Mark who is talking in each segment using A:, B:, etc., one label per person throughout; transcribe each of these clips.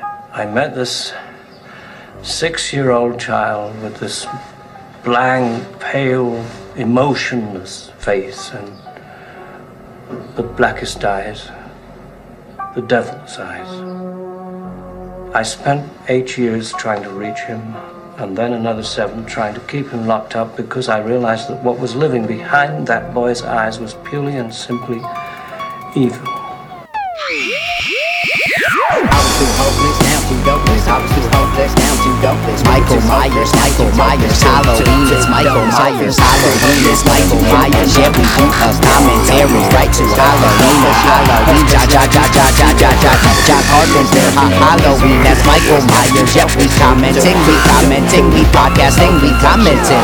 A: I met this six year old child with this blank, pale, emotionless face and the blackest eyes, the devil's eyes. I spent eight years trying to reach him and then another seven trying to keep him locked up because I realized that what was living behind that boy's eyes was purely and simply evil.
B: I was too hopeless, now too dopeless. I was too hopeless, now too dopeless. Michael Myers, Michael Myers, Halloween is Michael Myers, Halloween is Michael Myers. Yeah, we do us commentaries right to Halloween is Halloween. Ja ja ja ja ja ja ja ja. John Carpenter, ha Halloween. That's Michael Myers. Yeah, we commenting, we commenting, we podcasting, we commenting.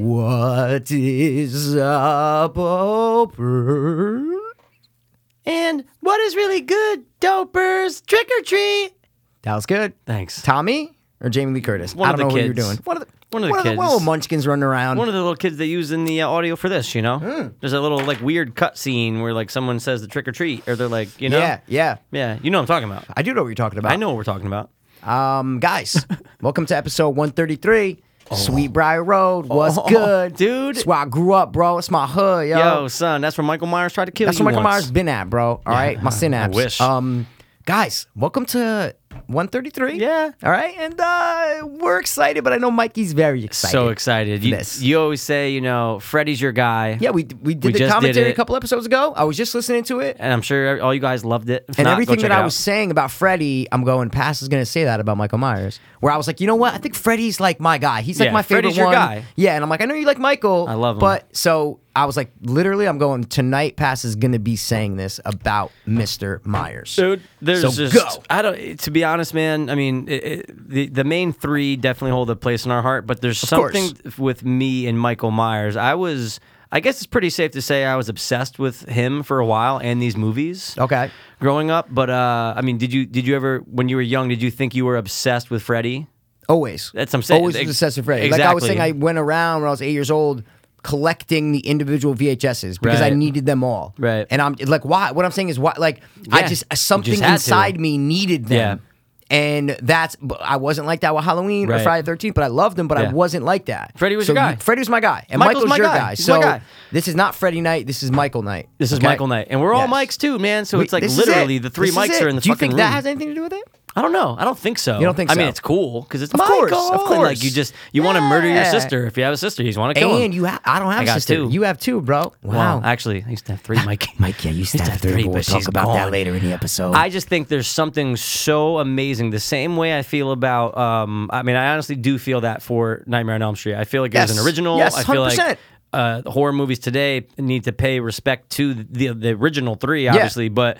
C: What is up, Oprah?
D: And what is really good, dopers? Trick or treat.
C: That was good.
D: Thanks.
C: Tommy or Jamie Lee Curtis?
D: One
C: I
D: of
C: don't
D: the
C: know who you're
D: kids.
C: doing. One of the
D: One of the kids.
C: little munchkins running around.
D: One of the little kids they use in the uh, audio for this, you know?
C: Hmm.
D: There's a little like weird cut scene where like someone says the trick or treat or they're like, you know?
C: Yeah, yeah.
D: Yeah, you know what I'm talking about.
C: I do know what you're talking about.
D: I know what we're talking about.
C: Um, guys, welcome to episode 133. Sweetbriar Road was
D: Oh,
C: good,
D: dude.
C: That's where I grew up, bro. It's my hood, yo.
D: Yo, son, that's where Michael Myers tried to kill
C: That's
D: you
C: where Michael
D: once.
C: Myers been at, bro. All right, my synapse.
D: wish.
C: Um, guys, welcome to 133.
D: Yeah.
C: All right, and uh, we're excited, but I know Mikey's very excited.
D: So excited.
C: for
D: You,
C: this.
D: you always say, you know, Freddy's your guy.
C: Yeah, we we did
D: We
C: the
D: just did
C: commentary a
D: it.
C: couple episodes ago. I was just listening to it.
D: And I'm sure all you guys loved it. If
C: And
D: not, go
C: everything that
D: check it
C: I
D: out.
C: was saying about Freddie, I'm going, Pass is going to say that about Michael Myers. Where I was like, you know what? I think Freddie's like my guy. He's like
D: Yeah,
C: my favorite
D: Freddy's your
C: one.
D: guy.
C: Yeah. And I'm like, I know you like Michael.
D: I love him.
C: But so I was like, literally, I'm going, tonight Pass is going to be saying this about Mr. Myers.
D: Dude, there's
C: So
D: just
C: go.
D: I don't. To be honest, man. I mean, it, it, the the main three definitely hold a place in our heart, but there's
C: course.
D: something with me and Michael Myers. I was, I guess it's pretty safe to say, I was obsessed with him for a while and these movies.
C: Okay.
D: Growing up, but uh, I mean, did you did you ever when you were young? Did you think you were obsessed with Freddy?
C: Always.
D: That's what I'm saying.
C: Always
D: Ex-
C: was obsessed with Freddie. Like I was saying, I
D: exactly.
C: went around when I was eight years old collecting the individual VHSs because I
D: Right.
C: needed them all.
D: Right.
C: And I'm like, why? What I'm saying is, why? Like, I
D: Yeah.
C: just
D: You
C: something
D: just had to.
C: inside me needed them.
D: Yeah.
C: And that's but I wasn't like that with Halloween or
D: Right.
C: Friday Thirteenth, but I loved them, but I
D: Yeah.
C: wasn't like that.
D: Freddie was
C: so
D: your guy.
C: you- Freddie was my guy, and
D: Michael's
C: Michael's,
D: my
C: your
D: guy.
C: guy.
D: He's
C: So
D: my guy.
C: this is not Freddie night. This is Michael night.
D: This is
C: Okay?
D: Michael Knight, and we're all
C: Yes.
D: mics too, man. So
C: We-
D: it's like
C: this is it.
D: literally the three
C: This is
D: mics
C: it.
D: are in the
C: Do you
D: fucking
C: think that
D: room.
C: has anything to do with it?
D: I don't know. I don't think so.
C: You don't think
D: I mean,
C: so?
D: it's cool because it's
C: Of
D: Michael.
C: course, of
D: and, like
C: course.
D: you just you want to murder your
C: Yeah.
D: sister if you have a sister. You just want to kill
C: And
D: him.
C: you, ha- I don't have
D: I
C: a
D: got
C: sister.
D: two.
C: You have two, bro. Wow.
D: Wow. Actually, I used to have three, Mike.
C: Mike, yeah, you used to have three, but we'll talk
D: she's
C: about that
D: gone.
C: later in the episode.
D: I just think there's something so amazing. The same way I feel about, um, I mean, I honestly do feel that for Nightmare on Elm Street. I feel like it was
C: Yes.
D: an original.
C: Yes,
D: I feel
C: 100%.
D: like uh, horror movies today need to pay respect to the the original three, obviously, but.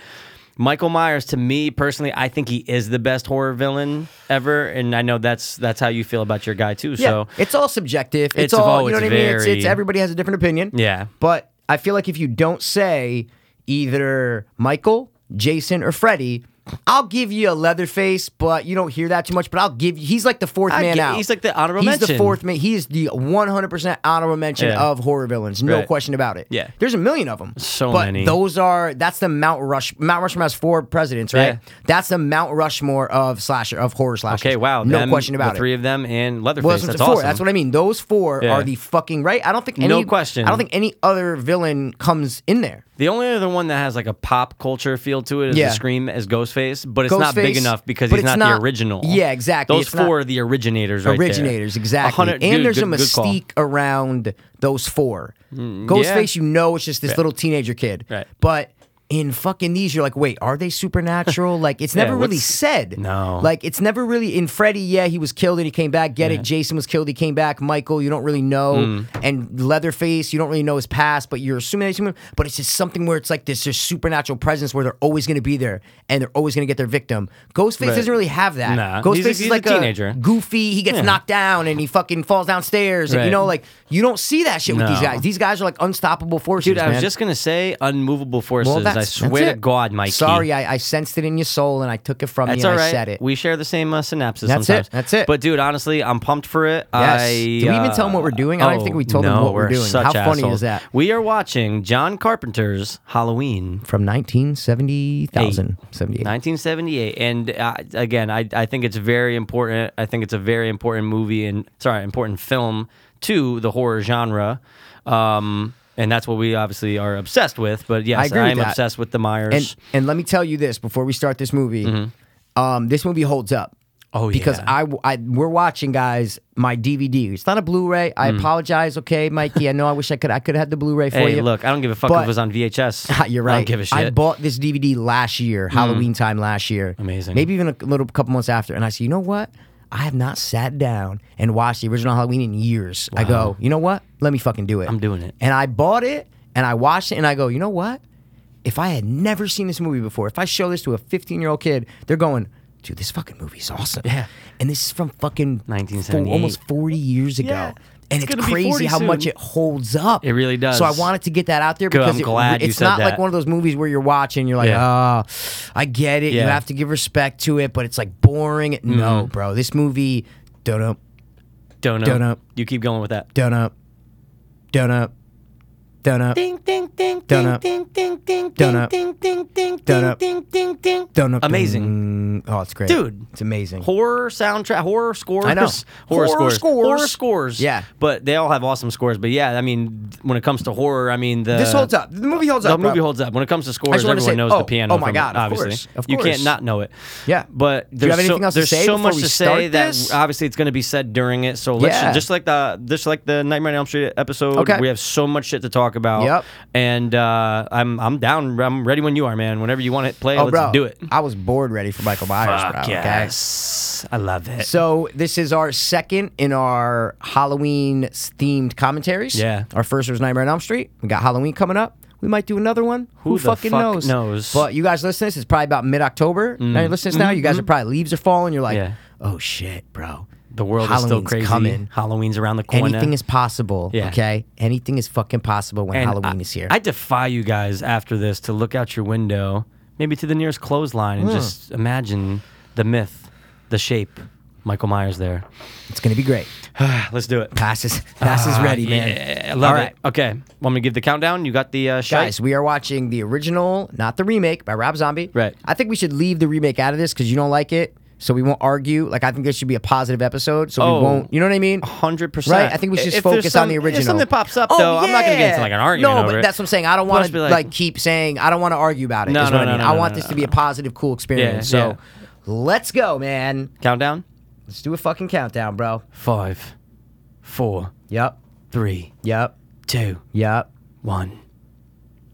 D: Michael Myers, to me personally, I think he is the best horror villain ever, and I know that's that's how you feel about your guy too. So
C: it's all subjective. It's,
D: It's-
C: all
D: oh,
C: you know
D: it's
C: what I mean. It's,
D: very-
C: it's everybody has a different opinion.
D: Yeah.
C: but I feel like if you don't say either Michael, Jason, or Freddie, I'll give you a Leatherface, but you don't hear that too much. But I'll give you. He's like the fourth
D: I
C: man
D: get-
C: out.
D: he's like the honorable
C: He's the
D: mention.
C: fourth man. He is the one hundred percent honorable mention
D: Yeah.
C: of horror villains. No
D: Right.
C: question about it.
D: Yeah.
C: there's a million of them.
D: So
C: but
D: many.
C: Those are that's the Mount Rush. Mount Rushmore has four presidents, right?
D: Yeah.
C: That's the Mount Rushmore of slasher of horror slashers.
D: okay, wow,
C: No
D: them-
C: question about it.
D: the Three of them and Leatherface.
C: Well,
D: that's
C: that's, four.
D: awesome.
C: That's what I mean. Those four
D: Yeah.
C: are the fucking right. I don't think any,
D: No question.
C: I don't think any other villain comes in there.
D: The only other one that has like a pop culture feel to it is
C: Yeah.
D: the Scream as Ghostface, but it's not big
C: Ghostface,
D: enough because
C: but
D: he's
C: it's
D: not,
C: not-
D: the original.
C: Yeah, exactly.
D: Those
C: It's not-
D: four are the originators, right there.
C: Originators,
D: A
C: exactly.
D: hundred-
C: And
D: dude,
C: there's
D: good-
C: a
D: good call. Mm,
C: mystique around those four. Ghostface, you know, it's just this little teenager kid.
D: Right.
C: But in fucking these, you're like, wait, are they supernatural? like, it's never really
D: what's-
C: said.
D: No.
C: Like, it's never really in Freddy. Yeah, he was killed and he came back. Get it? Jason was killed. He came back. Michael, you don't really know.
D: Mm.
C: And Leatherface, you don't really know his past, but you're assuming that he's human. But it's just something where it's like this, this supernatural presence where they're always going to be there and they're always going to get their victim. Ghostface
D: Right.
C: doesn't really have that.
D: Nah,
C: Ghostface
D: he's a-
C: is
D: he's a
C: like
D: teenager.
C: goofy. He gets knocked down and he fucking falls downstairs. And, you
D: Right.
C: know, like you don't see that shit with these
D: No.
C: guys. These guys are like unstoppable forces.
D: Dude, I was
C: man.
D: just gonna say unmovable forces.
C: that's
D: I I swear to
C: it.
D: God, Mikey.
C: Sorry, I, I sensed it in your soul and I took it from
D: That's
C: you
D: all
C: and
D: right.
C: I said it.
D: We share the same uh, synapses
C: That's it.
D: sometimes.
C: That's it.
D: But dude, honestly, I'm pumped for it.
C: Yes.
D: I,
C: Did we even tell 'em what we're doing? I don't
D: oh,
C: think we told 'em
D: no,
C: what we're doing.
D: such
C: How funny is
D: assholes.
C: that?
D: We are watching John Carpenter's Halloween.
C: from 1970,
D: Eight. 1978 and uh, again I, I think it's very important i think it's a very important movie and sorry important film to the horror genre um, and that's what we obviously are obsessed with but yes
C: I agree with
D: am
C: that.
D: obsessed with the myers
C: And and let me tell you this before we start this movie, um, this movie holds up.
D: Mm-hmm. Oh,
C: because
D: yeah.
C: I, I we're watching guys my DVD. It's not a Blu-ray. I apologize, okay, Mikey. I know I wish I could I could have had the Blu-ray for
D: Mm. hey
C: you.
D: look i don't give a fuck if
C: But-
D: it was on vhs
C: You're right.
D: i don't give a shit Mm.
C: I bought this DVD last year, Halloween time last year.
D: Amazing.
C: Maybe even a little couple months after. And I said, you know what? I have not sat down and watched the original Halloween in years. I go, you know what? Let me fucking do it.
D: I'm doing it.
C: And I bought it and I watched it and I go, you know what? If I had never seen this movie before, if I show this to a 15 year old kid, they're going, dude, this fucking movie's awesome. Yeah. And this is from fucking four-
D: 1978.
C: almost 40 years ago.
D: Yeah.
C: And
D: It's
C: it's,
D: gonna be
C: crazy
D: 40
C: how much
D: soon.
C: it holds up.
D: It really does.
C: So I wanted to get that out there
D: Good,
C: because
D: I'm
C: it-
D: glad you
C: it's
D: said
C: not like
D: that.
C: one of those movies where you're watching, you're like,
D: Yeah.
C: oh, I get it. You
D: Yeah. Mm-hmm.
C: have to give respect to it, but it's like boring. No, bro. This movie, don't up,
D: don't know
C: Don't know.
D: you keep going with that
C: don't up, don't up, don't up,
D: ding ding ding
C: Dun up.
D: ding ding ding
C: Dun
D: ding
C: up.
D: ding ding ding
C: Dun
D: ding
C: up.
D: ding ding ding
C: don't up.
D: Amazing.
C: dun. Oh, it's great.
D: Dude.
C: It's amazing.
D: horror soundtrack, horror scores.
C: I know.
D: horror,
C: Horror
D: scores.
C: scores.
D: horror scores.
C: Yeah.
D: but they all have awesome scores. But yeah, I mean, when it comes to horror, I mean, the
C: This holds up. The movie holds
D: The
C: up. bro.
D: movie holds up. When it comes to scores,
C: just wanted
D: everyone
C: to say-
D: knows
C: oh,
D: the piano.
C: oh my
D: from
C: God,
D: it,
C: of
D: obviously,
C: course, of
D: you
C: course.
D: can't not know it.
C: Yeah.
D: but
C: Do you have
D: there's
C: anything
D: so,
C: else to
D: there's
C: say
D: so
C: before
D: much
C: we
D: to
C: start
D: say that
C: this?
D: obviously it's going to be said during it. So let's
C: Yeah.
D: just like the just like the Nightmare on Elm Street episode.
C: Okay.
D: we have so much shit to talk about.
C: Yep.
D: and uh, I'm I'm down. I'm ready when you are, man. Whenever you want to play,
C: Oh,
D: let's
C: bro.
D: do it.
C: I was bored ready for Michael Myers, bro.
D: Fuck
C: okay?
D: yes, I love it.
C: So this is our second in our Halloween themed commentaries.
D: Yeah.
C: Our first was Nightmare on Elm Street. We got Halloween coming up. We might do another one. Who,
D: Who the
C: fucking
D: fuck
C: knows?
D: knows? Mm-hmm.
C: But you guys listen to this. It's probably about mid October. Now you listen to this now. You guys are probably leaves are falling. You're like,
D: Yeah.
C: oh shit, bro.
D: The world is still
C: Halloween's
D: crazy.
C: Coming.
D: Halloween's around the corner.
C: Anything is possible.
D: Yeah.
C: Okay. Anything is fucking possible when
D: And
C: Halloween
D: I-
C: is here.
D: I defy you guys after this to look out your window, maybe to the nearest clothesline,
C: Hmm.
D: and just imagine the myth, the shape. Michael Myers there.
C: it's gonna be great.
D: Let's do it.
C: Passes. Passes ready, man.
D: Ah, Yeah, I love
C: All
D: it.
C: right.
D: Okay, want me to give the countdown? You got the uh, shite?
C: Guys, we are watching the original, not the remake, by Rob Zombie.
D: Right.
C: I think we should leave the remake out of this because you don't like it, so we won't argue. Like I think this should be a positive episode, so
D: Oh.
C: we won't. You know what I mean?
D: hundred percent.
C: Right. I think we should just focus on the original.
D: If something pops up
C: Oh,
D: though, I'm not gonna get
C: yeah.
D: into like an argument
C: No,
D: over
C: but
D: it.
C: that's what I'm saying. I don't
D: We'll
C: want
D: just
C: to
D: be
C: like, keep saying I don't want to argue about it.
D: No,
C: is
D: no,
C: what I
D: no,
C: mean.
D: no,
C: I
D: no,
C: want
D: no,
C: this to
D: no,
C: be a positive, cool experience.
D: Yeah,
C: so
D: yeah.
C: let's go, man.
D: countdown.
C: Let's do a fucking countdown, bro.
D: Five, four,
C: Yep.
D: three,
C: Yep.
D: two,
C: Yep.
D: one.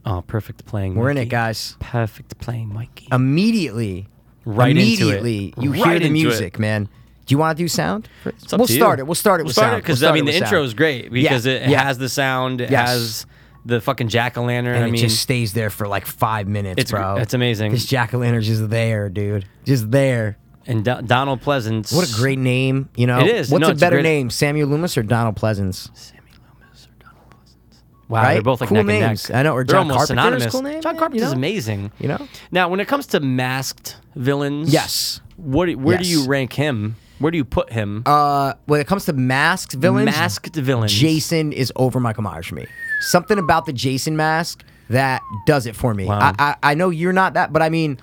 D: Oh, perfect playing.
C: We're in it,
D: Mikey.
C: guys.
D: Perfect playing, Mikey.
C: immediately,
D: Right into it.
C: immediately, you
D: Right
C: hear the
D: into
C: music,
D: it.
C: man. Do you want to do sound?
D: up
C: We'll
D: to you.
C: start it. We'll start it with sound.
D: because
C: We'll
D: I
C: start
D: mean
C: it
D: the
C: with
D: intro
C: sound.
D: is great because it
C: yeah.
D: has the sound, it
C: Yes.
D: has the fucking jack o' lantern.
C: And
D: I
C: it
D: mean,
C: just stays there for like five minutes,
D: It's gr-
C: bro.
D: it's amazing.
C: This jack o' lantern's just there, dude. Just there.
D: and Do- Donald Pleasance.
C: What a great name, you know.
D: It is.
C: What's
D: No,
C: a
D: it's a
C: better
D: great-
C: name, Samuel Loomis or Donald Pleasance?
D: Sammy Loomis or Donald Pleasance. Wow, they're
C: Right?
D: both like
C: Cool
D: neck
C: names.
D: and neck.
C: I know, or
D: they're
C: John
D: almost
C: Carpenter's
D: synonymous.
C: cool name,
D: John
C: man, you
D: Carpenter's
C: know?
D: amazing.
C: You know?
D: Now, when it comes to masked villains,
C: Yes.
D: What? do- Where do
C: Yes.
D: you rank him? Where do you put him?
C: Uh, when it comes to masked villains,
D: masked villains.
C: Jason is over Michael Myers for me. Something about the Jason mask that does it for me.
D: Wow.
C: I, I I know you're not that, but I mean,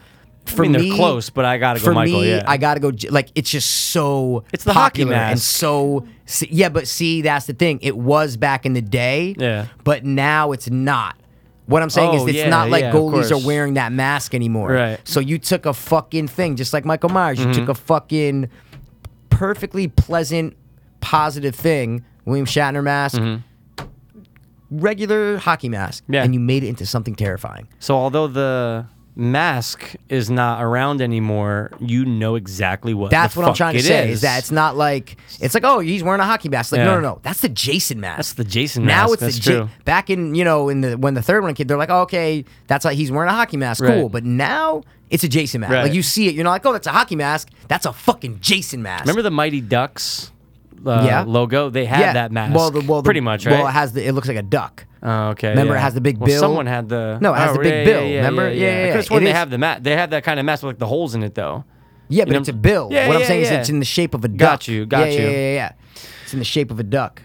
C: for
D: mean, they're
C: me,
D: close, but I gotta go
C: for
D: Michael,
C: Me,
D: yeah.
C: I gotta go. J- Like it's just so
D: It's the hockey
C: popular and
D: mask.
C: so see- yeah. But see, that's the thing. It was back in the day,
D: Yeah.
C: But now it's not. What I'm saying
D: Oh,
C: is, it's
D: yeah,
C: not like
D: yeah, of
C: goalies are
D: course.
C: wearing that mask anymore.
D: Right. Mm-hmm.
C: So you took a fucking thing, just like Michael Myers. You took a fucking perfectly pleasant, positive thing. William Shatner mask, regular hockey mask,
D: Mm-hmm. Yeah.
C: and you made it into something terrifying.
D: So although the mask is not around anymore, you know exactly what.
C: That's
D: the
C: what I'm
D: fuck
C: trying to
D: it
C: say. Is.
D: is
C: that it's not like it's like oh he's wearing a hockey mask. Like
D: Yeah.
C: no no no, that's the Jason mask.
D: That's the Jason
C: Now
D: mask.
C: it's
D: That's
C: the Ja-
D: true.
C: back in you know in the when the third one came, they're like oh, okay that's like he's wearing a hockey mask,
D: Right.
C: cool. But now it's a Jason mask.
D: Right.
C: Like you see it, you're not like oh that's a hockey mask. That's a fucking Jason mask.
D: Remember the Mighty Ducks uh,
C: Yeah.
D: logo? They had that mask.
C: Well, the, well the-
D: pretty much, right?
C: Well, it has the. It looks like a duck.
D: Oh, okay.
C: Remember,
D: yeah.
C: it has the big
D: Well,
C: bill.
D: Someone had the Oh,
C: No, it has the big
D: yeah,
C: bill,
D: Yeah, yeah,
C: remember?
D: yeah.
C: Yeah, yeah,
D: I
C: yeah.
D: could've sworn
C: It
D: they
C: is-
D: have the mat. They have that kind of mat with like the holes in it though.
C: Yeah, but
D: know-
C: it's a bill.
D: Yeah,
C: what I'm
D: yeah,
C: saying
D: yeah.
C: is it's in the shape of a duck.
D: Got you,
C: yeah,
D: got
C: Yeah,
D: you.
C: yeah, yeah, yeah. It's in the shape of a duck.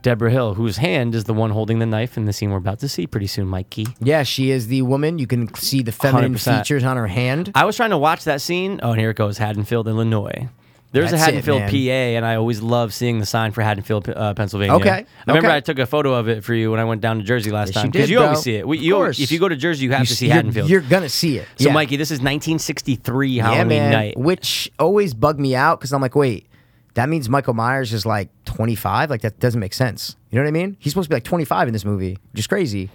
D: Deborah Hill, whose hand is the one holding the knife in the scene we're about to see pretty soon, Mikey.
C: Yeah, she is the woman. You can see the feminine
D: 100%.
C: features on her hand.
D: I was trying to watch that scene. Oh, and here it goes, Haddonfield, Illinois. There's
C: That's
D: a
C: it,
D: Haddonfield,
C: man.
D: PA, and I always love seeing the sign for Haddonfield, uh, Pennsylvania.
C: Okay,
D: I remember
C: okay.
D: I took a photo of it for you when I went down to Jersey last
C: Yes,
D: time
C: you did,
D: because you, always
C: bro.
D: see it. We,
C: Of
D: you, al-
C: course.
D: if you go to Jersey, you have
C: You
D: to
C: s-
D: see
C: you're-
D: Haddonfield.
C: You're gonna see it.
D: so,
C: yeah.
D: Mikey, this is 1963
C: yeah,
D: Halloween
C: man,
D: night.
C: which always bugged me out because I'm like, wait, that means Michael Myers is like 25. Like that doesn't make sense. You know what I mean? He's supposed to be like 25 in this movie, which is crazy.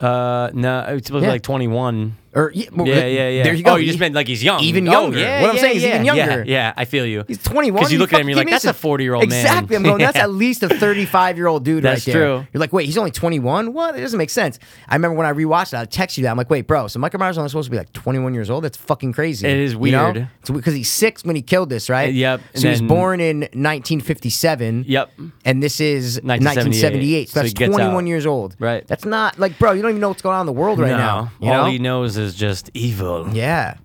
D: Uh, no, it's supposed to be
C: Yeah.
D: like 21.
C: Or yeah, Er, well,
D: Yeah, yeah, yeah.
C: There you go.
D: Oh, you just
C: He-
D: meant like he's young,
C: even
D: Oh,
C: younger.
D: yeah,
C: what I'm
D: yeah,
C: saying is even
D: yeah,
C: younger.
D: Yeah, yeah, I feel you.
C: He's 21.
D: Because you look at him,
C: fucking
D: you're like,
C: give me
D: that's a
C: some-
D: 40 year old man.
C: Exactly. I'm going, that's at least a 35 year old dude
D: That's
C: right there.
D: true.
C: You're like, wait, he's only 21? What? It doesn't make sense. I remember when I rewatched it, I text you that. I'm like, wait, bro, so Michael Myers is only supposed to be like 21 years old? That's fucking crazy.
D: It is
C: You know?
D: weird.
C: It's because he's six when he killed this, right?
D: Yep.
C: So he was
D: And then-
C: born in 1957.
D: Yep.
C: And this is 1978.
D: 1978. So
C: So
D: he
C: that's
D: gets
C: 21
D: out.
C: years old.
D: Right.
C: That's not like, bro, you don't even know what's going on in the world right
D: no.
C: now. You
D: All
C: know?
D: he knows is just evil.
C: yeah.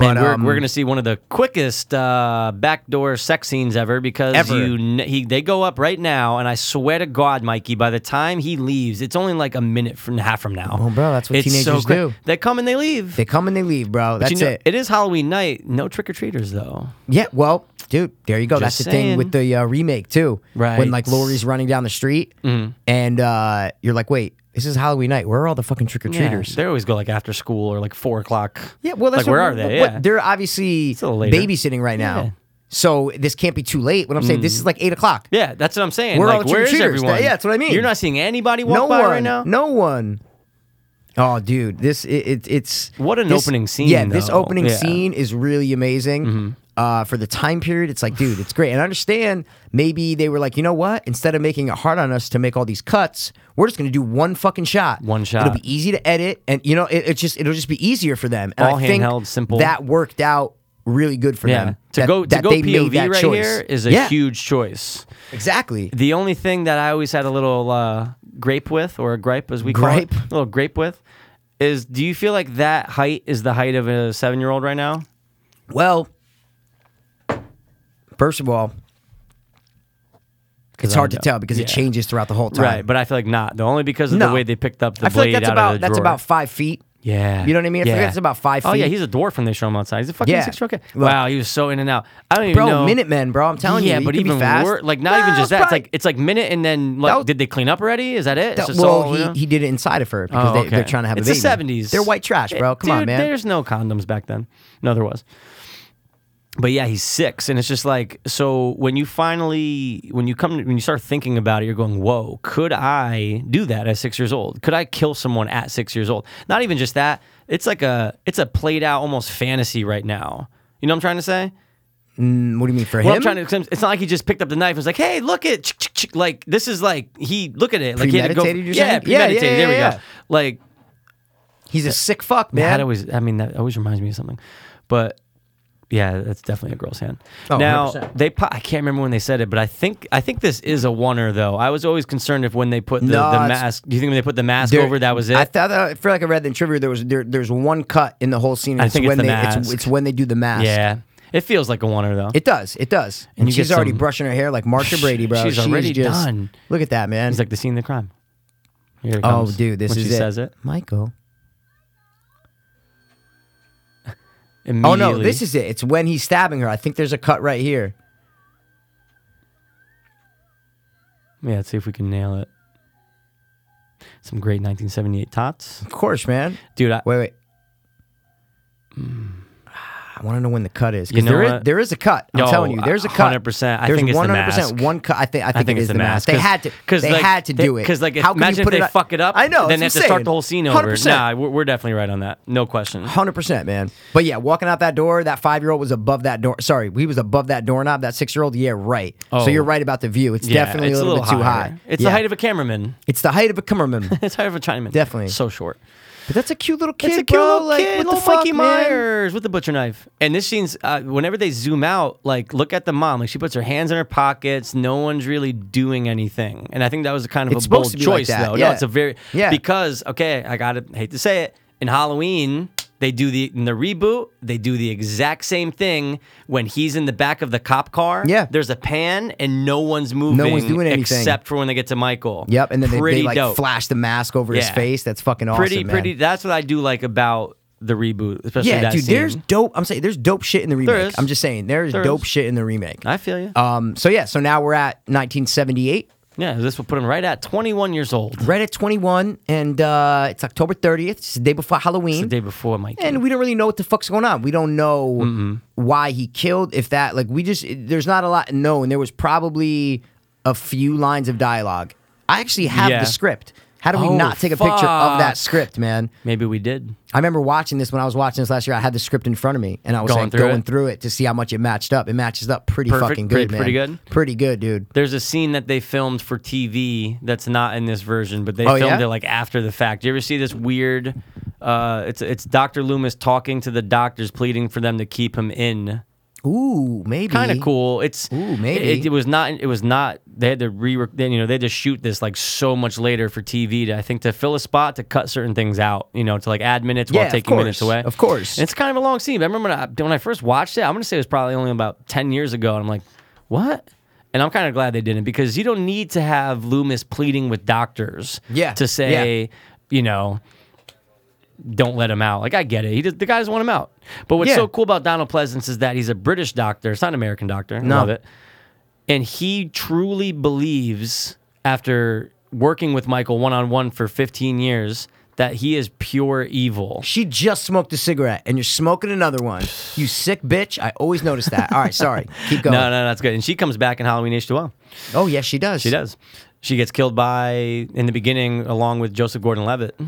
D: And we're,
C: um,
D: we're gonna see one of the quickest uh, backdoor sex scenes ever because
C: Ever.
D: you kn- he, they go up right now, and I swear to God, Mikey, by the time he leaves, it's only like a minute from, and a half from now.
C: Well, bro, that's what
D: It's so
C: teenagers
D: quick.
C: do.
D: They come and they leave.
C: They come and they leave, bro. That's
D: you know,
C: it.
D: It is Halloween night. No trick or treaters though.
C: Yeah, well, dude, there you go.
D: Just
C: That's the thing with the uh, remake too.
D: Right. Mm-hmm.
C: When like Lori's running down the street and uh, you're like, wait, this is Halloween night. Where are all the fucking trick or treaters?
D: They always go like after school or like four o'clock.
C: Yeah, well, that's
D: like where
C: what-
D: are they?
C: what-
D: yeah.
C: They're obviously
D: a little later.
C: babysitting right now.
D: Yeah. Mm.
C: So this can't be too late. What I'm saying, this is like eight o'clock.
D: Yeah, that's what I'm saying.
C: Where are
D: like,
C: all the
D: where is
C: trick-or-treaters?
D: everyone?
C: Yeah, that's what I mean.
D: You're not seeing anybody walk
C: no
D: by
C: one
D: right now.
C: No one. Oh, dude, this it, it, it's
D: What an
C: this-
D: opening scene,
C: Yeah, this
D: though.
C: opening
D: Yeah. Mm-hmm.
C: scene is really amazing. Uh, for the time period, it's like, dude, it's great. And I understand maybe they were like, you know what? Instead of making it hard on us to make all these cuts, we're just gonna do one fucking shot.
D: One shot.
C: It'll be easy to edit, and you know, it, it's just it'll just be easier for them. And
D: All
C: I think
D: handheld, simple.
C: That worked out really good for
D: Yeah.
C: them.
D: To
C: that-
D: go to
C: that
D: go
C: they made
D: POV
C: that
D: right
C: choice.
D: here is a
C: Yeah,
D: huge choice.
C: Exactly.
D: The only thing that I always had a little uh, grape with, or a gripe as we
C: Gripe?
D: call it, a little grape with, is do you feel like that height is the height of a seven year old right now?
C: Well, first of all, it's
D: I
C: hard to
D: know-
C: tell because
D: yeah.
C: it changes throughout the whole time.
D: Right, but I feel like not. The only because of the
C: No.
D: way they picked up the
C: I feel
D: blade
C: like that's
D: out
C: about
D: of the
C: that's
D: drawer.
C: about five feet.
D: yeah,
C: You know what I mean? I forget it's about five
D: Oh yeah,
C: feet.
D: he's a dwarf when they show him outside. He's a fucking
C: Yeah.
D: six year old kid.
C: Look.
D: Wow, he was so in and out. I don't even
C: Bro,
D: know.
C: Minutemen, bro. I'm telling
D: yeah,
C: you,
D: but
C: you can
D: even
C: be fast.
D: wor- like not
C: Nah,
D: even just
C: it's
D: that. It's
C: probably-
D: like it's like minute and then like
C: That was-
D: did they clean up already? Is that it? It's
C: That-
D: just
C: well,
D: all,
C: he,
D: you know?
C: he did it in Cypher because
D: Oh,
C: they, they're
D: okay.
C: trying to have
D: it's
C: a baby.
D: the 70s.
C: They're white trash, bro. Come on,
D: Dude,
C: man.
D: There's no condoms back then. No, there was. But yeah, he's six, and it's just like so. When you finally, when you come, when you start thinking about it, you're going, "Whoa, could I do that at six years old? Could I kill someone at six years old? Not even just that. It's like a, it's a played out almost fantasy right now. You know what I'm trying to say?
C: Mm, What do you mean for
D: Well,
C: him?
D: I'm trying to. It's not like he just picked up the knife and was like, "Hey, look at ch- ch- ch-" like this is like he look at it like he had to go,
C: Premeditated, you're
D: yeah,
C: saying? Yeah, yeah,
D: premeditated. there we
C: yeah,
D: go.
C: yeah.
D: Like
C: He's a sick fuck, man.
D: that always, I mean, that always reminds me of something. But yeah, that's definitely a girl's hand.
C: Oh,
D: now
C: 100%.
D: they, po- I can't remember when they said it, but I think I think this is a oneer though. I was always concerned if when they put the,
C: No,
D: the
C: it's-
D: mask. Do you think when they put the mask
C: There-
D: over that was it?
C: I thought I feel like I read in trivia there was there, there's one cut in the whole scene. And
D: I
C: it's
D: think it's
C: when
D: the
C: they
D: mask.
C: It's, it's when they do the mask.
D: yeah, it feels like a oneer though.
C: It does. It does. And,
D: you
C: she's
D: get
C: already
D: some-
C: brushing her hair like Marsha Brady, bro.
D: She's
C: She is
D: already
C: just,
D: done.
C: Look at that, man.
D: it's like the scene of the crime. Here it
C: oh,
D: comes,
C: dude, this
D: when
C: is
D: she
C: it.
D: says it.
C: Michael. Oh
D: Immediately.
C: no, this is it. It's when he's stabbing her. I think there's a cut right here.
D: Yeah, let's see if we can nail it. Some great 1978 tots,
C: Of course, man.
D: dude. I,
C: Wait, wait. I want to know when the cut is
D: You
C: because
D: know
C: there is
D: what?
C: there is a cut. I'm
D: No,
C: telling you, there's a cut.
D: 100%. I
C: There's
D: think it's the
C: 100%
D: mask.
C: One cut. I think I think,
D: I think
C: it
D: it's
C: is
D: the
C: the mask.
D: mask.
C: They had to. they had to do it.
D: Because like, if,
C: how can you
D: imagine
C: put
D: if
C: it
D: they
C: up-
D: fuck it up,
C: I know.
D: Then they have
C: that's
D: to
C: what I'm
D: start the
C: saying.
D: whole scene over.
C: 100%.
D: Nah, we're, we're definitely right on that. No question.
C: Hundred percent, man. But yeah, walking out that door, that five year old was above that door. Sorry, he was above that doorknob. That six year old, yeah, right.
D: Oh.
C: So you're right about the view. It's
D: Yeah,
C: definitely
D: it's
C: a little, bit too
D: higher.
C: high.
D: It's
C: Yeah.
D: the height of a cameraman.
C: It's the height of a cameraman.
D: It's high of a Chinaman.
C: Definitely.
D: So short.
C: But that's a cute little kid,
D: it's a cute
C: bro.
D: little
C: like,
D: kid,
C: what the
D: little
C: fuck,
D: Mikey
C: man?
D: Myers with the butcher knife. And this scene's uh, whenever they zoom out, like look at the mom, like she puts her hands in her pockets. No one's really doing anything, and I think that was a kind of
C: It's
D: a bold
C: supposed to be like
D: choice,
C: that,
D: though.
C: yeah.
D: No, it's a very
C: Yeah.
D: because okay, I gotta hate to say it. In Halloween, they do the in the reboot, they do the exact same thing when he's in the back of the cop car.
C: Yeah.
D: there's a pan and no one's moving.
C: doing anything.
D: except for when they get to Michael.
C: Yep, and then they,
D: Pretty
C: they like
D: dope
C: flash the mask over his
D: Yeah.
C: face. That's fucking awesome,
D: pretty
C: man.
D: pretty. That's what I do like about the reboot, especially
C: yeah,
D: that
C: dude.
D: scene.
C: There's dope. I'm saying there's dope shit in the remake.
D: is.
C: I'm just saying there's
D: There
C: dope
D: is.
C: shit in the remake.
D: I feel you.
C: Um. So yeah. So now we're at 1978.
D: yeah, this will put him right at 21 years old.
C: Right at 21, and uh, it's October 30th. It's the day before Halloween.
D: The day before, Mike.
C: and we don't really know what the fuck's going on. We don't know why he killed. If that, like, we just there's not a lot known. There was probably a few lines of dialogue. I actually have
D: Yeah.
C: the script. How do we
D: Oh,
C: not take a picture of that
D: fuck.
C: script, man?
D: Maybe we did.
C: I remember watching this when I was watching this last year. I had the script in front of me, and I was
D: Going
C: like
D: through
C: going
D: it?
C: through it to see how much it matched up. It matches up pretty
D: Perfect,
C: fucking
D: pretty-
C: good, man.
D: pretty good?
C: Pretty good, dude.
D: There's a scene that they filmed for TV that's not in this version, but they
C: Oh,
D: filmed
C: yeah?
D: it like after the fact. You ever see this weird? Uh, it's it's Doctor Loomis talking to the doctors, pleading for them to keep him in.
C: Ooh, maybe
D: Kind of cool. It's
C: Ooh, maybe.
D: it, it was not. It was not. They had to re. They, you know, they had to shoot this like so much later for TV. To, I think to fill a spot to cut certain things out. You know, to like add minutes
C: Yeah,
D: while
C: of
D: taking minutes
C: course,
D: away.
C: of course.
D: And it's kind of a long scene. But I remember when I, when I first watched it. I'm gonna say it was probably only about ten years ago, and I'm like, what? And I'm kind of glad they didn't because you don't need to have Loomis pleading with doctors.
C: Yeah,
D: To say, you know. Don't let him out. Like I get it. He just, the guy doesn't want him out. But what's
C: Yeah.
D: so cool about Donald Pleasance is that he's a British doctor. It's not an American doctor.
C: No.
D: Love it and he truly believes after working with Michael one on one for 15 years that he is pure evil.
C: She just smoked a cigarette, and you're smoking another one. You sick bitch. I always notice that. All right, sorry. Keep going.
D: No, no, that's good. And she comes back in Halloween H2O.
C: Oh yes, she does.
D: She does. She gets killed by in the beginning along with Joseph Gordon-Levitt.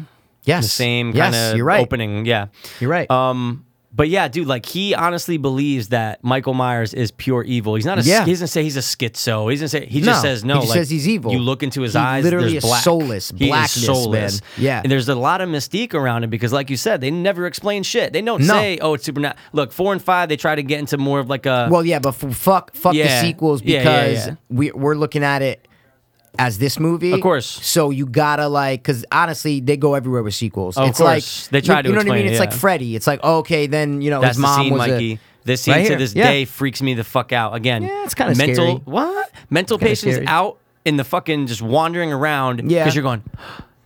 C: Yes.
D: The same
C: yes,
D: kind of
C: you're right.
D: opening, yeah.
C: You're right.
D: Um, but yeah, dude, like he honestly believes that Michael Myers is pure evil. He's not a.
C: Yeah.
D: He doesn't say he's a schizo. He doesn't say. He just
C: No,
D: says no.
C: he just
D: like,
C: says he's evil.
D: You look into his
C: He
D: eyes.
C: literally
D: there's
C: is
D: black.
C: soulless,
D: He is
C: blackness,
D: soulless.
C: man. Yeah.
D: And there's a lot of mystique around it because, like you said, they never explain shit. They don't
C: No.
D: say, "Oh, it's supernatural." Look, four and five, they try to get into more of like a.
C: well, yeah, but f- fuck, fuck
D: Yeah.
C: the sequels
D: Yeah,
C: because
D: yeah, yeah.
C: we we're looking at it as this movie,
D: Of course.
C: So you gotta like, because honestly, they go everywhere with sequels.
D: Of
C: it's
D: course.
C: like
D: They try
C: you,
D: to
C: you know what I
D: explain
C: mean.
D: it,
C: It's like
D: yeah.
C: Freddy. It's like okay, then you know
D: That's
C: his mom
D: the scene,
C: was a-
D: Mikey. this scene
C: Right
D: to
C: here,
D: this
C: yeah.
D: day freaks me the fuck out. Again,
C: Yeah, it's kinda
D: mental.
C: scary.
D: What mental patients
C: scary.
D: out in the fucking just wandering around?
C: Yeah.
D: because you're going.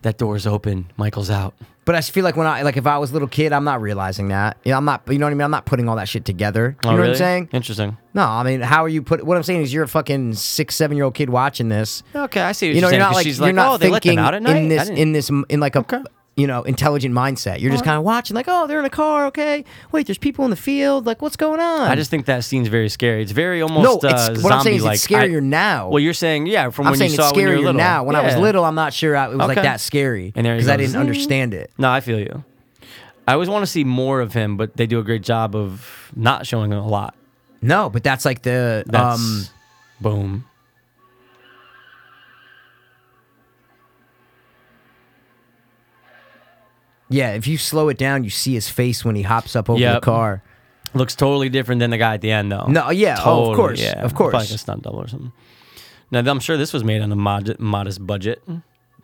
D: That door's open. Michael's out.
C: But I just feel like when I like if I was a little kid, I'm not realizing that. You know, I'm not. You know what I mean? I'm not putting all that shit together. You
D: Oh,
C: know what I'm
D: really?
C: saying?
D: Interesting.
C: No, I mean, how are you put? What I'm saying is, you're a fucking six, seven year old kid watching this.
D: Okay, I see. What
C: you know, you're
D: you're, saying,
C: not
D: 'cause
C: like
D: she's
C: you're
D: like,
C: not
D: oh, they let them
C: thinking
D: out at night.
C: in
D: I
C: this
D: didn't-
C: in this in like a
D: Okay.
C: you know intelligent mindset. You're just kind of watching, like, oh, they're in a car. Okay, wait, there's people in the field. Like, what's going on?
D: I just think that scene's very scary. It's very
C: no.
D: almost uh,
C: it's, what I'm saying is
D: zombie-like.
C: it's scarier
D: I-
C: now.
D: Well, you're saying yeah, from
C: I'm
D: when
C: saying
D: you saw
C: it's
D: when you were
C: scarier
D: little.
C: now. When I was
D: Yeah.
C: little, I'm not sure I, it was like
D: Okay.
C: that scary
D: And there Mm. he
C: because I
D: goes.
C: didn't understand it.
D: No, I feel you. I always want to see more of him, but they do a great job of not showing a lot.
C: No, but that's like the
D: That's
C: um.
D: boom.
C: Yeah, if you slow it down, you see his face when he hops up over the
D: Yep.
C: car.
D: Looks totally different than the guy at the end, though.
C: No, yeah, oh, of course, of course.
D: Probably like a stunt double or something. Now, I'm sure this was made on a mod- modest budget,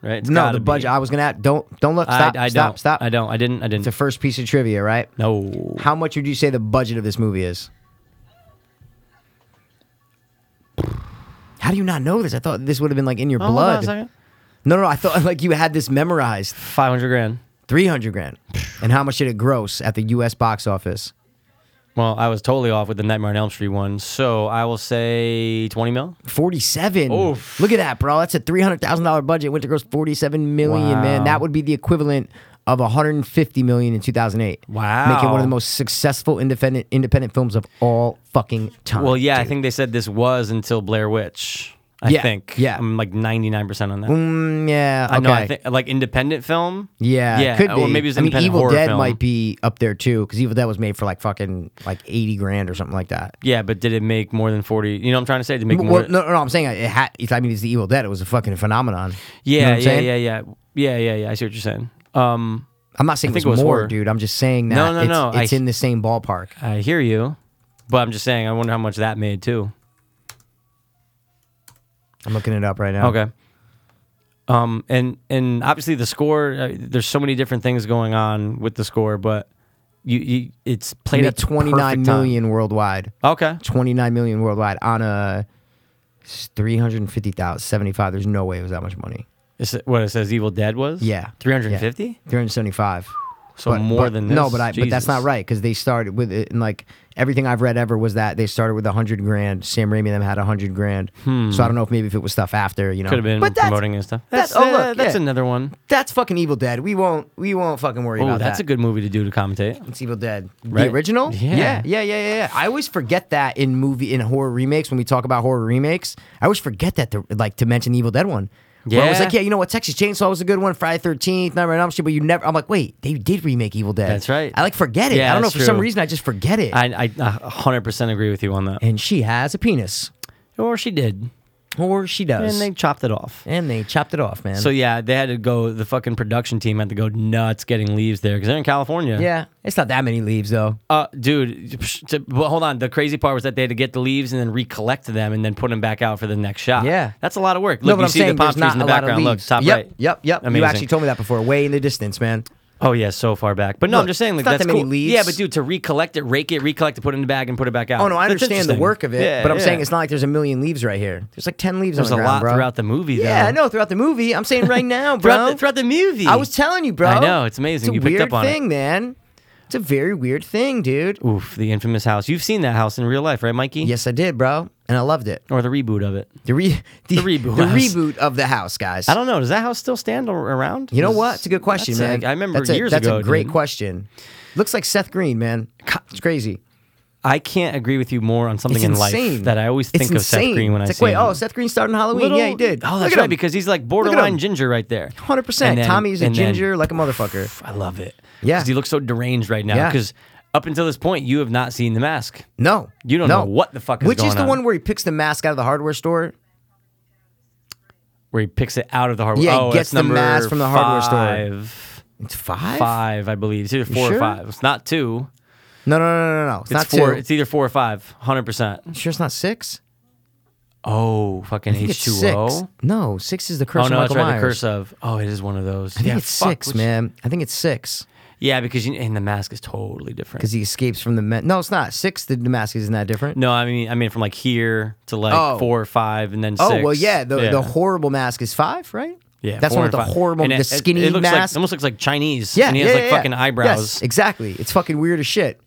D: right? It's
C: no,
D: gotta
C: the
D: be.
C: budget. I was gonna. Add, don't don't look. Stop.
D: I, I
C: stop.
D: don't,
C: Stop.
D: I don't. I didn't. I didn't.
C: It's the first piece of trivia, right?
D: no.
C: How much would you say the budget of this movie is? How do you not know this? I thought this would have been like in
D: Oh,
C: your blood. No, no, I thought like you had this memorized.
D: Five hundred grand.
C: Three hundred grand. And how much did it gross at the U.S. box office?
D: Well, I was totally off with the Nightmare on Elm Street one, so I will say twenty mil.
C: Forty-seven.
D: Oof.
C: Look at that, bro. That's a three hundred thousand dollar budget. Went to gross forty-seven million. Man,
D: Wow.
C: that would be the equivalent of one hundred and fifty million in two thousand eight. making one of
D: Wow.
C: the most successful independent independent films of all fucking time.
D: Well, yeah, I
C: Oh, dude.
D: think they said this was until Blair Witch. I
C: Yeah,
D: think.
C: yeah.
D: I'm like ninety nine percent on that.
C: Mm, yeah. Okay.
D: I know. I think like independent film.
C: Yeah,
D: yeah.
C: could be.
D: Or maybe it's
C: I mean,
D: independent
C: Evil
D: horror
C: Dead
D: film.
C: might be up there too, because Evil Dead was made for like fucking like eighty grand or something like that.
D: Yeah, but did it make more than forty? You know, what I'm trying to say to make more.
C: Well, no, no, no, I'm saying uh, it had. I mean, it's the Evil Dead. It was a fucking phenomenon. You know
D: Yeah,
C: what I'm
D: yeah,
C: saying?
D: yeah, yeah, yeah, yeah, yeah. I see what you're saying. Um,
C: I'm not saying
D: think
C: it was,
D: it was
C: more,
D: horror.
C: dude. I'm just saying that
D: No, no,
C: it's,
D: no, I-
C: it's in the same ballpark.
D: I hear you, but I'm just saying. I wonder how much that made too.
C: I'm looking it up right now.
D: Okay. Um, and and obviously the score. Uh, there's so many different things going on with the score, but you, you it's played
C: Made
D: at the
C: 29
D: perfect time.
C: million worldwide.
D: Okay.
C: 29 million worldwide on a 350,000, 75. There's no way it was that much money.
D: Is it, what it says Evil Dead was?
C: Yeah.
D: Three hundred and fifty.
C: Yeah. 375.
D: So more than this.
C: No, but I, but that's not
D: Jesus.
C: right because they started with it, and like everything I've read ever was that they started with a hundred grand. Sam Raimi and them had a hundred grand. So I don't know if maybe if it was stuff after, you know.
D: Could have Hmm. been
C: but that's,
D: promoting and stuff.
C: that's-
D: That's,
C: oh,
D: uh,
C: look,
D: that's
C: yeah.
D: another one.
C: That's fucking Evil Dead. We won't we won't fucking worry
D: Oh,
C: about
D: that's
C: that.
D: a good movie to do to commentate.
C: It's Evil Dead,
D: Right?
C: the original.
D: Yeah.
C: yeah, yeah, yeah, yeah, yeah. I always forget that in movie in horror remakes when we talk about horror remakes. I always forget that to, like to mention the Evil Dead one. Where I was
D: Yeah.
C: like, yeah, you know what? Texas Chainsaw was a good one. Friday Thirteenth, Nightmare on Elm Street, but you never. I'm like, wait, they did remake Evil Dead.
D: That's right.
C: I like forget it.
D: Yeah,
C: I don't know
D: that's
C: for some
D: true.
C: reason I just forget it.
D: I I a hundred percent agree with you on that.
C: and she has a penis,
D: Or she did,
C: or she does,
D: and they chopped it off.
C: And they chopped it off, man.
D: So yeah, they had to go. The fucking production team had to go nuts getting leaves there because they're in California.
C: yeah, it's not that many leaves though.
D: Uh, dude, psh, to- but hold on. The crazy part was that they had to get the leaves and then recollect them and then put them back out for the next shot.
C: Yeah.
D: that's a lot of work. Look, you see the palm
C: there's
D: trees in the
C: a lot of
D: background. Look,
C: leaves.
D: top
C: yep,
D: right.
C: Yep, yep.
D: Amazing.
C: You actually told me that before, way in the distance, man.
D: Oh yeah, so far back. But no,
C: Look,
D: I'm just saying like
C: it's not
D: that's
C: that many
D: cool.
C: leaves.
D: Yeah, but dude, to recollect it, rake it, recollect it, put it in the bag, and put it back out.
C: Oh no, I
D: That's
C: understand the
D: interesting.
C: work of it,
D: Yeah,
C: but I'm
D: yeah.
C: saying it's not like there's a million leaves right here. There's like ten leaves
D: there's
C: on
D: a
C: the ground,
D: lot
C: bro.
D: throughout the movie.
C: Yeah,
D: though.
C: I know throughout the movie. I'm saying right now, bro.
D: Throughout the, throughout the movie,
C: I was telling you, bro.
D: I know, it's amazing.
C: It's a
D: You picked
C: weird
D: up on it.
C: thing, man. It's a very weird thing, dude.
D: Oof, the infamous house. You've seen that house in real life, right, Mikey?
C: Yes, I did, bro, and I loved it.
D: Or the reboot of it.
C: The re the,
D: reboot
C: the
D: house.
C: reboot of the house, guys.
D: I don't know. Does that house still stand ar- around?
C: You know
D: Is-
C: what? It's a good question,
D: that's a-
C: man.
D: I remember
C: that's a,
D: years
C: that's
D: ago.
C: a great
D: dude.
C: question. Looks like Seth Green, man. It's crazy.
D: I can't agree with you more on something
C: It's
D: in
C: insane
D: life that I always
C: It's
D: think of Seth
C: insane.
D: Green when
C: it's
D: I
C: like,
D: see
C: wait,
D: him.
C: oh, Seth Green starred in Halloween.
D: Little-
C: yeah, he did.
D: Oh,
C: Look
D: that's
C: at
D: right,
C: him.
D: because he's like borderline
C: him.
D: ginger right there.
C: hundred percent.
D: And then-
C: Tommy's a
D: and then-
C: ginger like a motherfucker.
D: I love it.
C: Yeah.
D: 'Cause he looks so deranged right now.
C: Yeah.
D: Because up until this point, you have not seen the mask.
C: No,
D: You don't
C: no.
D: know what the fuck is
C: Which is
D: going
C: the
D: on.
C: one where he picks the mask out of the hardware store?
D: where he picks it out of the hardware.
C: Yeah, he
D: oh,
C: gets
D: that's
C: the
D: number
C: mask from the hardware store.
D: five,
C: It's five.
D: Five, I believe. It's either four
C: sure?
D: or five. It's not two.
C: No, no, no, no, no. It's,
D: It's
C: not
D: four.
C: two.
D: It's either four or five. Hundred percent.
C: sure, it's not six.
D: Oh, fucking
C: I think it's
D: H two
C: six.
D: O.
C: No, six is the curse
D: Oh
C: of
D: no, that's
C: Michael
D: right. The
C: Myers.
D: curse of. Oh, it is one of those.
C: I think
D: yeah,
C: it's
D: fuck,
C: six,
D: which-
C: man. I think it's six
D: Yeah, because you, and the mask is totally different.
C: because he escapes from the men. No, it's not six. The mask isn't that different.
D: No, I mean, I mean, from like here to like
C: Oh.
D: four or five, and then
C: Oh
D: six.
C: well, yeah. The the horrible mask is five, right?
D: Yeah,
C: that's
D: four
C: one with
D: and
C: the
D: five.
C: horrible,
D: And
C: the
D: it- it-
C: skinny
D: it looks like-
C: mask.
D: it almost looks like Chinese.
C: yeah,
D: and he has
C: yeah,
D: like
C: yeah, yeah.
D: fucking eyebrows.
C: Yes, exactly. It's fucking weird as shit.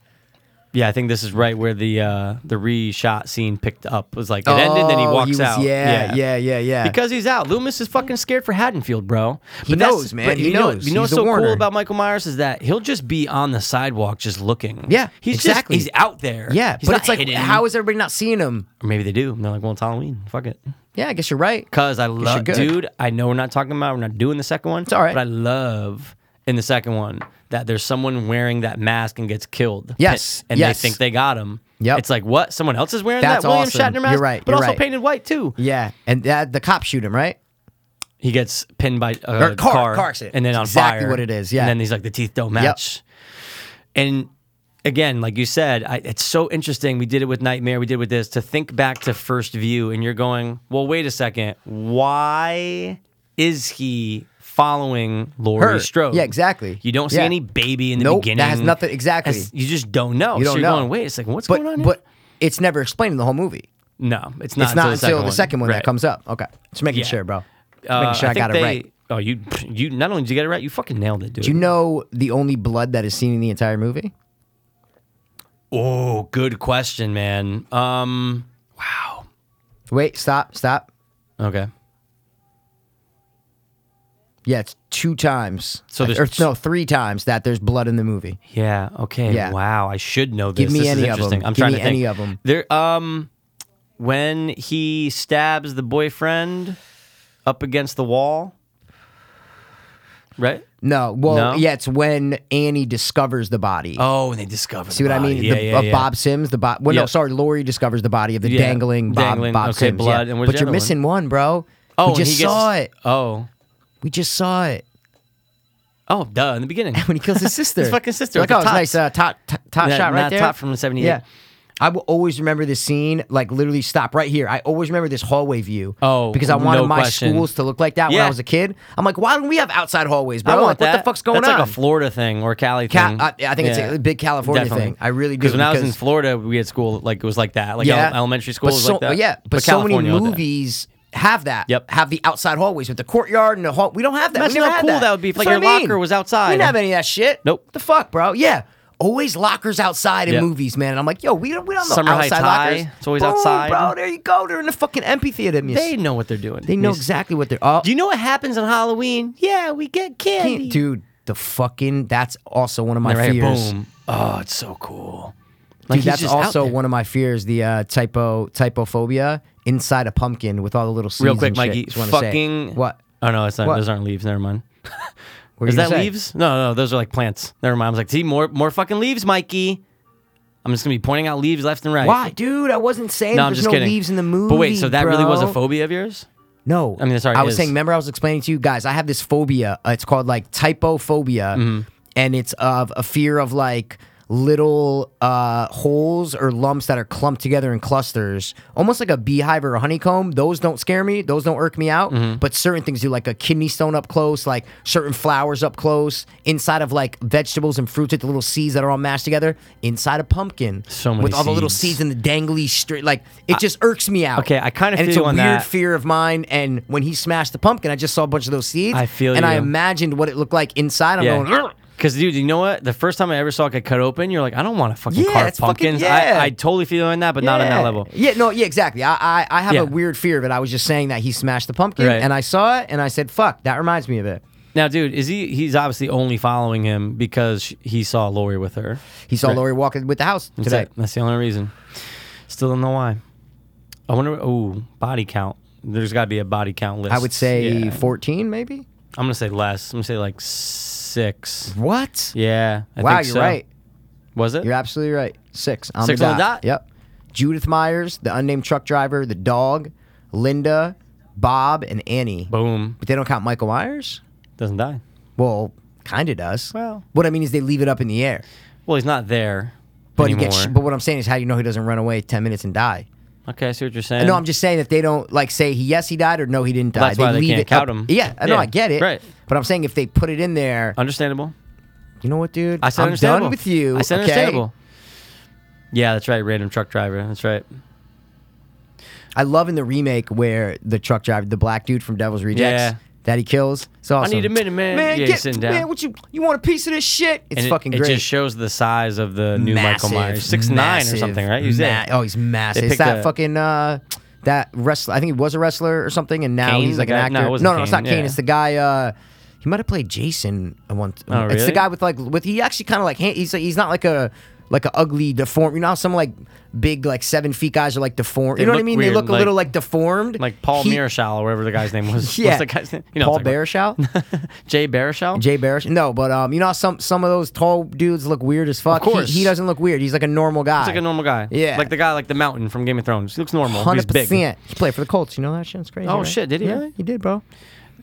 D: Yeah, I think this is right where the uh the reshot scene picked up. It was like it ended, then he
C: Oh,
D: walks
C: was-
D: out.
C: Yeah, yeah, yeah, yeah.
D: Because he's out. Loomis is fucking scared for Haddonfield, bro. But
C: He
D: that's-
C: knows, man.
D: but
C: He
D: you know-
C: knows.
D: you know
C: He's
D: what's
C: a
D: so
C: warner.
D: cool about Michael Myers is that he'll just be on the sidewalk just looking.
C: Yeah,
D: He's
C: exactly.
D: just he's out there.
C: yeah,
D: He's
C: but
D: not
C: it's like,
D: hidden.
C: how is everybody not seeing him?
D: or maybe they do. And they're like, well, it's Halloween. Fuck it.
C: Yeah, I guess you're right.
D: Cause I
C: you're
D: love,
C: good.
D: dude. I know we're not talking about, we're not doing the second one. It's
C: all right.
D: But I love in the second one that there's someone wearing that mask and gets killed.
C: Yes,
D: and
C: yes.
D: they think they got him.
C: Yep.
D: It's like what? Someone else is wearing
C: That's
D: that William
C: awesome.
D: Shatner mask.
C: You're right,
D: But
C: you're
D: also
C: right.
D: painted white too.
C: Yeah, and that, the cops shoot him, right?
D: He gets pinned by a
C: Or car-
D: car,
C: car accident.
D: and then
C: It's
D: on
C: exactly
D: fire.
C: what it is, yeah.
D: And then he's like, the teeth don't match. And again, like you said, I, it's so interesting. We did it with Nightmare. We did it with this. To think back to first view, and you're going, well, wait a second. Why is he following Laurie
C: Her.
D: Strode?
C: Yeah, exactly.
D: You don't see
C: Yeah.
D: any baby in the
C: Nope, that
D: beginning.
C: has nothing- exactly.
D: That's- You just don't know.
C: You
D: so
C: don't
D: you're
C: know.
D: going, wait a second, what's
C: But
D: going on? here?
C: but it's never explained in the whole movie.
D: no, it's not.
C: it's not until the
D: one.
C: second one, that
D: Right.
C: comes up. Okay, just making
D: Yeah.
C: sure, bro. Just
D: Uh,
C: making sure I,
D: think
C: got
D: they-
C: it right.
D: Oh, you you not only did you get it right, you fucking nailed it, dude.
C: Do you know the only blood that is seen in the entire movie?
D: Oh, good question, man. Um, wow.
C: Wait, stop, stop.
D: Okay.
C: Yeah, it's two times.
D: So there's
C: or,
D: t-
C: no three times that there's blood in the movie.
D: Yeah. Okay.
C: Yeah.
D: Wow. I should know this.
C: Give me
D: This is
C: any of 'em.
D: interesting. I'm
C: Give
D: trying
C: me
D: to think.
C: any of 'em.
D: There. Um, when he stabs the boyfriend up against the wall. Right.
C: No, well,
D: No?
C: yeah, it's when Annie discovers the body.
D: Oh, and they discover.
C: See what I mean?
D: Yeah.
C: the,
D: yeah,
C: of
D: yeah.
C: Bob Sims, the Bob. Well, no,
D: Yeah.
C: sorry, Lori discovers the body of the
D: Yeah,
C: dangling Bob.
D: dangling,
C: Bob
D: okay,
C: Sims, yeah.
D: blood, and where's
C: but
D: the
C: you're
D: other
C: missing one, bro.
D: Oh,
C: we
D: and
C: just
D: he gets-
C: saw it.
D: Oh.
C: We just saw it.
D: Oh, duh! In the beginning,
C: when he kills his sister.
D: His fucking sister
C: Like,
D: with
C: oh,
D: the
C: it's nice uh, top, top, top
D: Yeah,
C: shot right
D: not
C: there.
D: top from 78.
C: Yeah. I will always remember this scene, like literally stop right here. I always remember this hallway view.
D: Oh,
C: because I wanted
D: no
C: my
D: question.
C: schools to look like that when I
D: Yeah.
C: was a kid. I'm like, why don't we have outside hallways, bro?
D: I
C: like,
D: want
C: what
D: that.
C: the fuck's going
D: That's
C: on?
D: like a Florida thing or Cali
C: Ca-
D: thing.
C: I- I think it's a big California thing. I really do,
D: Because when I was in
C: because-
D: Florida, we had school like it was like that. Like ele- elementary school
C: But
D: was
C: so,
D: like that.
C: Yeah, but, so many
D: California was that.
C: movies have that.
D: Yep.
C: Have the outside hallways with the courtyard and the hall. We don't have that.
D: Imagine
C: we never
D: how
C: had
D: cool that would be if,
C: That's
D: like,
C: what
D: your
C: I mean.
D: locker was outside.
C: We didn't have any of that shit.
D: Nope.
C: The fuck, bro. Yeah. Always lockers outside in
D: Yep.
C: movies, man. And I'm like, yo, we don't, we don't know
D: Summer high
C: outside
D: tie.
C: lockers.
D: It's always
C: Boom,
D: outside.
C: bro. There you go. They're in the fucking amphitheater. miss.
D: They know what they're doing.
C: they know
D: Miss-
C: exactly what they're. Oh,
D: Do you know what happens on Halloween? Yeah, we get candy.
C: can't- dude, the fucking. That's also one of my
D: And right here,
C: fears.
D: boom. Oh, it's so cool.
C: Dude,
D: he's
C: that's
D: just out
C: also
D: there.
C: one of my fears. The uh, typo typophobia inside a pumpkin with all the little seeds
D: Real quick,
C: and shit.
D: Mikey.
C: Just wanna say.
D: Fucking
C: what?
D: Oh no, it's not.
C: What?
D: Those aren't leaves. Never mind.
C: What were
D: Is
C: you gonna
D: that
C: say?
D: leaves? No, no, those are like plants. Never mind. I was like, see, more, more fucking leaves, Mikey. I'm just gonna be pointing out leaves left and right.
C: Why, dude? I wasn't saying
D: No, I'm
C: there's
D: just
C: no
D: kidding.
C: leaves in the movie.
D: But wait, so that really was a
C: bro.
D: phobia of yours?
C: No,
D: I mean, sorry,
C: I was
D: is.
C: saying. Remember, I was explaining to you guys. I have this phobia. Uh, It's called like typophobia,
D: Mm-hmm.
C: and it's of a fear of like little uh, holes or lumps that are clumped together in clusters, almost like a beehive or a honeycomb. Those don't scare me. Those don't irk me out.
D: Mm-hmm.
C: But certain things do, like a kidney stone up close, like certain flowers up close, inside of like vegetables and fruits, with the little seeds that are all mashed together, inside a pumpkin.
D: So many
C: with all the little
D: seeds.
C: seeds and the dangly straight. Like it just irks me out.
D: okay, I kinda
C: And
D: feel
C: it's a
D: you on
C: weird
D: that.
C: fear of mine. And when he smashed the pumpkin, I just saw a bunch of those seeds.
D: I feel
C: and I
D: you.
C: imagined what it looked like inside. I'm going, "Ugh."
D: Because, dude, you know what? The first time I ever saw it get cut open, you're like, I don't want to fucking
C: Yeah,
D: carve
C: it's fucking-
D: pumpkins.
C: yeah.
D: I, I totally feel on that, but not on that
C: Yeah.
D: level.
C: Yeah, no, yeah, exactly. I I, I have
D: Yeah.
C: a weird fear of it. I was just saying that he smashed the pumpkin,
D: Right.
C: and I saw it, and I said, "Fuck, that reminds me of it."
D: Now, dude, is he? He's obviously only following him because sh- he saw Lori with her.
C: He saw
D: Right.
C: Lori walking with the house
D: That's
C: today.
D: it. That's the only reason. Still don't know why. I wonder. Oh, body count. There's got to be a body count list.
C: I would say
D: Yeah.
C: 14, maybe.
D: I'm gonna say less. I'm gonna say like six.
C: What?
D: Yeah. I
C: wow,
D: think
C: you're
D: so.
C: right.
D: Was it?
C: You're absolutely right. Six on
D: Six
C: the dot.
D: on the dot?
C: Yep. Judith Myers, the unnamed truck driver, the dog, Linda, Bob, and Annie.
D: Boom.
C: But they don't count Michael Myers?
D: Doesn't die.
C: Well, kind of does.
D: Well-
C: what I mean is they leave it up in the air.
D: Well, he's not there.
C: But he
D: anymore.
C: gets. But what I'm saying is, how do you know he doesn't run away ten minutes and die?
D: okay, I see what you're saying.
C: no, I'm just saying if they don't like say he yes he died or no he didn't die.
D: That's why they
C: leave
D: can't
C: it up-
D: count him.
C: Yeah, I know
D: Yeah,
C: I get it.
D: right.
C: But I'm saying if they put it in there,
D: understandable.
C: you know what, dude?
D: I said
C: I'm
D: understandable.
C: done with you.
D: I said
C: okay?
D: understandable. Yeah, that's right. Random truck driver. That's right.
C: I love in the remake where the truck driver, the black dude from Devil's Rejects,
D: Yeah.
C: that he kills. It's awesome.
D: need a minute, man.
C: Man,
D: Yeah, he's
C: get,
D: sitting down.
C: man, what you you want a piece of this shit? It's
D: And it-
C: fucking
D: it,
C: great.
D: just shows the size of the new
C: massive,
D: Michael Myers, six nine or something,
C: massive,
D: right? You said.
C: ma- oh, he's massive.
D: They
C: It's
D: picked
C: that
D: a-
C: fucking uh, that wrestler. I think he was a wrestler or something, and now
D: Kane?
C: he's like
D: The
C: an
D: guy-
C: actor.
D: no, it wasn't
C: no, no, it's not
D: Kane,
C: Kane.
D: yeah.
C: It's the guy. Uh, he might have played Jason at one. T-
D: Oh,
C: It's
D: really?
C: the guy with like with he actually kind of like hand- he's he's not like a. Like an ugly deformed, you know how some like big like seven feet guys are like deformed.
D: They
C: You know what I
D: look
C: mean?
D: weird,
C: they look a
D: like-
C: little like deformed.
D: like Paul
C: He-
D: Mearshall or whatever the guy's name was.
C: Yeah,
D: What's the guy's name?
C: Paul
D: what I'm talking about.
C: Bearshall.
D: Jay Baruchel?
C: Jay Barish. No, but um, you know how some some of those tall dudes look weird as fuck. He-
D: course.
C: he, doesn't look weird. He's like a normal guy.
D: He's like a normal guy.
C: Yeah.
D: Like the guy like the mountain from Game of Thrones. He looks normal. He's
C: Hundred
D: big.
C: percent. He played for the Colts. You know that shit. It's crazy.
D: Oh,
C: right?
D: shit, did he
C: Yeah,
D: really?
C: He did, bro.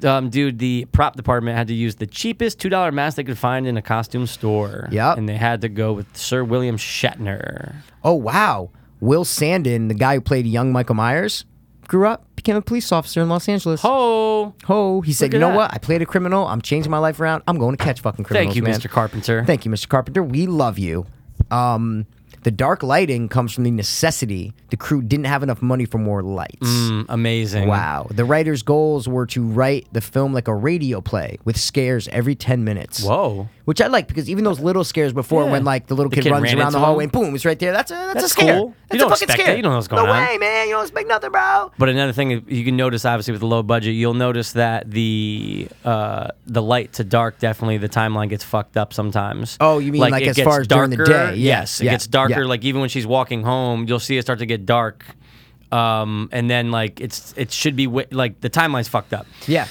D: Um, dude, the prop department had to use the cheapest two dollar mask they could find in a costume store.
C: Yep.
D: And they had to go with Sir William Shatner.
C: Oh wow. Will Sandin, the guy who played young Michael Myers, grew up, became a police officer in Los Angeles.
D: Oh.
C: Ho. He said,
D: Look
C: "You
D: at
C: know
D: that.
C: what? I played a criminal. I'm changing my life around. I'm going to catch fucking criminals."
D: Thank you,
C: man.
D: Mr. Carpenter.
C: Thank you, Mr. Carpenter. We love you. Um, the dark lighting comes from the necessity. The crew didn't have enough money for more lights.
D: Mm, amazing.
C: Wow. The writer's goals were to write the film like a radio play with scares every 10 minutes.
D: Whoa.
C: Which I like because even those little scares before,
D: Yeah.
C: when like the little
D: The
C: kid,
D: kid
C: runs
D: ran
C: around the
D: into
C: hallway
D: him.
C: and boom, it's right there. That's a that's, a
D: That's
C: scare.
D: cool. You
C: That's
D: don't
C: a fucking
D: expect that.
C: scare.
D: You don't know what's going
C: no
D: on.
C: way, man. You don't expect nothing, bro.
D: But another thing that you can notice, obviously, with the low budget, you'll notice that the uh, the light to dark definitely the timeline gets fucked up sometimes.
C: Oh, you mean, like,
D: it
C: as
D: gets
C: far as during the day. Yeah,
D: Yes, it
C: yeah,
D: gets darker.
C: yeah.
D: Like even when she's walking home, you'll see it start to get dark, um, and then like it's it should be wi- like the timeline's fucked up.
C: Yeah.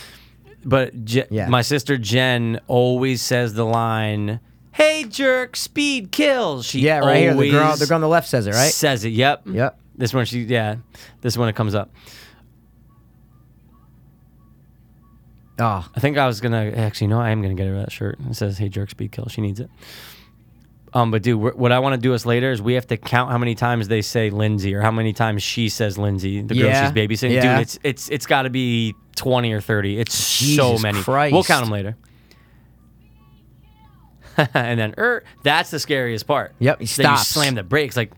D: But Je-
C: Yeah.
D: my sister Jen always says the line, "Hey jerk, speed kills." She
C: Yeah, right here. The girl,
D: always
C: the girl on the left says it, right?
D: Says it. Yep.
C: Yep.
D: This one she yeah. This one it comes up.
C: Oh,
D: I think I was gonna actually no, I am gonna get her that shirt. It says "Hey Jerk Speed Kill." She needs it. Um, but dude, wh- what I want to do us later is we have to count how many times they say Lindsay or how many times she says Lindsay, the
C: Yeah.
D: girl she's babysitting.
C: Yeah.
D: Dude, it's it's it's got to be twenty or thirty. It's so
C: Jesus
D: many.
C: Christ.
D: We'll count them later. and then er, that's the scariest part.
C: Yep, he
D: Then you
C: stops.
D: slam the brakes like.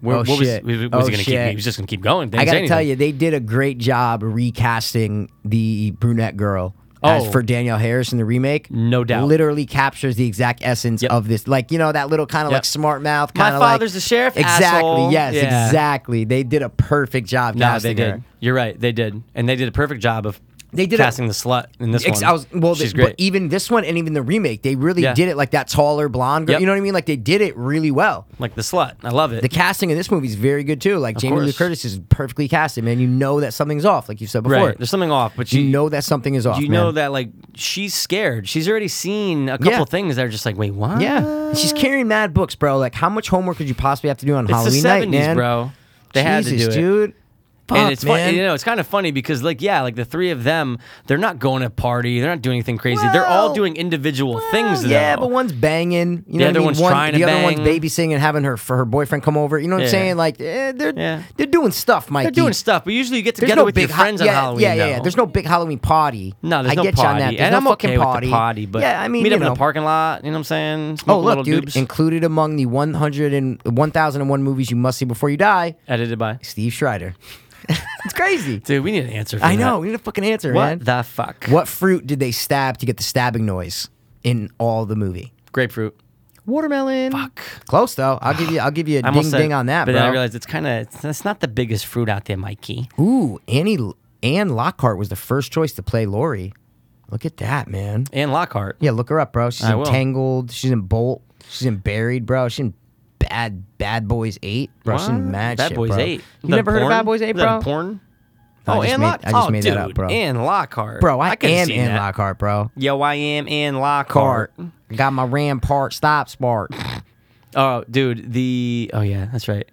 D: Where,
C: Oh,
D: what was,
C: shit.
D: was, was he
C: Oh,
D: gonna keep?
C: shit.
D: He was just gonna keep going. Didn't
C: I
D: say
C: gotta tell
D: anything.
C: you, they did a great job recasting the brunette girl. As
D: Oh.
C: for Danielle Harris in the remake,
D: No doubt.
C: literally captures the exact essence
D: Yep.
C: of this. Like you know that little kind of
D: Yep.
C: like smart mouth.
D: My
C: Kind of
D: father's the sheriff,
C: Exactly.
D: asshole.
C: Yes.
D: Yeah.
C: Exactly. They did a perfect job.
D: No, they
C: casting
D: did.
C: her.
D: You're right. They did, and they did a perfect job of
C: They did a-
D: casting the slut in this
C: Ex-
D: one.
C: I was well.
D: she's
C: th-
D: great.
C: But even this one and even the remake, they really
D: Yeah.
C: did it like that taller blonde girl.
D: Yep.
C: You know what I mean? Like they did it really well.
D: like the slut, I love it.
C: The casting in this movie is very good too. Like Jamie Lee
D: course.
C: Curtis is perfectly casted, man. You know that something's off, like you said before.
D: right. There's something off, but
C: you
D: you,
C: know that something is off.
D: you know
C: man.
D: that like she's scared. She's already seen a couple
C: Yeah.
D: things that are just like, wait, what?
C: Yeah, she's carrying mad books, bro. Like, how much homework could you possibly have to do on
D: It's
C: Halloween
D: the
C: night,
D: '70s,
C: man?
D: bro. They had to
C: Jesus,
D: do it.
C: dude. Fuck,
D: and it's
C: man.
D: funny, you know, it's kind of funny because, like, yeah, like the three of them, they're not going to a party, they're not doing anything crazy. they're all
C: Well-
D: doing individual
C: Well,
D: things, though.
C: Yeah, but one's banging. You know what I
D: other
C: mean?
D: one's
C: One-
D: trying
C: The
D: to
C: other one's
D: bang.
C: babysitting and having her for her boyfriend come over. You know what
D: Yeah.
C: I'm saying? Like, eh, they're
D: Yeah.
C: they're doing stuff, Mike.
D: they're doing stuff. But usually, you get together with your
C: ho-
D: friends
C: yeah,
D: on Halloween.
C: Yeah, yeah, yeah.
D: though.
C: There's no big Halloween party.
D: No, there's
C: I
D: no
C: get
D: party,
C: you on that. There's
D: and
C: no
D: I'm
C: fucking
D: okay
C: party.
D: with the party, but
C: yeah, I mean,
D: meet
C: you
D: up in
C: know.
D: the parking lot. You know what I'm saying? Smoke
C: Oh,
D: a
C: look,
D: little
C: dude.
D: doobs.
C: Included among the 100 and 1,001 movies you must see before you die,
D: Edited by.
C: Steve Schreider. it's crazy.
D: Dude, we need an answer. For
C: I
D: that.
C: know. We need a fucking answer, man.
D: What the fuck?
C: what fruit did they stab to get the stabbing noise in all the movie?
D: Grapefruit.
C: Watermelon. Fuck. Close though. I'll give you. I'll give you a
D: I
C: ding
D: almost said-
C: ding on that,
D: but
C: bro.
D: then I realized it's kind of it's, it's not the biggest fruit out there, Mikey.
C: Ooh, Annie Anne Lockhart was the first choice to play Lori. Look at that, man.
D: And Lockhart.
C: Yeah, look her up, bro. She's
D: I
C: in
D: will.
C: Tangled. She's in Bolt. She's in Buried, bro. She's in Bad Bad Boys Eight, bro. She's in
D: What?
C: mad
D: Bad
C: shit,
D: Boys
C: bro.
D: Eight.
C: You
D: The
C: never heard of
D: porn?
C: Bad Boys Eight,
D: That
C: bro?
D: porn.
C: I
D: Oh,
C: just
D: and
C: made-
D: Lockhart.
C: I just
D: oh,
C: made
D: dude,
C: that up, bro.
D: And Lockhart.
C: Bro, I,
D: could've
C: am
D: seen
C: Anne
D: that.
C: Lockhart, bro.
D: Yo, I am Ann Lockhart.
C: Cart. Got my Rampart stop spark.
D: Oh, dude, the oh yeah, that's right.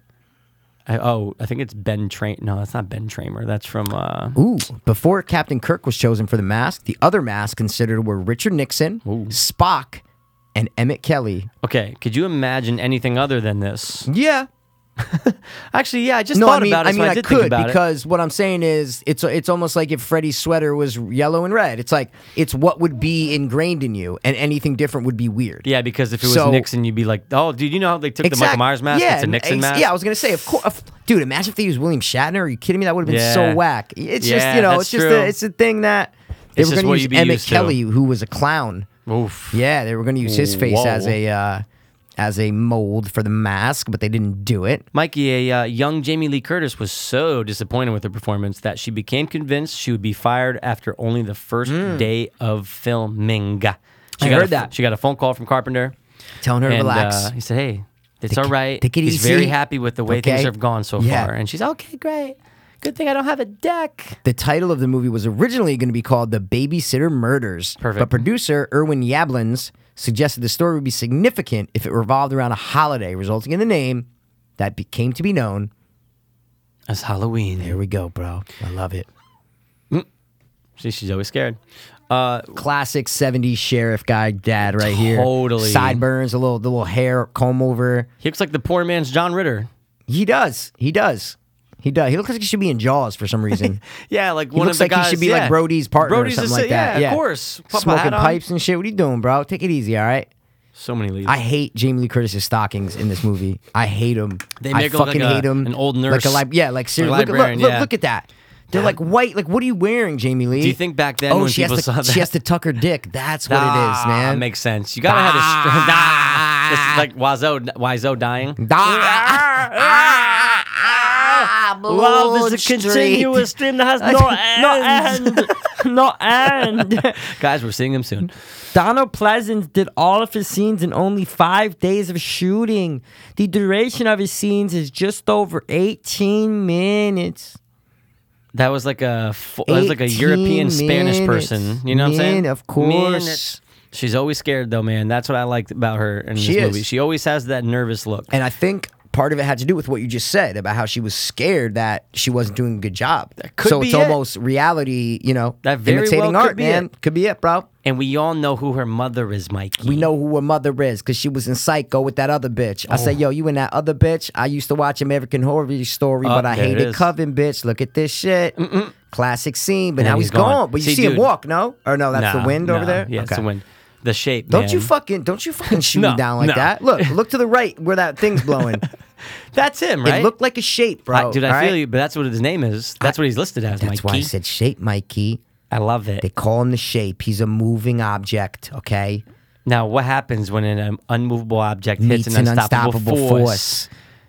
D: I, oh, I think it's Ben Train. No, that's not Ben Tramer. That's from uh,
C: Ooh, before Captain Kirk was chosen for the mask, the other masks considered were Richard Nixon, Spock, and Emmett Kelly.
D: Okay, could you imagine anything other than this?
C: Yeah.
D: Actually, yeah, I just
C: No, I
D: thought
C: mean,
D: about it.
C: I
D: so
C: mean, I,
D: did think
C: could
D: about
C: because what I'm saying is, it's it's almost like if Freddy's sweater was yellow and red. It's like it's what would be ingrained in you, and anything different would be weird.
D: it. Yeah, because if it was
C: So-
D: Nixon, you'd be like, "Oh, dude, you know how they took the Michael
C: Exact-
D: Myers mask?
C: Yeah,
D: it's a Nixon
C: ex-
D: mask."
C: Yeah, I was gonna say, of course, dude. Imagine if they used William Shatner. Are you kidding me? That would have been
D: Yeah.
C: so whack. It's just
D: Yeah,
C: you know,
D: that's
C: it's just
D: true.
C: a, it's a thing that they
D: It's
C: were
D: just
C: gonna
D: what
C: use
D: you'd be
C: Emmett
D: used to.
C: Kelly, who was a clown.
D: Oof.
C: Yeah, they were gonna use his face
D: Whoa.
C: as a uh, as a mold for the mask, but they didn't do it.
D: Mikey, a uh, young Jamie Lee Curtis was so disappointed with her performance that she became convinced she would be fired after only the first day of filming. She
C: Hmm. I
D: got a
C: heard
D: f-
C: that.
D: She got a phone call from Carpenter.
C: Telling her to
D: and,
C: relax.
D: uh, he said, "Hey, it's
C: Take-
D: all right.
C: take it
D: He's
C: easy.
D: very happy with the way things
C: Okay.
D: have gone so
C: Yeah.
D: far." And she's, "Okay, great. Good thing I don't have a deck."
C: The title of the movie was originally going to be called The Babysitter Murders.
D: Perfect.
C: But producer Erwin Yablans suggested the story would be significant if it revolved around a holiday, resulting in the name that became to be known.
D: It's Halloween.
C: Here we go, bro. I love it.
D: See, she's always scared. Uh,
C: Classic 70s sheriff guy dad right here.
D: Totally.
C: Sideburns, a little the little hair comb over.
D: He looks like the poor man's John Ritter.
C: He does. He does. He does. He looks like he should be in Jaws for some reason.
D: Yeah, like
C: He
D: one
C: looks
D: of the
C: like he should
D: guys-
C: be
D: yeah.
C: like Brody's partner
D: Brody's
C: or something
D: assi-
C: like that.
D: Yeah, of course. Pop a
C: Smoking
D: hat on.
C: pipes and shit. What are you doing, bro? Take it easy, all right?
D: So many leaves.
C: I hate Jamie Lee Curtis's stockings in this movie. I hate them.
D: They
C: I
D: make her look
C: fucking
D: like a-
C: hate them.
D: an old
C: Like a
D: nurse.
C: lib- yeah, like seriously. Look, look,
D: librarian,
C: look,
D: yeah.
C: look at that. They're like white. Like, what are you wearing, Jamie Lee?
D: Do you think back then
C: Oh,
D: when
C: she has
D: people
C: to,
D: saw that?
C: she has to tuck her dick. That's what it is, man.
D: Makes sense. You gotta have a str- Ah! This is like Wazo, Wazo dying.
C: Ah,
D: Love is a
C: Blood Street.
D: continuous stream that has no end.
E: no end.
D: Guys, we're seeing them soon.
E: Donald Pleasance did all of his scenes in only five days of shooting. The duration of his scenes is just over 18 minutes.
D: That was like a fo- that was like a
C: 18
D: European Spanish person.
C: minutes.
D: You know what I'm saying?
C: Min, of course.
D: Minutes. She's always scared though, man. That's what I liked about her in
C: She
D: this
C: is.
D: movie. She always has that nervous look.
C: And I think part of it had to do with what you just said about how she was scared that she wasn't doing a good job. That
D: could
C: so
D: be
C: it's
D: it.
C: almost reality, you know,
D: That very
C: imitating
D: well could
C: art,
D: be
C: man.
D: it.
C: Could be it, bro.
D: And we all know who her mother is, Mikey.
C: We know who her mother is because she was in Psycho with that other bitch. I
D: Oh.
C: said, yo, you and that other bitch. I used to watch American Horror Story, but I
D: there it
C: hated
D: is.
C: Coven, bitch. Look at this shit. Classic scene, but
D: And
C: now
D: he's
C: he's gone.
D: gone.
C: But you
D: See,
C: see, him
D: dude-
C: walk, no? Or no, that's
D: Nah,
C: the wind over
D: nah.
C: there?
D: Yeah, it's the wind. The shape.
C: Don't
D: man.
C: you fucking don't you fucking shoot
D: No,
C: me down like
D: no.
C: that. Look, look to the right where that thing's blowing.
D: That's him, right?
C: It looked like a shape, bro.
D: I, dude, I
C: all
D: feel
C: right?
D: you, but that's what his name is. That's what he's listed as,
C: That's
D: Mikey.
C: why I said shape, Mikey.
D: I love it.
C: They call him the shape. He's a moving object, okay?
D: Now, what happens when an um, unmovable object hits
C: Meets
D: an
C: an
D: unstoppable,
C: unstoppable
D: force?
C: force.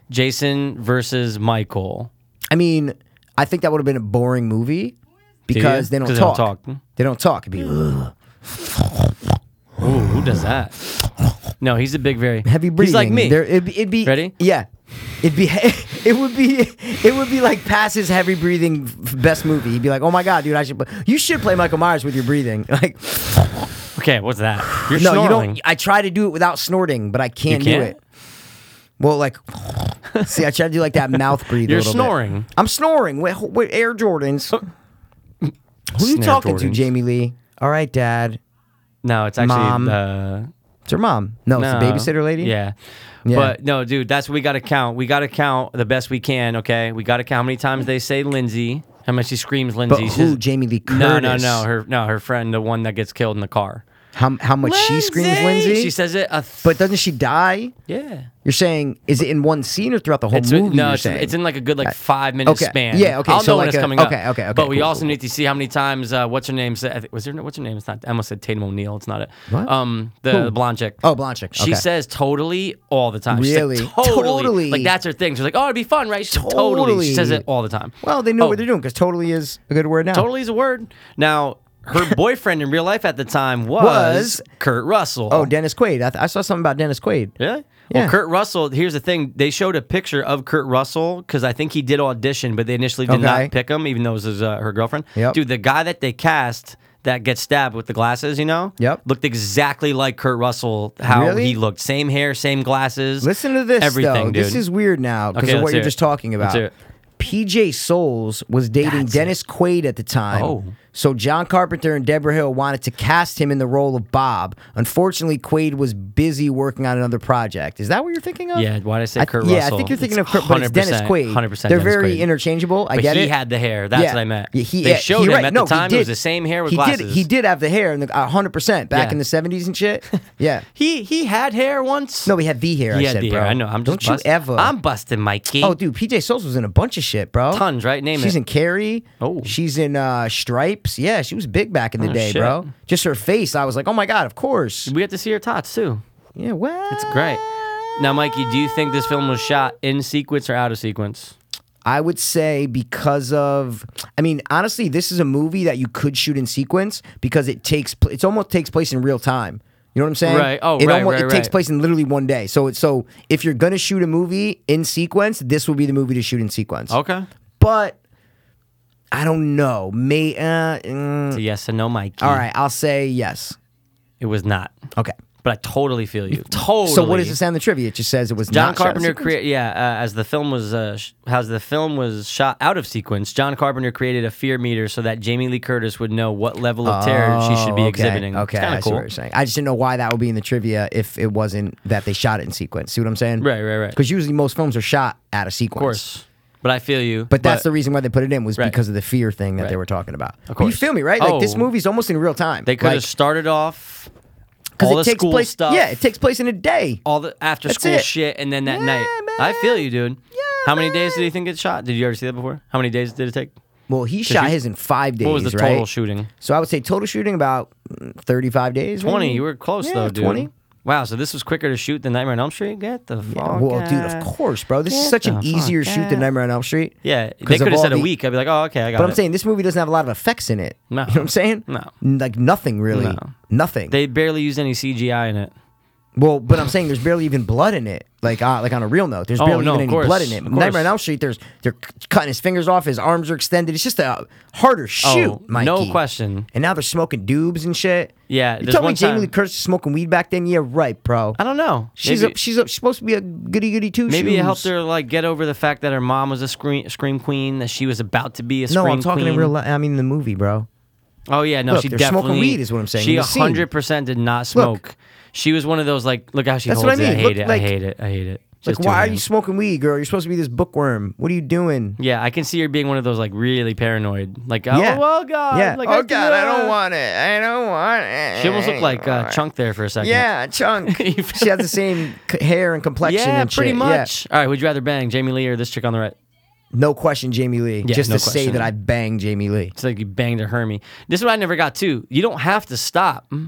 D: Jason versus Michael.
C: I mean, I think that would have been a boring movie because they
D: you?
C: don't,
D: 'Cause they don't
C: talk.
D: talk.
C: They don't talk. It'd be,
D: Mm.
C: "Ugh."
D: Ooh, who does that? No, he's a big, very
C: heavy breathing.
D: He's like me.
C: There, it'd, be- it'd be
D: Ready?
C: Yeah. It'd be it would be it would be like passes heavy breathing f- best movie. He'd be like, "Oh my god, dude, I should pl- you should play Michael Myers with your breathing." Like,
D: okay, what's that? You're
C: no, you
D: snorting.
C: don't. I try to do it without snorting, but I can't,
D: can't?
C: do it. Well, like, see, I try to do like that mouth breathe. a
D: You're
C: little bit.
D: snoring.
C: I'm snoring. With, with Air Jordans. Who are you
D: Oh. Snare
C: talking to,
D: Jordans.
C: Jamie Lee? All right, Dad.
D: No, it's actually
C: Mom.
D: the
C: It's her mom. No,
D: no.
C: it's the babysitter lady.
D: Yeah.
C: Yeah.
D: But no, dude, that's what we got to count. We got to count the best we can, okay? We got to count how many times they say Lindsay, how much she screams Lindsay.
C: But
D: She's-
C: who? Jamie Lee Curtis.
D: No, no, no. Her no, her friend, the one that gets killed in the car.
C: How how much she screams, Lindsay?
D: She says it a th-
C: but doesn't she die?
D: yeah.
C: You're saying is it in one scene or throughout the whole
D: It's
C: movie?
D: no,
C: you're
D: it's,
C: saying?
D: it's in like a good like five minute
C: okay.
D: span.
C: Yeah, okay,
D: I'll
C: so
D: know when
C: like
D: it's
C: a-
D: coming up.
C: okay, okay, okay,
D: But we
C: cool,
D: also
C: cool,
D: need to see how many times. Uh, what's her name? said- I think- Was her what's her name? It's not. I almost said Tatum O'Neill. It's not it.
C: What?
D: Um, the, the blonde chick.
C: Oh, blonde chick.
D: She
C: Okay.
D: says totally all the time. She's like,
C: Really?
D: totally.
C: Totally.
D: Like that's her thing. She's like, oh, it'd be fun, right? She's like, totally. She
C: Totally.
D: says it all the time.
C: well, they know
D: Oh.
C: what they're doing because totally is a good word now.
D: Totally is a word. Now, her boyfriend in real life at the time was,
C: Was-
D: Kurt Russell.
C: Oh, Dennis Quaid. I, th- I saw something about Dennis Quaid.
D: Really? Well,
C: Yeah.
D: Kurt Russell. Here's the thing: they showed a picture of Kurt Russell because I think he did audition, but they initially did
C: Okay.
D: not pick him, even though it was his, uh, her girlfriend.
C: Yep.
D: Dude, the guy that they cast that gets stabbed with the glasses, you know,
C: Yep.
D: looked exactly like Kurt Russell. How
C: Really?
D: he looked, same hair, same glasses.
C: Listen to this
D: everything,
C: though.
D: dude.
C: This is weird now because
D: Okay,
C: of
D: let's
C: what
D: hear
C: you're
D: it.
C: just talking
D: Let's
C: about.
D: hear it.
C: PJ Souls was dating
D: That's
C: Dennis Quaid at the time.
D: Oh.
C: So John Carpenter and Deborah Hill wanted to cast him in the role of Bob. Unfortunately, Quaid was busy working on another project. Is that what you're thinking of?
D: yeah. Why did I say
C: I-
D: Kurt
C: yeah,
D: Russell?
C: I think you're thinking of Kurt, but it's Dennis Quaid.
D: Hundred percent.
C: They're very interchangeable. I
D: but
C: get
D: he
C: it.
D: had the hair. That's
C: Yeah.
D: what I meant.
C: Yeah, he,
D: they
C: yeah,
D: showed
C: he
D: him
C: right.
D: at
C: no,
D: the time.
C: Did.
D: It was the same hair with
C: he
D: glasses.
C: Did, he did have the hair, and hundred percent back
D: Yeah.
C: in the '70s and shit. Yeah.
D: He he had hair once.
C: No, we had the hair.
D: he
C: I
D: had
C: said,
D: the
C: bro.
D: hair. I know. I'm just
C: Don't you
D: bust-
C: ever?
D: I'm busting Mikey.
C: Oh, dude, PJ Souls was in a bunch of shit, bro.
D: Tons, right? Name
C: She's
D: it.
C: in Carrie.
D: Oh.
C: She's in uh, Stripes. Yeah, she was big back in the
D: Oh,
C: day,
D: shit.
C: bro. Just her face, I was like, oh my god, of course.
D: We have to see her tots too.
C: Yeah, well, it's
D: Great. Now, Mikey, do you think this film was shot in sequence or out of sequence?
C: I would say because of, I mean, honestly, this is a movie that you could shoot in sequence because it takes, pl- it's almost takes place in real time. You know what I'm saying?
D: Right. Oh,
C: it
D: right,
C: almo-
D: right,
C: It takes
D: right.
C: place in literally one day. So, it, so if you're gonna shoot a movie in sequence, this would be the movie to shoot in sequence.
D: Okay.
C: But I don't know. May uh, mm,
D: It's a yes and no, Mikey.
C: All right, I'll say yes.
D: It was not.
C: Okay.
D: But I totally feel you. Totally.
C: So what does it say on the trivia? It just says it was
D: John
C: not shot in
D: Carpenter
C: sequence.
D: created, yeah, uh, as the film was, uh, sh- as the film was shot out of sequence, John Carpenter created a fear meter so that Jamie Lee Curtis would know what level of terror she should be
C: Oh, okay,
D: exhibiting. It's
C: Okay,
D: kinda
C: I see what you're saying. I just didn't know why that would be in the trivia if it wasn't that they shot it in sequence. See what I'm saying?
D: Right, right, right. Of
C: Because usually most films are shot out of sequence. Of
D: course, but I feel you.
C: But that's the reason why they put it in was
D: Right.
C: because of the fear thing that they
D: Right.
C: were talking about. Of you
D: course.
C: feel me, right? Like this
D: Oh.
C: movie's almost in real time.
D: they could have
C: Like,
D: started off
C: 'cause
D: all
C: it
D: the
C: takes
D: school
C: place,
D: stuff.
C: Yeah, it takes place in a day.
D: all the after
C: That's
D: school
C: it.
D: shit and then that
C: Yeah,
D: night. I
C: man.
D: feel you, dude.
C: Yeah,
D: How many days
C: man.
D: did he think it shot? Did you ever see that before? How many days did it take?
C: Well, he shot
D: you-
C: his in five days.
D: What was the
C: right?
D: total shooting?
C: So I would say total shooting about mm, 35 days.
D: 20.
C: maybe?
D: You were close
C: Yeah,
D: though, dude.
C: 20.
D: Wow, so this was quicker to shoot than Nightmare on Elm Street? Get the fuck.
C: Yeah, Oh, well, dude,
D: out.
C: of course, bro. This
D: Get
C: is such an
D: the
C: easier
D: fuck
C: shoot than
D: out.
C: Nightmare on Elm Street.
D: Yeah, they
C: 'Cause
D: could
C: of
D: have
C: all
D: said a
C: the-
D: week. I'd be like, oh, okay, I got
C: But
D: it.
C: I'm saying this movie doesn't have a lot of effects in it.
D: No.
C: You know what I'm saying?
D: No.
C: Like nothing really.
D: No.
C: Nothing.
D: they barely used any CGI in it.
C: Well, but I'm saying there's barely even blood in it. Like, uh, like on a real note, there's
D: Oh,
C: barely
D: no,
C: even
D: of
C: any
D: course,
C: blood in it.
D: of
C: Nightmare
D: course.
C: on Elm Street, there's they're c- cutting his fingers off, his arms are extended. It's just a harder shoot,
D: Oh,
C: Mikey.
D: no question.
C: And now they're smoking dubs and shit.
D: Yeah,
C: you
D: there's
C: tell me
D: one
C: Jamie
D: time-
C: Lee Curtis was smoking weed back then? Yeah, right, bro.
D: I don't know.
C: She's
D: Maybe-
C: a, she's, a, she's supposed to be a goody goody two
D: Maybe
C: shoes.
D: it helped her like get over the fact that her mom was a scream scream queen, that she was about to be a
C: No,
D: scream
C: I'm talking
D: queen.
C: in real life. I mean, in the movie, bro.
D: Oh yeah, no,
C: Look,
D: she
C: they're
D: definitely
C: smoking weed is what I'm saying,
D: She
C: in the scene.
D: hundred percent did not smoke. she was one of those like, look how she
C: That's
D: holds
C: what I
D: it. I
C: mean.
D: hate
C: Look,
D: it.
C: like-
D: I hate it. I hate it. Just
C: Like, why are
D: doing
C: you
D: it.
C: smoking weed, girl? You're supposed to be this bookworm. What are you doing?
D: Yeah, I can see her being one of those like really paranoid. Like, oh,
C: Yeah.
D: well, God.
C: Yeah.
D: Like,
C: Oh,
D: God, I don't want.
B: it. I don't want it.
D: She almost looked like uh, Chunk there for a second.
B: chunk.
D: You
C: She has the same c- hair and complexion.
D: Yeah,
C: and
D: pretty
C: shit. Yeah.
D: much. All right, would you rather bang Jamie Lee or this chick on the right?
C: No question, Jamie Lee.
D: Yeah,
C: just
D: no
C: to say
D: question.
C: that I banged Jamie Lee.
D: It's like you banged a Hermie. This is what I never got too. You don't have to stop. Mm.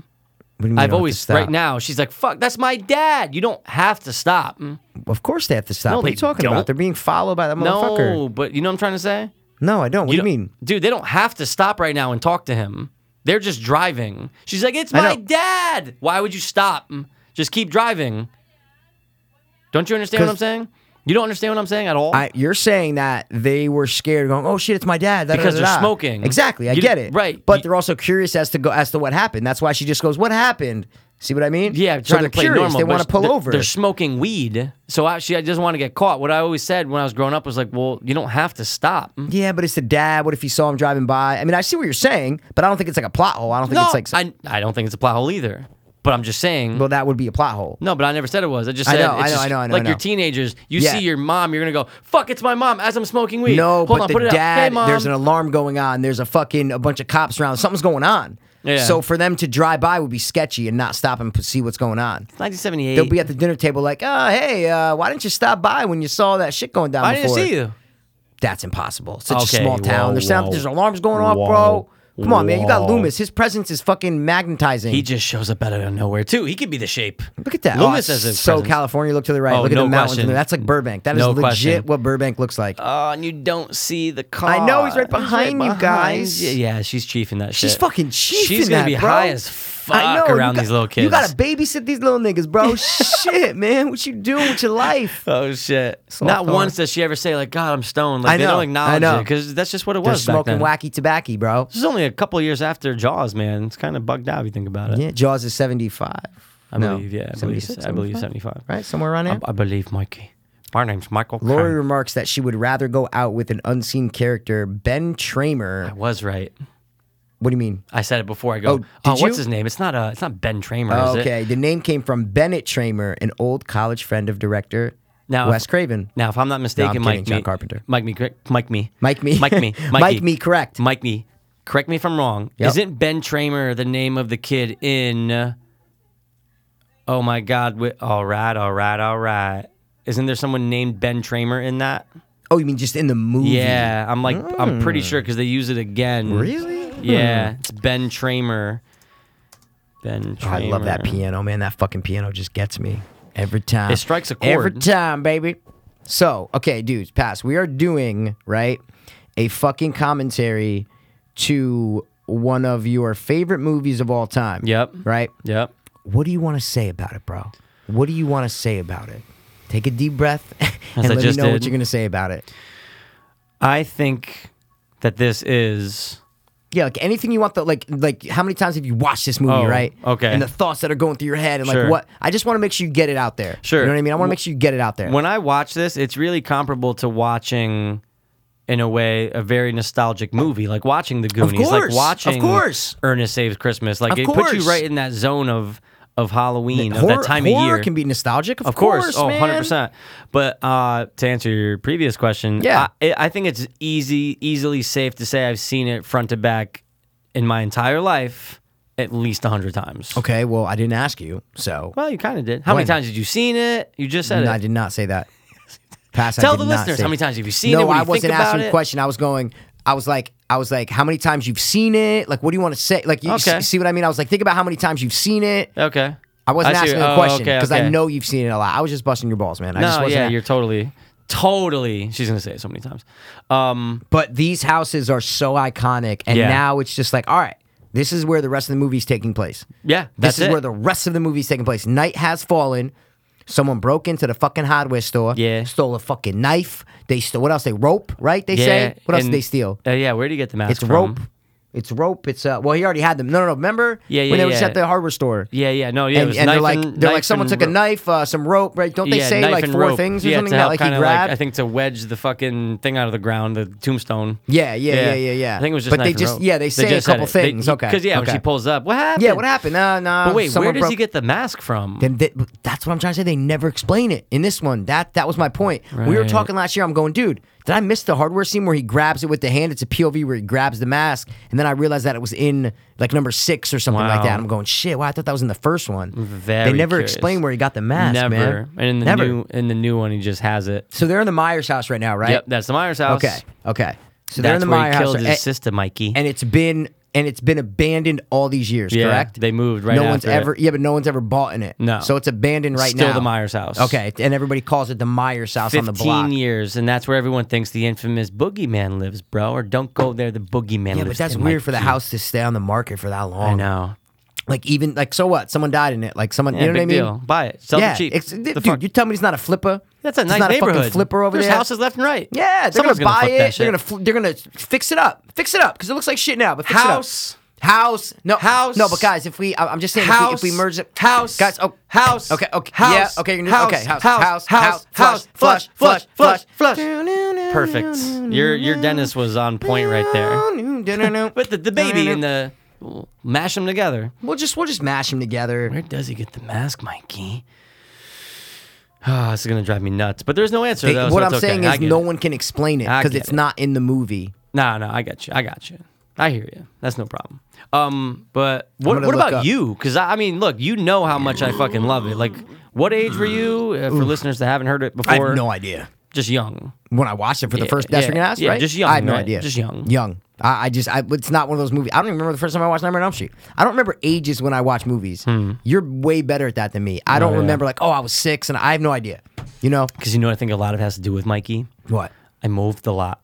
C: What do you mean
D: I've
C: don't have to
D: always
C: stop?
D: right now. She's like, "Fuck, that's my dad." You don't have to stop. Mm.
C: Of course they have to stop.
D: No,
C: what are you
D: they
C: talking
D: don't.
C: about? They're being followed by that motherfucker.
D: No, but you know what I'm trying to say.
C: No, I don't. What do you
D: don't-
C: mean?
D: dude? They don't have to stop right now and talk to him. They're just driving. She's like, "It's
C: I
D: my
C: know.
D: dad." Why would you stop? Mm. Just keep driving. Don't you understand what I'm
C: 'Cause-
D: saying? You don't understand what I'm saying at all.
C: I, you're saying that they were scared, going, "Oh shit, it's my dad." da, da,
D: Because
C: da,
D: they're
C: da.
D: smoking.
C: Exactly, I
D: You-
C: get it.
D: right.
C: but
D: You-
C: they're also curious as to go as to what happened. That's why she just goes, "What happened?" See what I mean?
D: Yeah, trying
C: so
D: to
C: they're
D: play
C: curious.
D: normal.
C: They
D: but
C: want to pull
D: they're-
C: over.
D: They're smoking weed, so actually, I just want to get caught. What I always said when I was growing up was like, "Well, you don't have to stop."
C: yeah, but it's the dad. What if he saw him driving by? I mean, I see what you're saying, but I don't think it's like a plot hole. I don't think
D: no,
C: it's like.
D: I, I don't think it's a plot hole either. But I'm just saying.
C: well, that would be a plot hole.
D: no, but I never said it was. I just
C: I
D: said
C: know,
D: it's
C: I know,
D: just,
C: I know, I know,
D: like
C: I know.
D: your teenagers. You
C: Yeah.
D: see your mom, you're gonna go, "Fuck, it's my mom." As I'm smoking weed.
C: No,
D: Hold
C: but
D: on,
C: the
D: put it
C: dad,
D: Up. Hey, mom.
C: there's an alarm going on. There's a fucking a bunch of cops around. Something's going on.
D: Yeah.
C: So for them to drive by would be sketchy and not stop and p- see what's going on.
D: 1978.
C: They'll be at the dinner table like, oh, hey, uh, why didn't you stop by when you saw that shit going down
D: I didn't
C: before?
D: see you.
C: That's impossible. It's Such
D: Okay,
C: a small town.
D: whoa,
C: there's, sound,
D: whoa.
C: there's alarms going off,
D: Whoa,
C: bro. Come on, man. You got
D: whoa.
C: Loomis. His presence is fucking magnetizing.
D: He just shows up out of nowhere too. He could be the shape.
C: look at that.
D: Loomis
C: oh,
D: has his
C: so
D: presence.
C: California. Look to the right.
D: Oh,
C: look at
D: no
C: the mountains. in
D: question.
C: there. That's like Burbank. That is
D: No
C: legit
D: question.
C: what Burbank looks like.
D: Oh, and you don't see the car.
C: I know, he's right behind you
D: behind
C: guys.
D: you. Yeah, she's chiefing that shit.
C: She's fucking cheap.
D: She's
C: in
D: gonna
C: that,
D: be
C: bro.
D: high as fuck
C: I know, you
D: around
C: got-
D: these little kids.
C: You gotta babysit these little niggas, bro. Shit, man, what you doing with your life?
D: Oh shit!
C: thought.
D: Not once does she ever say like, "God, I'm stoned." Like
C: I
D: they
C: know,
D: don't
C: I
D: acknowledge
C: know.
D: it because that's just what it
C: They're
D: was. back
C: smoking
D: then.
C: wacky tobacco, bro.
D: This is only a couple years after Jaws, man. It's kind of bugged out if you think about it.
C: Yeah, Jaws is seventy five.
D: I believe, yeah, I believe,
C: 76,
D: I believe
C: 75?
D: seventy-five.
C: Right, somewhere around there.
D: I, I believe Mikey. My name's Michael.
C: Lori
D: Caine.
C: remarks that she would rather go out with an unseen character, Ben
D: I
C: Tramer.
D: was right.
C: What do you mean?
D: I said it before. I go.
C: Oh,
D: Oh,
C: did you?
D: what's his name? It's not uh, it's not Ben Tramer, is it?
C: Okay, the name came from Bennett Tramer, an old college friend of director
D: Now-
C: Wes Craven.
D: Now, if I'm not mistaken,
C: kidding,
D: Mike
C: John
D: me,
C: Carpenter.
D: Mike me, correct- Mike me,
C: Mike me.
D: Mike me,
C: Mike
D: Mikey.
C: me, correct.
D: Mike me. Correct me if I'm wrong.
C: Yep.
D: Isn't Ben Tramer the name of the kid in? uh, Oh my God! wi- all right, all right, all right. Isn't there someone named Ben Tramer in that?
C: Oh, you mean just in the movie? Hmm.
D: Yeah, I'm like I'm pretty sure because they use it again.
C: Really? Hmm.
D: Yeah, it's Ben Tramer. Ben. Tramer.
C: Oh, I love that piano, man. That fucking piano just gets me every time.
D: It strikes a chord.
C: every time, baby. So, okay, dudes, pass. We are doing right a fucking commentary to one of your favorite movies of all time.
D: Yep.
C: Right.
D: Yep.
C: What do you want to say about it, bro? What do you want to say about it? Take a deep breath and
D: I
C: let
D: just
C: me know what
D: did.
C: you're gonna say about it.
D: I think that this is.
C: Yeah, like anything you want. The like, like how many times have you watched this movie,
D: Oh,
C: right?
D: okay.
C: And the thoughts that are going through your head, and
D: Sure.
C: like what I just want to make sure you get it out there.
D: Sure.
C: You know what I mean? I want to make sure you get it out there.
D: When I watch this, it's really comparable to watching, in a way, a very nostalgic movie, like watching The Goonies,
C: course,
D: like
C: of
D: watching
C: course.
D: Ernest Saves Christmas. Like
C: Of
D: it puts
C: course.
D: you right in that zone of of Halloween, of
C: horror,
D: that time
C: horror
D: of year.
C: can be nostalgic, of,
D: of course, oh,
C: man.
D: 100%. But uh, to answer your previous question,
C: Yeah.
D: I, I- I think it's easy, easily safe to say I've seen it front to back in my entire life at least 100 times.
C: Okay, well, I didn't ask you, so
D: Well, you kind of did. How
C: When?
D: many times did you seen it? You just said
C: No,
D: it.
C: I did not say that. Pass. I
D: Tell
C: did
D: the
C: not
D: listeners
C: say-
D: how many times have you seen
C: no,
D: it? What
C: I
D: do you think
C: wasn't
D: about
C: asking
D: it?
C: a question. I was going. I was like, I was like, how many times you've seen it? Like, what do you want to say? Like, you
D: Okay.
C: s- see what I mean? I was like, think about how many times you've seen it.
D: Okay.
C: I wasn't
D: see-
C: asking a
D: oh,
C: question
D: okay,
C: because I
D: okay.
C: know you've seen it a lot. I was just busting your balls, man. I just
D: no,
C: wasn't
D: yeah,
C: a-
D: you're totally, totally. She's gonna say it so many times. Um,
C: but these houses are so iconic and
D: Yeah.
C: now it's just like all right This is where the rest of the movie's taking place.
D: Yeah,
C: This
D: that's
C: is
D: it.
C: where the rest of the movie's taking place. Night has fallen. Someone broke into the fucking hardware store.
D: Yeah.
C: Stole a fucking knife. They stole what else? They rope, right? They
D: yeah,
C: say. What else
D: and-
C: did they steal?
D: Uh, yeah, where do you get the mask?
C: It's
D: from?
C: rope. It's rope. It's uh. Well, he already had them. No, no, no. Remember?
D: Yeah, yeah,
C: When they were just
D: yeah.
C: at the hardware store.
D: Yeah, yeah, no, yeah. it
C: and
D: was
C: and they're
D: knife
C: like,
D: and-
C: they're
D: knife
C: like, someone
D: and
C: took a
D: rope.
C: knife, uh, some rope, right? Don't they
D: yeah,
C: say
D: knife
C: like
D: and
C: four
D: rope.
C: things or
D: yeah,
C: something
D: to
C: that
D: help
C: like he
D: kinda,
C: grabbed?
D: I think to wedge the fucking thing out of the ground, the tombstone.
C: Yeah, yeah, yeah, yeah, yeah.
D: I think it was just.
C: But
D: knife
C: they
D: and
C: just-
D: rope.
C: yeah, they say a
D: just said
C: couple
D: it. They-
C: things. Okay,
D: Because yeah, when
C: okay.
D: she pulls up, what happened?
C: yeah, what happened? Nah, nah.
D: But wait, where
C: someone
D: does
C: broke-
D: he get the mask from?
C: Then th- that's what I'm trying to say. They never explain it in this one. That that was my point. We were
D: Right.
C: talking last year. I'm going, dude, did I miss the hardware scene where he grabs it with the hand? It's a POV where he grabs the mask, and then I realized that it was in like number six or something like
D: Wow.
C: that. I'm going, shit. Wow, I thought that was in the first one.
D: Very
C: they never
D: curious.
C: explain where he got the mask,
D: Never.
C: man.
D: And in the
C: never.
D: new in the new one, he just has it.
C: so they're in the Myers house right now, right?
D: Yep, that's the Myers house.
C: Okay. Okay. So they're in
D: that's
C: the
D: where
C: Meyer
D: he killed
C: house,
D: his
C: and,
D: sister, Mikey.
C: and it's been and it's been abandoned all these years.
D: Yeah,
C: correct?
D: they moved right
C: No one's
D: after it.
C: ever. Yeah, but no one's ever bought in it.
D: No.
C: So it's abandoned right
D: Still
C: now.
D: the Myers house.
C: Okay, and everybody calls it the Myers house on the block.
D: Fifteen years, and that's where everyone thinks the infamous boogeyman lives, bro. Or don't go there, the boogeyman
C: Yeah,
D: lives.
C: but that's
D: there,
C: weird for the
D: Mikey.
C: house to stay on the market for that long.
D: I know.
C: Like even like so what? Someone died in it. Like someone,
D: Yeah,
C: you know
D: big
C: what I mean?
D: deal. Buy it. Sell
C: Yeah,
D: it cheap.
C: it's,
D: The
C: dude,
D: fuck?
C: you tell me it's not a flipper.
D: that's a
C: It's
D: nice
C: not
D: neighborhood.
C: A fucking flipper over
D: There's
C: there.
D: houses left and right.
C: Yeah, they're
D: Someone's
C: gonna buy
D: fuck that
C: it. They're
D: shit.
C: gonna fl- they're gonna fix it up. Fix it up because it looks like shit now. But fix it up.
D: House.
C: house, no
D: House.
C: no. But guys, if we, I- I'm just saying, if
D: House.
C: we, if we merge it,
D: House.
C: guys, oh
D: House.
C: okay, okay,
D: House.
C: yeah, okay, you're
D: House.
C: okay, house, house,
D: House.
C: house,
D: House.
C: flush, flush,
D: Flush.
C: flush, flush,
D: Flush. Perfect. Your your dentist was on point right there.
C: there.
D: But the, the baby and the mash them together.
C: we'll just we'll just mash them together.
D: Where does he get the mask, Mikey? Oh, this is gonna drive me nuts. But there's no answer
C: They-
D: though. so
C: what
D: it's
C: I'm
D: okay.
C: saying
D: I
C: is,
D: get
C: no
D: it.
C: one can explain it
D: I
C: because
D: get
C: it's
D: it.
C: not in the movie.
D: No, no, I got you. I got you. I hear you. That's no problem. Um, but what
C: gonna
D: what
C: look
D: about
C: up.
D: you? Because I, I mean, look, you know how much I fucking love it. Like, what age were you? Uh, for listeners that haven't heard it before,
C: I have no idea.
D: Just young.
C: When I watched it for the
D: Yeah,
C: first, that's what
D: yeah,
C: you're gonna ask,
D: yeah,
C: right?
D: just young,
C: I have no
D: right?
C: idea.
D: Just young.
C: Young. I, I just, I, it's not one of those movies. I don't even remember the first time I watched Nightmare on Elm Street. I don't remember ages when I watch movies. You're way better at that than me. I don't
D: Hmm. yeah.
C: remember like, oh, I was six, and I have no idea. You know
D: Because you know, I think a lot of it has to do with Mikey.
C: what?
D: I moved a lot,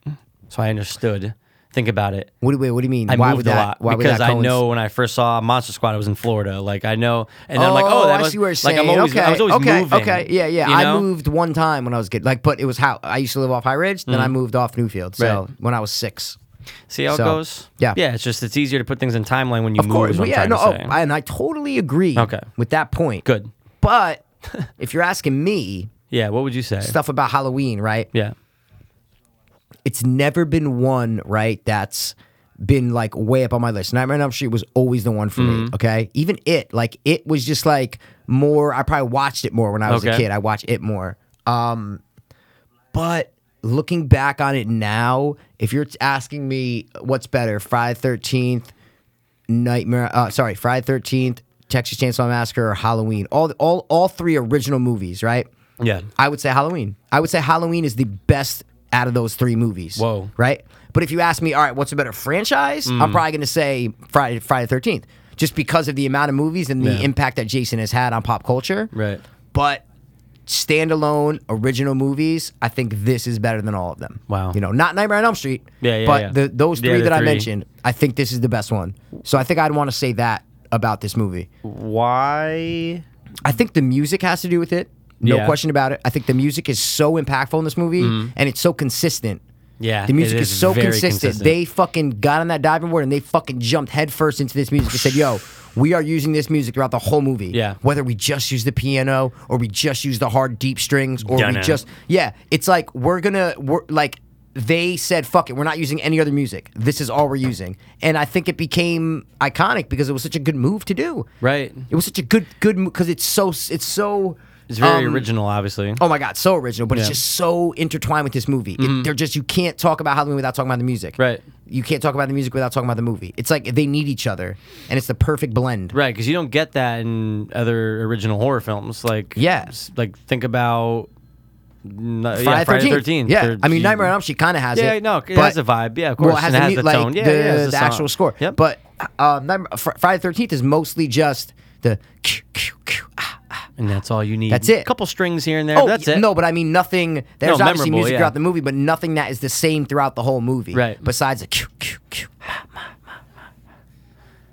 D: so I understood. Think about it.
C: What do, wait, what do you mean?
D: I
C: why
D: moved
C: would
D: a
C: that,
D: lot
C: why would
D: because
C: that
D: I
C: coinc-
D: know when I first saw Monster Squad, I was in Florida. Like I know, and I'm like,
C: oh,
D: oh, that
C: I
D: was
C: see what you're
D: like
C: saying.
D: I'm always,
C: okay,
D: I was always
C: okay,
D: moving.
C: okay, yeah, yeah.
D: you know?
C: I moved one time when I was kid, like, but it was how I used to live off High Ridge, then I moved off Newfield. So
D: Hmm. Right.
C: when I was six,
D: See how
C: So,
D: it goes?
C: yeah.
D: yeah. It's just it's easier to put things in timeline when you
C: of
D: move.
C: course,
D: is what
C: yeah,
D: I'm
C: no,
D: trying to say.
C: oh, and I totally agree.
D: Okay.
C: with that point.
D: Good.
C: but if you're asking me
D: Yeah. What would you say?
C: stuff about Halloween, right?
D: Yeah.
C: It's never been one, right? That's been like way up on my list. Nightmare on Elm Street was always the one for me. Okay, even it, like it was just like more. I probably watched it more when I was a
D: Okay.
C: kid. I watched it more. Um, but looking back on it now, if you're asking me what's better, Friday Thirteenth, Nightmare, uh, sorry, Friday Thirteenth, Texas Chainsaw Massacre, or Halloween, all all all three original movies, right?
D: Yeah.
C: I would say Halloween. I would say Halloween is the best out of those three movies.
D: Whoa. Mm.
C: Right? But if you ask me, all right, what's a better franchise? I'm probably going to say Friday Friday Thirteenth, just because of the amount of movies and the
D: Yeah.
C: impact that Jason has had on pop culture.
D: Right.
C: But standalone original movies, I think this is better than all of them.
D: Wow.
C: You know, not Nightmare on Elm Street.
D: Yeah, yeah,
C: But
D: yeah.
C: The, those
D: The
C: three
D: other
C: that I
D: three.
C: mentioned, I think this is the best one. So I think I'd want to say that about this movie.
D: Why?
C: I think the music has to do with it. No
D: Yeah.
C: question about it. I think the music is so impactful in this movie and it's so consistent.
D: Yeah.
C: The music
D: it
C: is, so
D: very
C: consistent. They fucking got on that diving board and they fucking jumped headfirst into this music and said, yo, we are using this music throughout the whole movie.
D: Yeah.
C: Whether we just use the piano or we just use the hard deep strings or we
D: Dunno.
C: just, yeah, it's like we're gonna, we're like, they said, fuck it, we're not using any other music. This is all we're using. And I think it became iconic because it was such a good move to do.
D: Right.
C: It was such a good good because it's so it's so
D: It's very
C: um,
D: original, obviously.
C: Oh my god, so original, but it's
D: Yeah. Mm-hmm.
C: just so intertwined with this movie. It- they're just you can't talk about Halloween without talking about the music.
D: Right.
C: You can't talk about the music without talking about the movie. It's like they need each other, and it's the perfect blend.
D: Right, because you don't get that in other original horror films. Like
C: Yeah.
D: s- like think about n- yeah,
C: Friday
D: Friday
C: Thirteenth.
D: Thirteenth.
C: Yeah,
D: They're-
C: I mean
D: you-
C: Nightmare on Elm Street kind of has
D: Yeah,
C: it.
D: no, it
C: but-
D: has a vibe. Yeah, of
C: Well,
D: course,
C: it has
D: and
C: the,
D: it has
C: mu-
D: the
C: like,
D: tone. Yeah,
C: the,
D: yeah, it has the
C: the actual
D: song.
C: score.
D: Yep.
C: But uh, Nightmare, Fr- Friday Thirteenth is mostly just the. Q, Q, Q, ah, ah.
D: and that's all you need.
C: That's it.
D: couple strings here and there.
C: Oh,
D: that's
C: y-
D: it.
C: No, but I mean nothing. There's obviously
D: memorable,
C: music
D: yeah.
C: throughout the movie, but nothing that is the same throughout the whole movie.
D: Right.
C: Besides the. Q, Q, Q,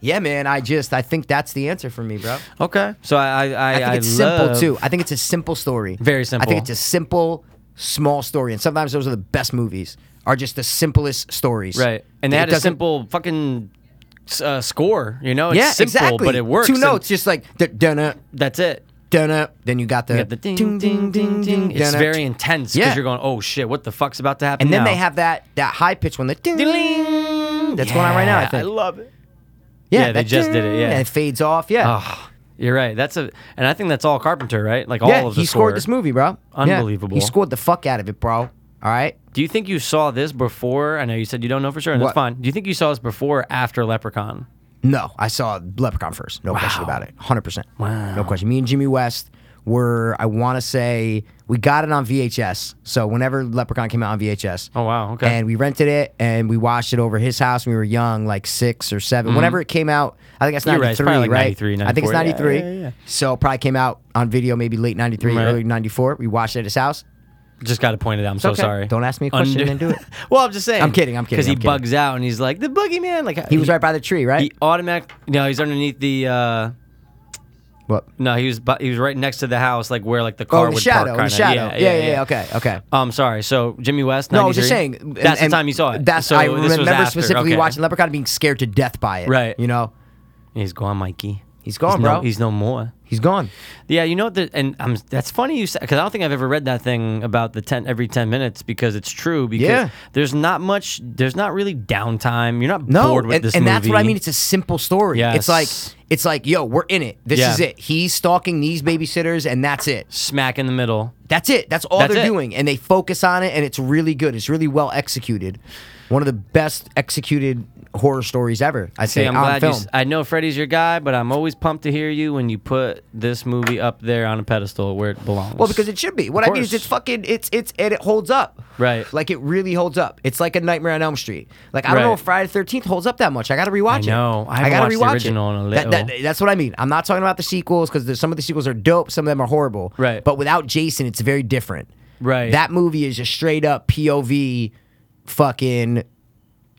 C: yeah, man, I just I think that's the answer for me, bro.
D: Okay. So I I I,
C: I think it's
D: love-
C: simple too. I think it's a simple story. I
D: Very simple.
C: think it's a simple, small story, and sometimes those are the best movies. Are just the simplest stories,
D: Right. And they
C: It
D: had a
C: doesn't-
D: simple fucking s- uh, score. You know, it's
C: yeah,
D: simple,
C: exactly.
D: but it works.
C: Two
D: and
C: notes, just like dun
D: That's it.
C: dun Then you got the,
D: You got the ding, ding, ding, ding, It's
C: dun-dun.
D: very intense because
C: Yeah.
D: you're going, oh shit, what the fuck's about to happen?
C: And then
D: now?
C: they have that that high pitch one, the ding.
D: Ding.
C: That's going on right now, I
D: Yeah,
C: think.
D: I love it.
C: Yeah,
D: Yeah, they
C: that
D: just did it,
C: ding,
D: yeah.
C: and it fades off. Yeah,
D: Oh, you're right. That's a, and I think that's all Carpenter, right? Like
C: yeah.
D: all of the
C: he scored
D: score.
C: this movie, bro. Yeah.
D: Unbelievable.
C: He scored the fuck out of it, bro. All right.
D: Do you think you saw this before? I know you said you don't know for sure, and that's
C: What?
D: fine. Do you think you saw this before or after Leprechaun?
C: No, I saw Leprechaun first. No question about it. 100%.
D: Wow.
C: No question. Me and Jimmy West were, I want to say, we got it on VHS. So whenever Leprechaun came out on VHS.
D: Oh, wow, okay.
C: And we rented it and we watched it over his house when we were young, like six or 7 Whenever it came out, I think that's
D: Mm-hmm. You're right, it's
C: 93,
D: probably like
C: right?
D: 93,
C: I think it's
D: 94,
C: 93.
D: yeah, yeah, yeah.
C: So it probably came out on video maybe late 93,
D: Right.
C: early 94. We watched it at his house.
D: Just got to point it out. I'm so
C: okay.
D: sorry.
C: Don't ask me a question
D: Under-
C: and then do it.
D: well, I'm just saying.
C: I'm kidding, I'm kidding,
D: Because he
C: I'm kidding.
D: bugs out and he's like the boogeyman. Like
C: He was right by the tree, right?
D: He automatic. No, he's underneath the. uh
C: what?
D: No, he was. bu- He was right next to the house, like where like the car
C: Oh, in the
D: would
C: shadow.
D: park.
C: In the
D: kinda.
C: shadow. yeah, yeah, yeah. Okay, okay.
D: Um, sorry. So Jimmy West.
C: No, I was just
D: 93?
C: saying. and-
D: That's
C: and
D: the time you saw it.
C: That's
D: so
C: I
D: this was
C: remember
D: after,
C: specifically
D: okay.
C: watching Leprechaun and being scared to death by it.
D: Right.
C: You know,
D: He's gone, Mikey.
C: He's gone,
D: no-
C: bro.
D: he's no more.
C: he's gone.
D: Yeah, you know what? The, and i that's funny you said because I don't think I've ever read that thing about the ten every ten minutes because it's true. Because
C: Yeah.
D: there's not much. There's not really downtime. You're not
C: No,
D: bored with
C: and,
D: this
C: and
D: movie.
C: that's what I mean. It's a simple story. It's like
D: Yes.
C: it's like, yo, we're in it. This
D: Yeah.
C: is it. He's stalking these babysitters, and that's it.
D: smack in the middle.
C: That's it. That's all
D: That's
C: they're
D: it.
C: doing, and they focus on it, and it's really good. It's really well executed. One of the best executed horror stories ever. I
D: See,
C: say
D: I'm
C: on
D: glad
C: film.
D: you. s- I know Freddie's your guy, but I'm always pumped to hear you when you put this movie up there on a pedestal where it belongs.
C: Well, because it should be. What I mean
D: course.
C: is, it's fucking, it's it's and it holds up.
D: Right.
C: Like it really holds up. It's like a Nightmare on Elm Street. Like I don't
D: Right.
C: know if Friday the Thirteenth holds up that much. I got to rewatch
D: I know.
C: it.
D: I haven't
C: gotta
D: watched the original in a
C: That- that-
D: little.
C: that's what I mean. I'm not talking about the sequels because some of the sequels are dope, some of them are horrible.
D: Right.
C: But without Jason, it's very different.
D: Right.
C: That movie is just straight up POV, fucking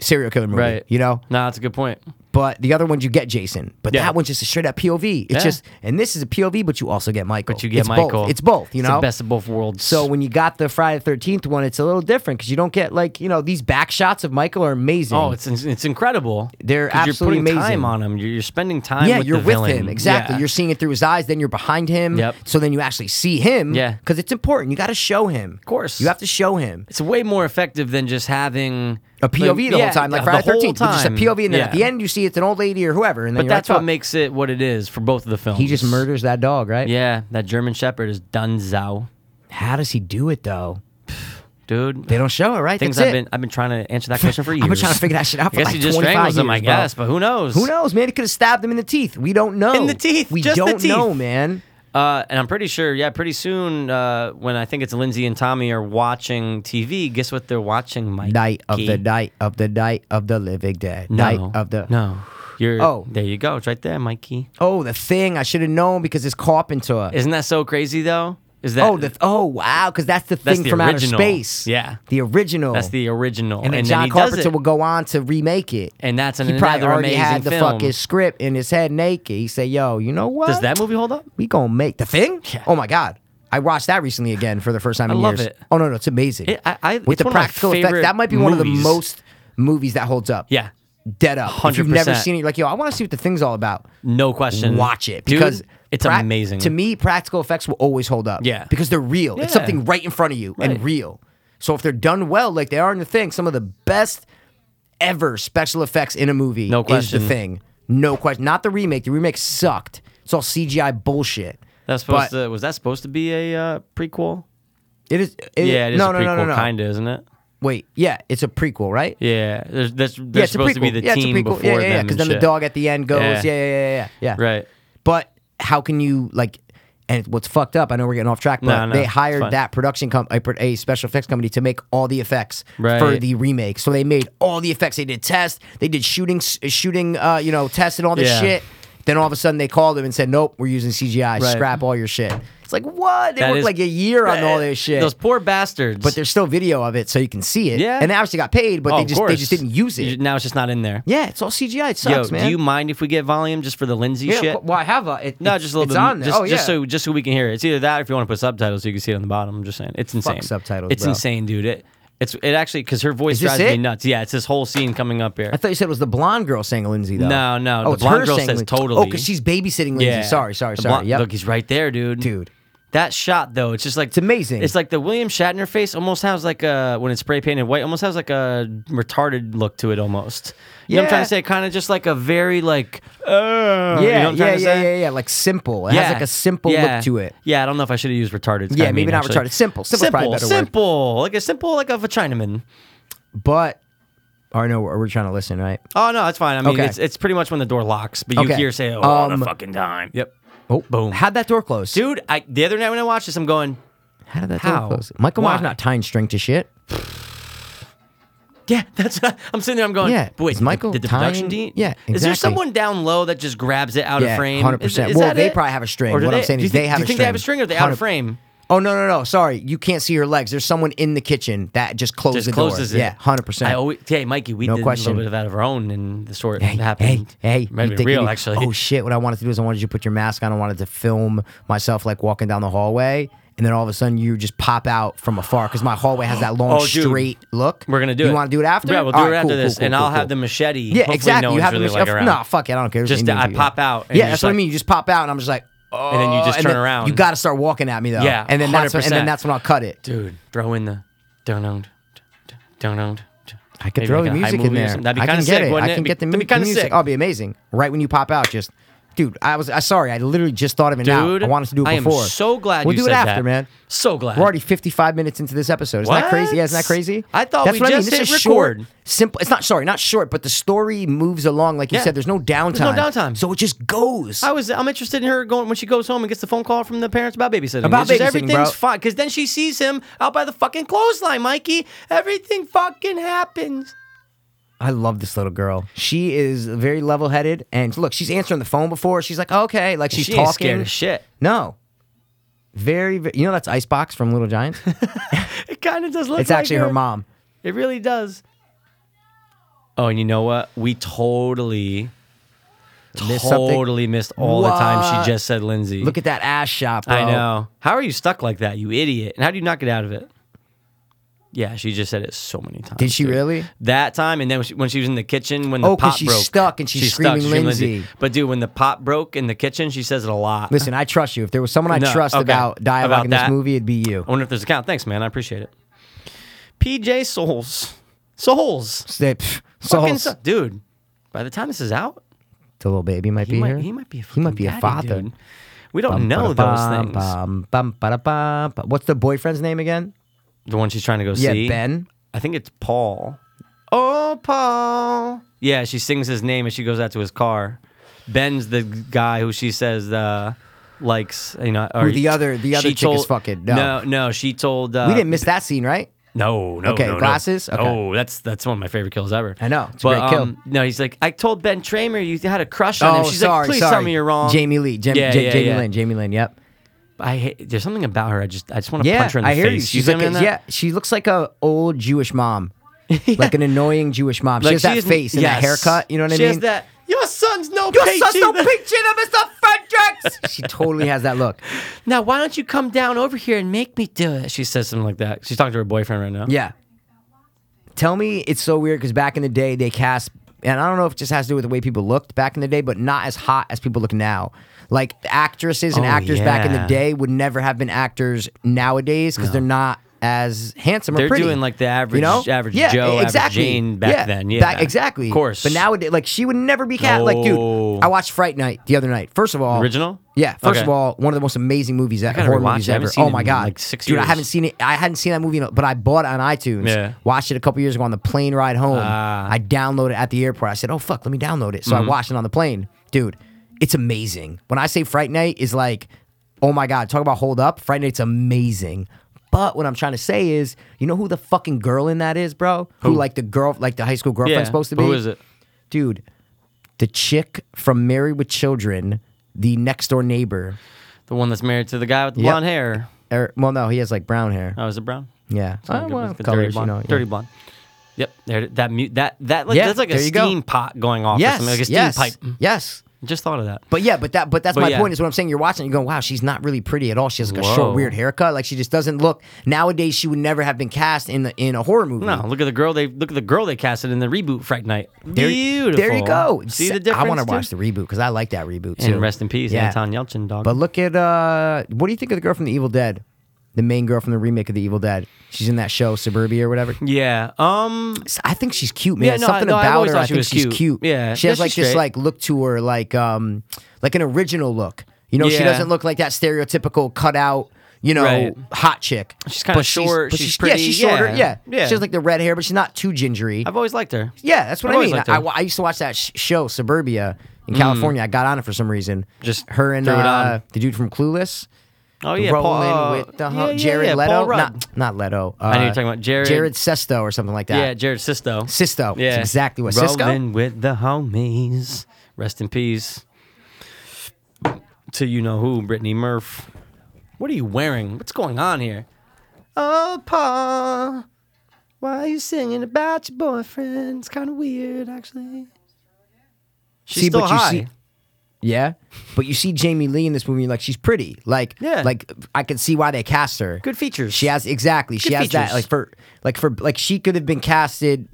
C: serial killer movie.
D: right,
C: You know.
D: No, that's a good point.
C: But the other ones you get Jason, but
D: Yeah.
C: that one's just a straight up POV. It's
D: Yeah.
C: just, and this is a POV, but you also get Michael.
D: But you get
C: it's
D: Michael.
C: Both. It's both. You
D: It's
C: know,
D: the best of both worlds.
C: so when you got the Friday Thirteenth one, it's a little different because you don't get like you know these back shots of Michael are amazing.
D: Oh, it's it's incredible.
C: They're
D: 'Cause
C: absolutely
D: you're putting time
C: amazing.
D: on him. You're, you're spending time.
C: yeah,
D: with
C: you're
D: the
C: with
D: villain.
C: him exactly.
D: Yeah.
C: You're seeing it through his eyes. Then you're behind him.
D: Yep.
C: So then you actually see him.
D: Yeah.
C: because it's important. You got to show him. Of
D: course.
C: you have to show him
D: it's way more effective than just having
C: a POV the
D: yeah,
C: whole time, like
D: the
C: Friday
D: whole
C: Thirteenth, just a
D: time.
C: POV, and then at
D: Yeah.
C: the end you see it's an old lady or whoever, and then
D: But
C: you're
D: that's
C: like,
D: what
C: "Fuck."
D: makes it what it is for both of the films.
C: He just murders that dog, right?
D: Yeah, that German Shepherd is Dunzau,
C: How does he do it though?
D: dude.
C: They don't show it, right?
D: Things
C: That's
D: I've
C: it.
D: been I've been trying to answer that question for years.
C: I've been trying to figure that shit out for
D: I guess
C: like
D: he just
C: 25
D: strangles him,
C: years,
D: I
C: bro.
D: guess, but who knows?
C: Who knows, man? He could have stabbed him in the teeth. We don't know.
D: In the teeth,
C: We
D: just the
C: don't
D: teeth.
C: know, man.
D: Uh, and I'm pretty sure, yeah, pretty soon uh, when I think it's Lindsay and Tommy are watching TV, guess what they're watching, Mike?
C: Night of the night of the night of the living dead.
D: No.
C: Night of the
D: No. You're,
C: Oh.
D: There you go. It's right there, Mikey.
C: Oh, the thing I should have known because it's Carpenter.
D: Isn't that so crazy, though? Is that.
C: oh, the oh wow, because that's the
D: That's
C: thing
D: the
C: from
D: original.
C: outer space.
D: Yeah.
C: the original.
D: That's the original.
C: Oh. and then
D: then
C: John
D: he does
C: Carpenter
D: it.
C: will go on to remake it.
D: And that's an,
C: he probably
D: another
C: already
D: amazing
C: had the
D: film.
C: fucking script in his head naked. He said, "Yo, you know what?
D: Does that movie hold up?
C: we gonna make the thing?
D: Yeah.
C: Oh my god." I watched that recently again for the first time
D: I
C: in
D: love
C: years.
D: it.
C: Oh no, no, it's amazing.
D: It- I- I-
C: With
D: it's
C: the
D: one of my
C: practical effects,
D: favorite
C: that might be one of the
D: movies.
C: most movies that holds up.
D: Yeah.
C: dead up. If you've never
D: 100%.
C: seen it, you're like, yo, I want to see what the thing's all about.
D: No question.
C: Watch it
D: Mm. Dude,
C: because
D: it's
C: prac-
D: amazing.
C: To me, practical effects will always hold up.
D: Yeah.
C: because they're real. It's
D: Yeah.
C: something right in front of you
D: Right.
C: and real. So if they're done well, like they are in the thing, some of the best ever special effects in a movie
D: No
C: is the
D: question.
C: thing. No question. Not the remake. The remake sucked. It's all CGI bullshit.
D: That's supposed
C: But
D: to, was that supposed to be a uh, prequel?
C: It is. it-
D: yeah, it is
C: no,
D: a
C: no,
D: prequel,
C: no, no, no.
D: kind of, isn't it?
C: Wait, yeah, it's a prequel, right?
D: Yeah, there's, there's, there's
C: yeah, it's a
D: supposed to be
C: prequel.
D: the
C: yeah, it's a
D: team
C: prequel.
D: before
C: yeah, yeah, yeah.
D: them. and
C: then the
D: shit.
C: dog at the end goes, yeah,
D: Yeah.
C: yeah, yeah, yeah, yeah.
D: Right.
C: But how can you like? And what's fucked up? I know we're getting off track, but
D: No, no,
C: they
D: it's
C: hired
D: fine.
C: that production company, a special effects company, to make all the effects for
D: Right.
C: the remake. So they made all the effects. They did tests. They did shooting, s- shooting, uh, you know, tests and all this
D: Yeah.
C: shit. Then all of a sudden they called him and said, "Nope, we're using CGI.
D: Right.
C: Scrap all your shit." It's like what? They
D: That
C: worked
D: is-
C: like a year on all this shit.
D: Those poor bastards.
C: but there's still video of it, so you can see it.
D: Yeah.
C: and they obviously got paid, but
D: Oh,
C: they
D: of
C: just they
D: course.
C: just didn't use
D: You-
C: it.
D: Now it's just not in there.
C: Yeah, it's all CGI. It
D: Yo,
C: sucks, man.
D: do you mind if we get volume just for the Lindsay
C: yeah,
D: shit?
C: w- Well, I have a. It,
D: no,
C: it's-
D: just a little
C: it's
D: bit.
C: on there.
D: Just,
C: oh,
D: just
C: yeah.
D: so just so we can hear it. It's either that, or if you want to put subtitles, so you can see it on the bottom. I'm just saying, it's insane.
C: subtitles,
D: It's
C: bro.
D: insane, dude. It it's it actually because her voice
C: Is this
D: drives
C: it?
D: me nuts. Yeah, it's this whole scene coming up here.
C: I thought you said it was the blonde girl saying Lindsay though.
D: No, no,
C: Oh,
D: the
C: it's
D: blonde
C: her
D: girl
C: saying
D: says
C: Lindsay. Oh,
D: totally.
C: because she's babysitting Lindsay.
D: yeah,
C: Sorry, sorry,
D: The
C: sorry.
D: blonde-
C: yep.
D: Look, he's right there, dude.
C: Dude.
D: That shot though, it's just like it's
C: amazing.
D: It's like the William Shatner face almost has like a when it's spray painted white, almost has like a retarded look to it almost. You know what I'm trying
C: Yeah.
D: to say? Kind of just like a very like uh, you know
C: yeah,
D: what I'm
C: yeah,
D: trying to
C: yeah,
D: say?
C: yeah, yeah. Like simple. It
D: yeah.
C: has like a simple
D: yeah.
C: look to it.
D: Yeah, I don't know if I should have used retarded. It's
C: Yeah,
D: kinda
C: maybe
D: mean,
C: not
D: actually.
C: retarded. Simple. Simple's probably a
D: simple,
C: better word.
D: simple. Like a simple, like of a Chinaman.
C: But or no, we're, we're trying to listen, right?
D: Oh no, it's fine. I mean,
C: Okay.
D: it's it's pretty much when the door locks, but you
C: Okay.
D: hear say, "Oh, all
C: Um,
D: the fucking time." Yep.
C: Oh,
D: Boom.
C: How'd that door close,
D: Dude, I, the other night when I watched this, I'm going,
C: How did that
D: how?
C: door close? Michael Myers
D: Why?
C: not tying string to shit.
D: yeah, that's. I'm sitting there, I'm going,
C: Yeah,
D: But wait,
C: is Michael
D: did the
C: tying-
D: production team?
C: Yeah,
D: Is there
C: exactly.
D: someone down low that just grabs it out
C: Yeah,
D: of frame?
C: 100%.
D: Is- is
C: Well,
D: that
C: they
D: it?
C: probably have a string.
D: Or do
C: What I'm saying
D: do you
C: is they
D: think-
C: have
D: do
C: a
D: you think they have a
C: string.
D: string or are they out
C: 100
D: of frame?
C: Oh no, no, no. Sorry, you can't see her legs. There's someone in the kitchen that just closed
D: Just
C: the
D: closes
C: door.
D: it.
C: Yeah, hundred
D: I
C: percent.
D: always, hey, Mikey, we
C: No
D: did a
C: question.
D: little bit of that of our own, and the sort
C: Hey, hey,
D: happened.
C: hey!
D: might
C: you
D: be
C: think you
D: real
C: need-
D: actually.
C: Oh shit! What I wanted to do is I wanted you to put your mask on. I wanted to film myself like walking down the hallway, and then all of a sudden you just pop out from afar because my hallway has that long
D: Oh, dude.
C: straight look.
D: We're gonna do
C: you
D: it.
C: You want to do it after?
D: Yeah, we'll do
C: All
D: it
C: right,
D: after
C: cool,
D: this,
C: cool,
D: and
C: cool,
D: I'll
C: cool.
D: have the machete.
C: Yeah,
D: Hopefully
C: exactly.
D: No
C: you
D: one's
C: have
D: really
C: the
D: like around.
C: Nah, fuck it. I don't care. There's
D: Just
C: Indian
D: that I
C: people.
D: pop out and
C: Yeah,
D: you're
C: that's
D: just
C: what I
D: like-
C: mean. You just pop out, and I'm just like, oh.
D: then you just turn around.
C: You got to start walking at me though.
D: Yeah,
C: and then that's when, and then
D: 100%.
C: that's when I'll cut it.
D: dude, throw in the don't own, don't own.
C: I could throw the music in there.
D: That'd be
C: I
D: kind
C: can get
D: of sick.
C: it.
D: wouldn't
C: I can
D: Be-
C: get the, mu-
D: that'd be
C: the
D: kind of
C: music.
D: sick.
C: Oh, it'd be amazing. Right when you pop out, just dude. I was. I sorry. I literally just thought of it now.
D: Dude,
C: I wanted to do it
D: I am
C: before.
D: so glad
C: we'll
D: you
C: do it
D: said
C: after,
D: that.
C: man.
D: So glad.
C: We're already 55 minutes into this episode. Isn't that
D: What?
C: crazy? Yeah, isn't that crazy?
D: I thought
C: That's
D: we
C: what I mean.
D: just
C: This
D: hit
C: is short,
D: record.
C: simple. It's not sorry, not short, but the story moves along. Like you
D: Yeah.
C: said, there's no downtime.
D: There's no downtime.
C: So it just goes.
D: I was. I'm interested in her going when she goes home and gets the phone call from the parents about babysitting.
C: About
D: It's just
C: babysitting,
D: everything's
C: bro.
D: fine because then she sees him out by the fucking clothesline, Mikey. Everything fucking happens.
C: I love this little girl. She is very level headed, and look, she's answering the phone before. She's like, okay, like she's
D: she
C: talking.
D: Ain't scared of shit.
C: No. Very, very, you know that's Icebox from Little Giants.
D: It kind of does look.
C: It's
D: like
C: actually her mom.
D: It really does. Oh, and you know what? We totally,
C: Missed something?
D: totally missed all the time
C: What?
D: she just said Lindsay.
C: Look at that ass shot, bro.
D: I know. How are you stuck like that, you idiot? And how do you not get out of it? Yeah, she just said it so many times.
C: Did she
D: dude.
C: really?
D: That time, and then when she, when she was in the kitchen, when the
C: Oh, 'cause
D: pop
C: she's
D: broke,
C: stuck and she's screaming Lindsay.
D: But dude, when the pop broke in the kitchen, she says it a lot.
C: Listen, I trust you. If there was someone I
D: No,
C: trust
D: okay.
C: about dialogue
D: About
C: in this
D: that.
C: movie, it'd be you.
D: I wonder if there's a count. Thanks, man. I appreciate it. PJ Souls, Souls,
C: Say, pff,
D: Fucking
C: Souls.
D: Sou- dude. By the time this is out,
C: The little baby might
D: he
C: be
D: might
C: here.
D: he might be a
C: he might
D: fucking
C: be a
D: daddy,
C: father.
D: dude. We don't
C: Bum,
D: know those
C: ba-da-bum,
D: things.
C: bum, bum, ba-da-bum, ba- What's the boyfriend's name again?
D: The one she's trying to go
C: Yeah,
D: see.
C: Ben.
D: I think it's Paul. Oh, Paul. Yeah, she sings his name and she goes out to his car. Ben's the guy who she says uh, likes, you know, or
C: Who the other- the other
D: she
C: chick is fucking- no.
D: no, no, She told uh,
C: We didn't miss that scene, right?
D: No, no.
C: Okay,
D: no, no.
C: glasses? Okay.
D: Oh, that's that's one of my favorite kills ever.
C: I know, it's a
D: but,
C: great kill.
D: Um, no, he's like, I told Ben Tramer you had a crush on him.
C: oh,
D: She's
C: sorry,
D: like, please
C: sorry.
D: tell me you're wrong.
C: Jamie Lee, Jam-
D: Yeah,
C: J-
D: yeah,
C: Jamie
D: yeah.
C: Lynn, Jamie Lynn. Yep.
D: I hate, there's something about her. I just I just want to
C: Yeah,
D: punch her in the
C: I hear
D: face.
C: you. She's
D: see
C: like,
D: what I
C: a,
D: mean?
C: yeah, she looks like a old Jewish mom, like an annoying Jewish mom. She
D: Like,
C: has that
D: is-
C: face and that
D: yes.
C: haircut. You know what I
D: She
C: mean?
D: has that. Your son's no
C: Your
D: peach
C: son's no
D: either."
C: peach either, Mr. Fredericks. she totally has that look.
D: Now, why don't you come down over here and make me do it? She says something like that. She's talking to her boyfriend right now.
C: Yeah. Tell me, it's so weird because back in the day they cast, and I don't know if it just has to do with the way people looked back in the day, but not as hot as people look now. Like actresses and
D: Oh,
C: actors back in the
D: yeah.
C: day would never have been actors nowadays because they're not as handsome
D: They're
C: or pretty.
D: doing, like, the average- average Joe, average Jane back then, yeah.
C: Back- exactly.
D: Of course.
C: But nowadays, like she would never be cast. Like,
D: No.
C: dude, I watched Fright Night the other night. First of all,
D: Original?
C: Yeah. First of
D: Okay.
C: all, one of the most amazing movies ever.
D: gotta
C: Horror
D: rewatch
C: movies
D: it. I haven't
C: ever.
D: seen
C: Oh
D: it
C: my
D: in,
C: god,
D: like, six
C: dude, I
D: years.
C: haven't seen it. I hadn't seen that movie, in a- but I bought it on iTunes.
D: Yeah.
C: Watched it a couple years ago on the plane ride home.
D: Ah. Mm-hmm.
C: I downloaded it at the airport. I said, "Oh fuck, let me download it." So I watched it on the plane, dude. It's amazing. When I say Fright Night is like, oh my god, talk about hold up. Fright Night's amazing. But what I'm trying to say is, you know who the fucking girl in that is, bro? Who, like the girl, like the high school girlfriend's supposed to be?
D: Who is it?
C: dude. the chick from Married with Children, the next door neighbor.
D: The one that's married to the guy with the
C: Yep.
D: blonde hair.
C: Er, well, no, he has like brown hair.
D: Oh, is it brown?
C: yeah,
D: It's not
C: Oh,
D: good,
C: well,
D: it's good. dirty
C: colors, you
D: blonde.
C: know, yeah.
D: Dirty blonde. Yep. There, that mute. That that like
C: Yeah,
D: that's like a
C: there you go.
D: steam pot going off. or
C: Yes,
D: something, like a steam
C: yes,
D: pipe. Mm,
C: yes.
D: Just thought of that.
C: But yeah, but that but that's
D: But
C: my
D: yeah.
C: point is what I'm saying. You're watching, it, you're going, wow, she's not really pretty at all. She has like a
D: Whoa.
C: short, weird haircut. Like she just doesn't look. Nowadays, she would never have been cast in the, in a horror movie.
D: No, look at the girl. They look at the girl they casted in the reboot Fright Night.
C: Mm-hmm. There,
D: Beautiful.
C: There you go.
D: See
C: Se-
D: the difference.
C: I want to
D: dude?
C: watch the reboot because I like that reboot too.
D: And rest in peace,
C: Yeah.
D: Anton Yelchin, dog.
C: But look at uh, what do you think of the girl from The Evil Dead? The main girl from the remake of The Evil Dead. She's in that show Suburbia or whatever.
D: yeah. Um.
C: I think she's cute, man.
D: Yeah, no, I-
C: Something
D: no, I've
C: about
D: always
C: her. I
D: thought she
C: think
D: was
C: she's
D: cute.
C: cute.
D: Yeah.
C: she has
D: Yeah,
C: like
D: she's
C: this
D: straight.
C: like look to her, like um, like an original look. You know, she
D: Yeah.
C: doesn't look like that stereotypical cutout. You know,
D: Right.
C: hot chick.
D: She's kinda
C: But
D: short,
C: but
D: she's
C: Yeah,
D: pretty,
C: she's shorter.
D: yeah,
C: Yeah.
D: yeah.
C: She has like the red hair, but she's not too gingery.
D: I've always liked her.
C: yeah, that's what
D: I've
C: I
D: always
C: mean.
D: liked
C: I,
D: her. Mm.
C: I used to watch that sh- show Suburbia in California. I got on it for some reason.
D: Just
C: her and
D: threw it
C: uh,
D: on.
C: the dude from Clueless.
D: Oh yeah,
C: rolling
D: Paul, uh,
C: with the
D: yeah,
C: hump.
D: yeah,
C: Jared
D: yeah,
C: Leto,
D: Paul Rudd.
C: not not Leto. Uh,
D: know you're talking about Jared-
C: Jared Sesto or something like that.
D: yeah, Jared Sisto.
C: Sisto. That's exactly what-
D: Rolling
C: Cisco?
D: with the homies. Rest in peace. To you know who, Brittany Murph. What are you wearing? What's going on here? Oh, Paul, why are you singing about your boyfriend? It's kind of weird, actually. She's
C: See,
D: still
C: but you
D: high.
C: see- Yeah, but you see Jamie Lee in this movie, you're like she's pretty. Like,
D: Yeah.
C: like I could see why they cast her.
D: Good features.
C: She has exactly. she
D: Good
C: has
D: features.
C: that like for like for like she could have been casted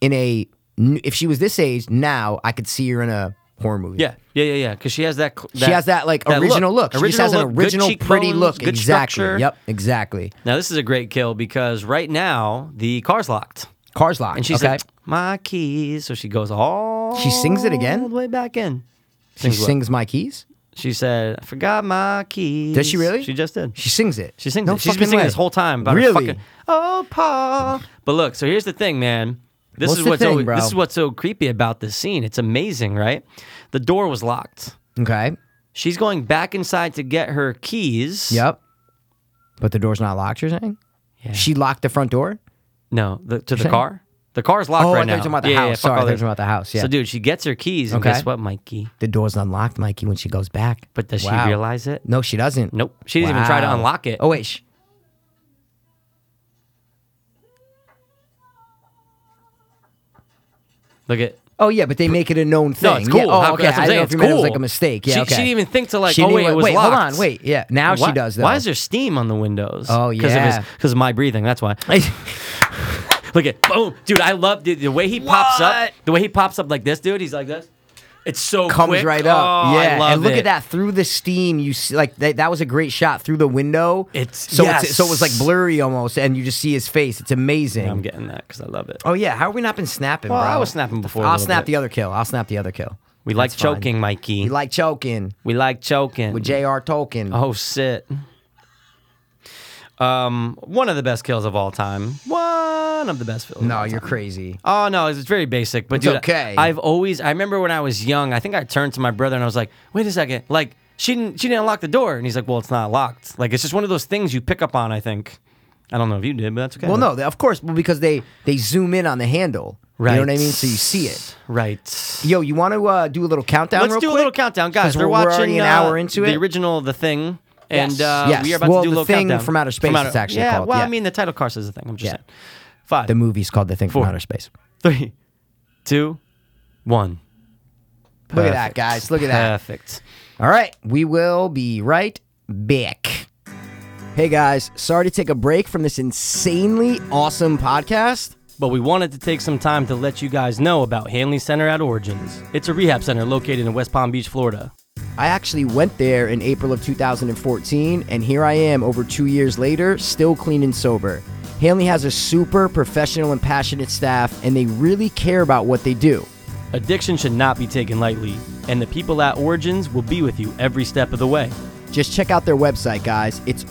C: in a n- if she was this age now. I could see her in a horror movie.
D: Yeah, yeah, yeah, yeah. Because she has that, cl- that.
C: She has that like original look. She just has
D: look,
C: an
D: good
C: original pretty
D: cheekbones,
C: look.
D: good
C: exactly.
D: structure.
C: Yep. Exactly.
D: Now this is a great kill because right now the car's locked,
C: Cars locked.
D: and she's
C: okay.
D: like, "My keys." So she goes all.
C: She sings it again?
D: All the way back in.
C: she
D: what?
C: sings my keys.
D: She said, "I forgot my keys."
C: Does she really?
D: She just did.
C: She sings it.
D: She sings
C: No
D: it. She's been
C: fucking
D: singing
C: way.
D: this whole time. About her
C: really?
D: fucking- oh, Paul. But look, so here's the thing, man. This
C: What's
D: is
C: the
D: what's
C: thing,
D: always,
C: bro?
D: this is what's so creepy about this scene. It's amazing, right? The door was locked.
C: Okay.
D: She's going back inside to get her keys.
C: Yep. But the door's not locked. You're saying? She locked the front door.
D: No, the, to the
C: saying?
D: car. The car's locked
C: Oh, I
D: right
C: thought you
D: now.
C: were talking about the
D: Yeah, yeah,
C: house.
D: fuck
C: Sorry, I
D: all
C: thought you were
D: that.
C: talking about the house, yeah.
D: So, dude, she gets her keys, and
C: Okay.
D: guess what, Mikey?
C: The door's unlocked, Mikey, when she goes back.
D: But does she realize it?
C: No, she doesn't.
D: Nope. She didn't even try to
C: Wow.
D: unlock it.
C: Oh, wait. Sh-
D: look at.
C: oh, yeah, but they make it a known thing.
D: No, it's cool.
C: Yeah. Oh,
D: How-
C: okay.
D: that's
C: I
D: what I'm
C: didn't know
D: saying.
C: if
D: It's
C: you meant it was
D: cool.
C: like a mistake. Yeah,
D: She-
C: okay.
D: she didn't even think to, like,
C: She
D: oh,
C: didn't
D: wait, it
C: even-
D: was
C: wait, Hold
D: locked.
C: on. Wait. Yeah. Now
D: Why-
C: she does, though.
D: Why is there steam on the windows?
C: Oh, yeah.
D: Because of, my breathing. That's why. look at. Boom, dude. I love dude, the way he pops up.
C: What?
D: The way he pops up like this, dude. He's like this. It's so
C: Comes
D: quick.
C: right up.
D: Oh, I
C: yeah.
D: love
C: and look
D: it.
C: at that through the steam. You see, like, that, that was a great shot through the window.
D: It's-
C: so
D: yes.
C: it's So it was like blurry almost, and you just see his face. It's amazing.
D: I'm getting that because I love it.
C: Oh, yeah. How have we not been snapping,
D: Well,
C: bro?
D: I was snapping before. a
C: I'll
D: little
C: snap
D: bit.
C: the other kill. I'll snap the other kill.
D: We like
C: That's fine.
D: choking, Mikey.
C: You like choking
D: we like choking.
C: with J.R. Tolkien.
D: Oh shit. Um, one of the best kills of all time. One of the best films.
C: no, you're crazy.
D: Oh no, it's very basic, but
C: It's
D: dude,
C: okay.
D: I've always. I remember when I was young. I think I turned to my brother and I was like, "Wait a second, like she didn't. She didn't lock the door." And he's like, "Well, it's not locked. Like it's just one of those things you pick up on. I think. I don't know if you did, but that's okay.
C: Well, no, they, of course, well, because they they zoom in on the handle.
D: right?
C: You know what I mean? So you see it.
D: right?
C: Yo, you want to uh, do a little countdown?
D: Let's
C: real
D: do a
C: quick?
D: little countdown, guys.
C: 'Cause
D: We're,
C: we're,
D: watching
C: we're already an
D: uh,
C: hour into
D: the
C: it.
D: original The Thing, and
C: Yes.
D: uh,
C: Yes.
D: we are about
C: Well,
D: to
C: The
D: do a little
C: Thing
D: countdown
C: from Outer Space, it's actually
D: yeah,
C: called,
D: Well, I
C: yeah.
D: mean, the title card says The Thing. I'm just
C: Yeah.
D: saying. Five,
C: The movie's called The Thing
D: Four.
C: from Outer Space.
D: three, two, one.
C: Look at that, guys. Look at that.
D: Perfect.
C: All right, we will be right back. Hey guys, sorry to take a break from this insanely awesome podcast.
D: But we wanted to take some time to let you guys know about Hanley Center at Origins. It's a rehab center located in West Palm Beach, Florida.
C: I actually went there in April of 2014, and here I am over two years later, still clean and sober. Hanley has a super professional and passionate staff, and they really care about what they do.
D: Addiction should not be taken lightly, and the people at Origins will be with you every step of the way.
C: Just check out their website, guys. It's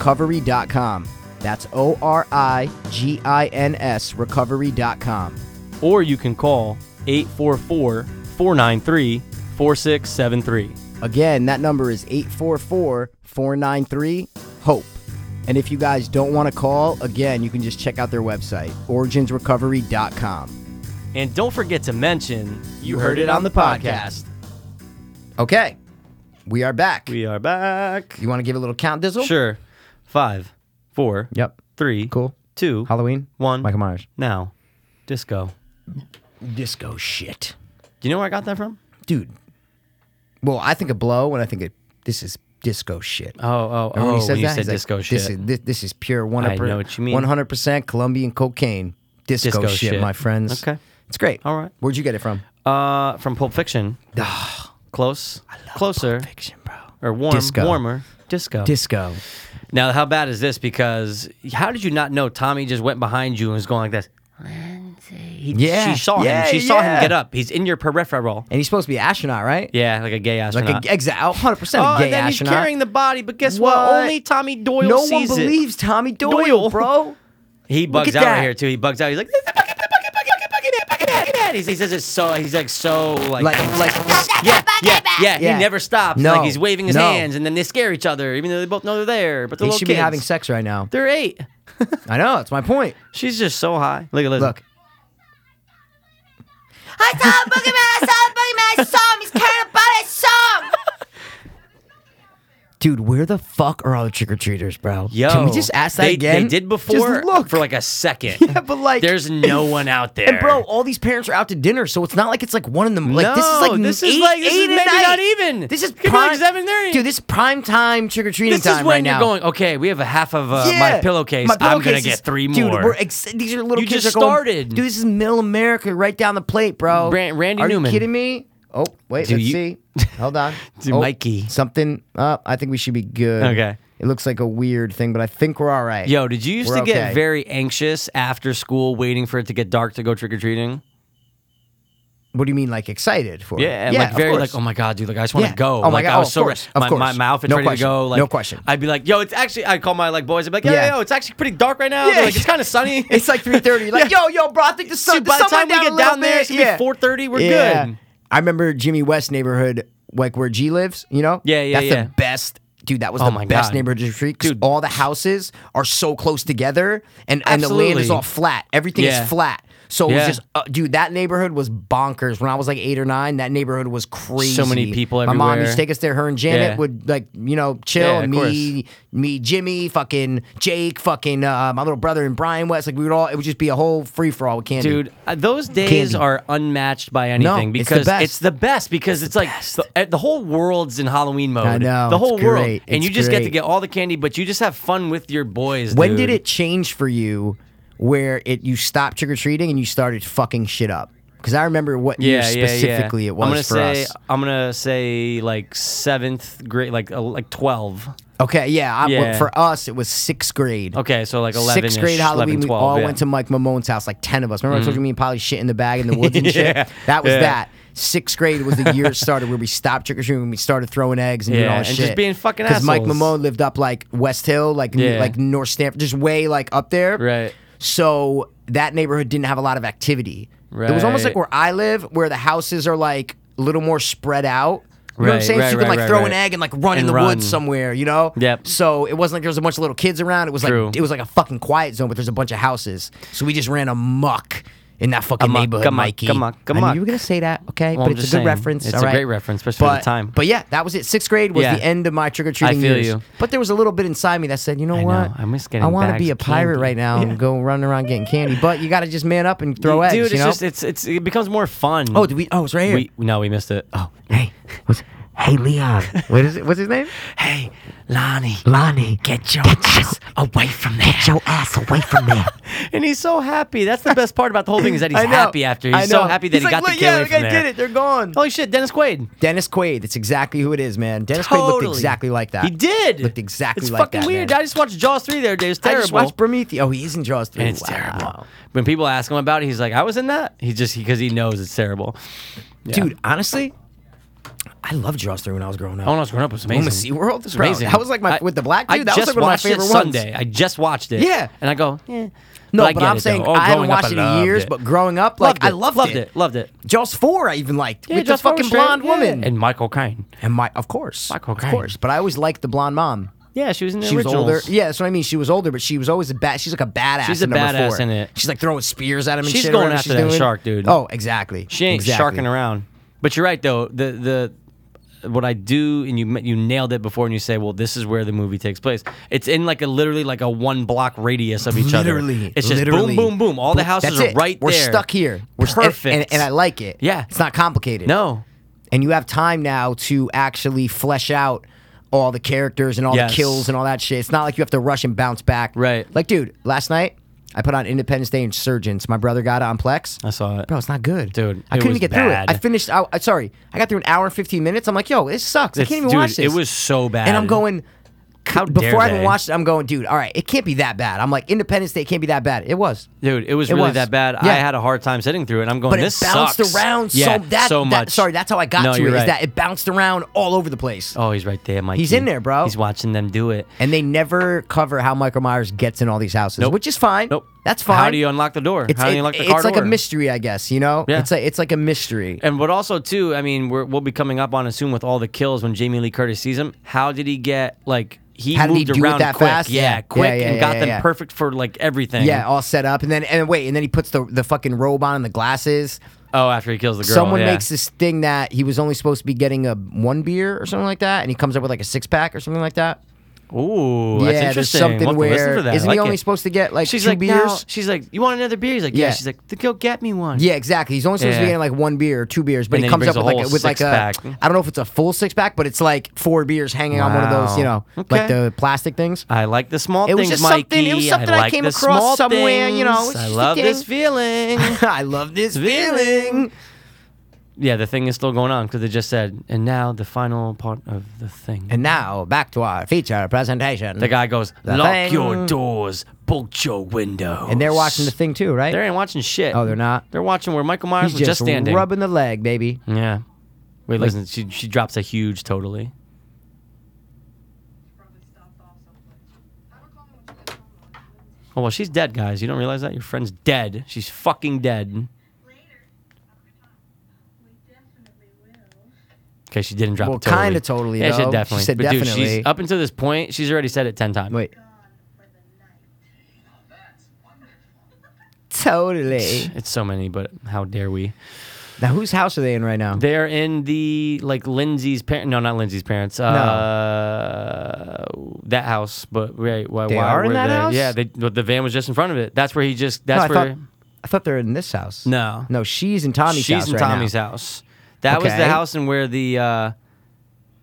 C: originsrecovery.com. That's O R I G I N S recovery.com.
D: Or you can call 844 493 4673.
C: Again, that number is 844 493 HOPE. E. And if you guys don't want to call, again, you can just check out their website, originsrecovery.com.
D: And don't forget to mention you
C: heard it on the podcast. Okay, we are back.
D: We are back.
C: you want to give a little count, Dizzle?
D: Sure. Five, four,
C: Yep.
D: three,
C: Cool.
D: two,
C: Halloween.
D: one.
C: Michael Myers.
D: Now, disco.
C: Disco shit,
D: Do you know where I got that from?
C: dude. Well, I think of blow, and I think of this is disco shit.
D: Oh, oh,
C: And
D: oh.
C: when he says
D: you
C: that,
D: said
C: he's like,
D: disco
C: this
D: shit.
C: Is, this, this is pure one
D: I know what you mean.
C: hundred percent Colombian cocaine, disco,
D: Disco
C: shit,
D: shit.
C: my friends.
D: Okay.
C: it's great.
D: All right.
C: where'd you get it from?
D: uh, from Pulp Fiction.
C: Ah.
D: Close, Uh, closer,
C: Fiction, bro.
D: or warm,
C: Disco.
D: warmer. Disco.
C: Disco.
D: now, how bad is this? Because how did you not know Tommy just went behind you and was going like this? He-
C: Yeah.
D: She saw
C: Yeah,
D: him. She saw
C: yeah.
D: him get up. He's in your peripheral.
C: And he's supposed to be an astronaut, right?
D: Yeah, like a gay astronaut.
C: Like a exact hundred percent
D: oh,
C: gay
D: and then
C: astronaut.
D: he's carrying the body, but guess what?
C: What?
D: Only Tommy Doyle
C: no one
D: sees it.
C: believes Tommy Doyle,
D: Doyle.
C: bro.
D: He bugs
C: at
D: out
C: that.
D: right here too. He bugs out. He's like, "This is a bucket, bucket, bucket, bucket, bucket, bucket, bucket, bucket." He's- he says it's so. He's like so like.
C: Like, like,
D: yeah, yeah, yeah,
C: Yeah.
D: He never stops.
C: No,
D: Like he's waving his
C: no.
D: hands, and then they scare each other, even though they both know they're there. But they're
C: they
D: little
C: should be
D: kids.
C: having sex right now.
D: They're eight.
C: I know. That's my point.
D: She's just so high. Look at Liz.
C: Look,
F: I saw a boogeyman, I saw a boogeyman, I saw him, he's carrying a body, I saw him!
C: dude, where the fuck are all the trick or treaters, bro?
D: Yo,
C: can we just ask that
D: they,
C: again?
D: They did before
C: Just look
D: for like a second.
C: Yeah, but, like-
D: there's no one out there.
C: And bro, all these parents are out to dinner, so it's not like it's like one in the like this is like
D: No, this is
C: eight-
D: like- this is
C: eight at
D: maybe
C: night.
D: not even.
C: This is
D: Could be like
C: prime
D: seven thirty.
C: dude. This is prime time trick or treating
D: this
C: time
D: is
C: right
D: when you're
C: now.
D: going. Okay, we have a half of uh, my,
C: Yeah.
D: pillowcase.
C: My
D: I'm gonna
C: pillowcase
D: get
C: is-
D: three more.
C: Dude, we're ex- these are little
D: You
C: kids
D: just
C: are going,
D: started.
C: Dude, this is middle America right down the plate, bro.
D: Ran- Randy
C: are
D: Newman.
C: you kidding me? Oh, wait,
D: Do
C: let's
D: you-
C: see. Hold on.
D: Do
C: oh,
D: Mikey.
C: Something up. I think we should be good.
D: Okay.
C: It looks like a weird thing, but I think we're all right.
D: Yo, did you used
C: We're
D: to get
C: okay.
D: very anxious after school waiting for it to get dark to go trick or treating?
C: What do you mean, like excited for? it?
D: Yeah,
C: yeah
D: like
C: of
D: very like,
C: course.
D: oh my god, dude, like I just want to
C: Yeah.
D: go.
C: Oh my
D: Like,
C: God,
D: I
C: oh,
D: was
C: of
D: so
C: course,
D: my,
C: of course.
D: my, my outfit's
C: No
D: ready
C: question,
D: to go. Like
C: no question.
D: I'd be like, yo, it's actually. I'd call my like boys. I'd be like, yo,
C: Yeah.
D: yo, yo, it's actually pretty dark right now. They're
C: Yeah.
D: like it's kind of sunny.
C: It's like 3:30. Like, yo, yo, bro, I think the sun.
D: Dude, by the time we
C: down
D: get
C: a little
D: down there,
C: bit.
D: it's gonna
C: yeah.
D: be four thirty. We're
C: Yeah.
D: good.
C: I remember Jimmy West neighborhood, like where G lives. You know?
D: Yeah, yeah,
C: That's
D: yeah.
C: the best. Dude, that was
D: Oh
C: the
D: my
C: best
D: God.
C: neighborhood retreat because
D: Dude.
C: all the houses are so close together, and and the land is
D: Absolutely.
C: all flat. Everything
D: Yeah.
C: is flat. So it
D: Yeah.
C: was just, uh, dude, that neighborhood was bonkers. When I was like eight or nine, that neighborhood was crazy.
D: many people
C: My mom
D: everywhere.
C: used to take us there. Her and Janet
D: Yeah.
C: would like, you know, chill.
D: Yeah,
C: and
D: of
C: me, me, Jimmy, fucking Jake, fucking uh, my little brother and Brian West. Like we would all, it would just be a whole free for all with candy.
D: Dude, uh, those days
C: Candy.
D: are unmatched by anything
C: it's the
D: because
C: best.
D: best because it's, like the, uh, the whole world's in Halloween mode.
C: I know,
D: the whole
C: it's
D: world,
C: great,
D: and
C: it's
D: you just get to
C: great.
D: get all the candy, but you just have fun with your boys.
C: When
D: dude.
C: did it change for you where it you stopped trick or treating and you started fucking shit up? Because I remember what year specifically it was
D: I'm gonna
C: for
D: say,
C: us.
D: I'm gonna say like seventh grade, like uh, like twelve.
C: Okay, yeah, I,
D: Yeah.
C: for us it was sixth grade.
D: Okay, so like eleven.
C: Sixth grade Halloween,
D: 11, 12,
C: we all
D: yeah. Mm.
C: went to Mike Mamone's house, like 10 of us. Remember, I told you me and Polly shit in the bag in the woods and
D: Yeah,
C: shit? That was
D: yeah.
C: that. Sixth grade was the year it started where we stopped trick or treating and we started throwing eggs and doing
D: Yeah,
C: all
D: and
C: this shit.
D: just being fucking
C: Mike
D: assholes.
C: Mamone lived up like West Hill, like,
D: Yeah.
C: like North Stanford, just way like up there.
D: Right.
C: So that neighborhood didn't have a lot of activity. It was almost
D: Right.
C: like where I live, where the houses are like a little more spread out. You know what
D: Right,
C: I'm saying?
D: right,
C: so you can
D: right,
C: like
D: right,
C: throw
D: right.
C: an egg and like run
D: And
C: in the
D: run.
C: woods somewhere, you know?
D: Yep.
C: So it wasn't like there was a bunch of little kids around. It was like
D: True.
C: it was like a fucking quiet zone, but there's a bunch of houses. So we just ran amok in that fucking
D: Amok,
C: neighborhood,
D: amok,
C: Mikey.
D: amok,
C: I
D: amok.
C: knew you were gonna say that, okay?
D: Well,
C: but
D: I'm
C: it's a
D: just
C: good
D: saying,
C: reference.
D: it's
C: all
D: a
C: right?
D: great reference, especially for the
C: But-
D: time.
C: But yeah, that was it. Sixth grade was
D: Yeah.
C: the end of my trick or treating.
D: I feel
C: years.
D: you.
C: But there was a little bit inside me that said, you know
D: I
C: what?
D: know, I miss getting
C: I want to
D: bags
C: be a
D: of
C: pirate
D: candy.
C: right now and go running around getting candy. But you got to just man up and throw eggs.
D: Dude, it's
C: you know?
D: just it's it's it becomes more fun.
C: oh, did we? Oh, it's right here.
D: we no, we missed it. Oh,
C: hey, what's, hey, Leon. what is it? What's his name?
D: hey, Lonnie.
C: Lonnie. Get your ass away from there. Get your ass away from there.
D: And he's so happy. That's the best part about the whole thing is that he's
C: I know.
D: happy after.
C: I
D: He's so
C: know.
D: happy that
C: He's like,
D: he got the
C: "Look,
D: kill
C: yeah,
D: away
C: look,
D: from
C: I
D: there. Oh.
C: did it. They're gone.
D: Holy shit, Dennis Quaid.
C: Dennis Quaid. That's exactly who it is, man. Dennis Quaid
D: Totally.
C: looked exactly like that.
D: He did.
C: Looked exactly
D: it's
C: like
D: fucking
C: that,
D: weird.
C: man.
D: I just watched Jaws 3 the other day. It's
C: I
D: terrible.
C: just watched Prometheus. Oh, he is in Jaws 3.
D: and it's
C: Wow.
D: terrible. When people ask him about it, he's like, I was in that. He just, because he, knows it's terrible. Yeah.
C: Dude, honestly, I loved Jaws 3 when I was growing up.
D: Oh, when I was growing up, it was amazing.
C: Amazing. SeaWorld?
D: It's
C: Bro,
D: amazing.
C: That was like my,
D: I-
C: with the black dude,
D: I
C: that
D: just
C: was like one of my
D: watched
C: favorite ones.
D: it Sunday. I just watched it.
C: Yeah.
D: And I go, eh.
C: No,
D: I
C: but
D: get
C: I'm
D: it,
C: saying
D: though. Oh,
C: I haven't
D: growing up,
C: watched it in
D: loved
C: years,
D: it.
C: but growing up,
D: Loved
C: like, I
D: it,
C: loved,
D: loved it. Loved it.
C: Jaws 4, I even liked.
D: Yeah,
C: with
D: Jaws
C: the fucking
D: Forrest,
C: blonde
D: yeah.
C: woman.
D: And Michael Caine.
C: And my, of course.
D: Michael
C: of
D: Caine.
C: course. But I always liked the blonde mom.
D: Yeah, she was in the
C: She was
D: originals.
C: older. Yeah, that's what I mean. She was older, but she was always a bad. She's like a badass.
D: She's a
C: in number
D: badass
C: four.
D: in it.
C: She's like throwing spears at him. And
D: She's
C: shit or
D: going
C: whatever
D: after that
C: doing.
D: shark, dude.
C: Oh, exactly.
D: She ain't
C: exactly.
D: sharking around. But you're right though. The the what I do and you you nailed it before and you say, "Well, this is where the movie takes place." It's in like a literally like a one block radius of each other.
C: Literally,
D: It's just
C: literally.
D: boom boom boom. All the houses
C: That's
D: are
C: it.
D: right
C: We're
D: there.
C: stuck here. We're st- and-
D: Perfect.
C: and, and I like it.
D: Yeah.
C: it's not complicated.
D: No.
C: and you have time now to actually flesh out all the characters and all
D: Yes.
C: the kills and all that shit. It's not like you have to rush and bounce back.
D: Right.
C: Like, dude, last night I put on Independence Day Insurgents. My brother got it on Plex.
D: I saw it.
C: Bro, it's not good,
D: Dude,
C: I
D: it
C: couldn't
D: was
C: even get through it.
D: bad.
C: I finished. I, I- sorry, I got through an hour and fifteen minutes. I'm like, yo, this sucks. I
D: It's-
C: can't even
D: dude,
C: watch this.
D: it was so bad.
C: And I'm going.
D: How dare
C: before I even
D: they.
C: watched it, I'm going, dude. All right, it can't be that bad. I'm like, Independence Day can't be that bad. It was.
D: Dude, it was
C: It
D: really
C: was.
D: that bad.
C: Yeah.
D: I had a hard time sitting through it. I'm going,
C: but
D: this
C: it bounced
D: sucks.
C: around
D: yeah,
C: so that,
D: so
C: that-
D: much.
C: sorry, that's how I got
D: No,
C: to it.
D: you're
C: Is
D: right.
C: that it bounced around all over the place.
D: Oh, he's right there, Mike.
C: He's in there, bro.
D: He's watching them do it.
C: And they never cover how Michael Myers gets in all these houses,
D: Nope.
C: which is fine.
D: Nope.
C: That's fine.
D: How do you unlock the door?
C: It's,
D: how do you
C: it-
D: unlock the
C: it's
D: car
C: like
D: door?
C: a mystery, I guess, you know?
D: Yeah.
C: It's like it's like a mystery.
D: And but also too, I mean, we're, we'll be coming up on it soon with all the kills when Jamie Lee Curtis sees him. How did he get like he
C: How did he do
D: moved
C: it
D: around
C: that
D: quick?
C: fast?
D: Yeah,
C: Yeah. Yeah,
D: quick
C: yeah,
D: and
C: yeah,
D: got
C: yeah,
D: them
C: yeah.
D: perfect for like everything.
C: Yeah, all set up. And then and wait, and then he puts the the fucking robe on and the glasses.
D: Oh, after he kills the girl.
C: Someone
D: yeah.
C: makes this thing that he was only supposed to be getting a one beer or something like that, and he comes up with like a six pack or something like that.
D: Ooh,
C: yeah,
D: that's interesting.
C: there's something
D: We'll have to listen
C: where
D: for that. I
C: isn't
D: like
C: he only
D: it.
C: supposed to get like
D: She's
C: two
D: like,
C: beers?
D: "No." she's like, you want another beer? He's like, yeah.
C: Yeah.
D: She's like, "Then go get me one.
C: Yeah, exactly. He's only supposed to
D: Yeah.
C: be getting like one beer or two beers, but
D: And
C: he
D: then he
C: comes
D: brings
C: up with
D: a
C: like,
D: whole
C: a- with like a
D: six-pack.
C: I don't know if it's a full six pack, but it's like four beers hanging on one of those, you know,
D: Wow.
C: like
D: Okay.
C: the plastic things.
D: I like the small
C: It was
D: things,
C: just
D: Mikey.
C: something- it was something I
D: like
C: came
D: the
C: across
D: small
C: somewhere, you know,
D: things.
C: it's
D: I
C: just a
D: love this
C: game.
D: feeling.
C: I love this feeling.
D: yeah, the thing is still going on because they just said, and now the final part of the thing.
C: And now back to our feature presentation.
D: The guy goes,
C: The
D: lock
C: thing."
D: your doors, bolt your windows.
C: and they're watching the thing too, right?
D: They ain't watching shit.
C: Oh, they're not?
D: They're watching where Michael Myers
C: He's
D: was just, standing.
C: rubbing the leg, baby.
D: Yeah. Wait, listen. She she drops a huge totally. Oh well, she's dead, guys. You don't realize that your friend's dead. She's fucking dead. Okay, she didn't drop.
C: Well,
D: a totally.
C: kinda totally,
D: Yeah, she
C: though. She
D: definitely.
C: said
D: but Dude, she's
C: definitely.
D: up until this point, she's already said it ten times.
C: Wait. Totally.
D: It's so many, but how dare we?
C: Now, whose house are they in right now?
D: They're in the like Lindsay's parent. No, not Lindsay's parents. Uh, that house. But right, why?
C: They
D: why
C: are in
D: were
C: that
D: they-
C: house?
D: Yeah, they, but the van was just in front of it. That's where he just.
C: no, I
D: That's
C: thought,
D: where.
C: I thought they're in this house.
D: No.
C: No, she's in Tommy's
D: she's
C: house
D: in
C: right
D: Tommy's
C: now.
D: house. That was the
C: Okay.
D: house and where the. Uh,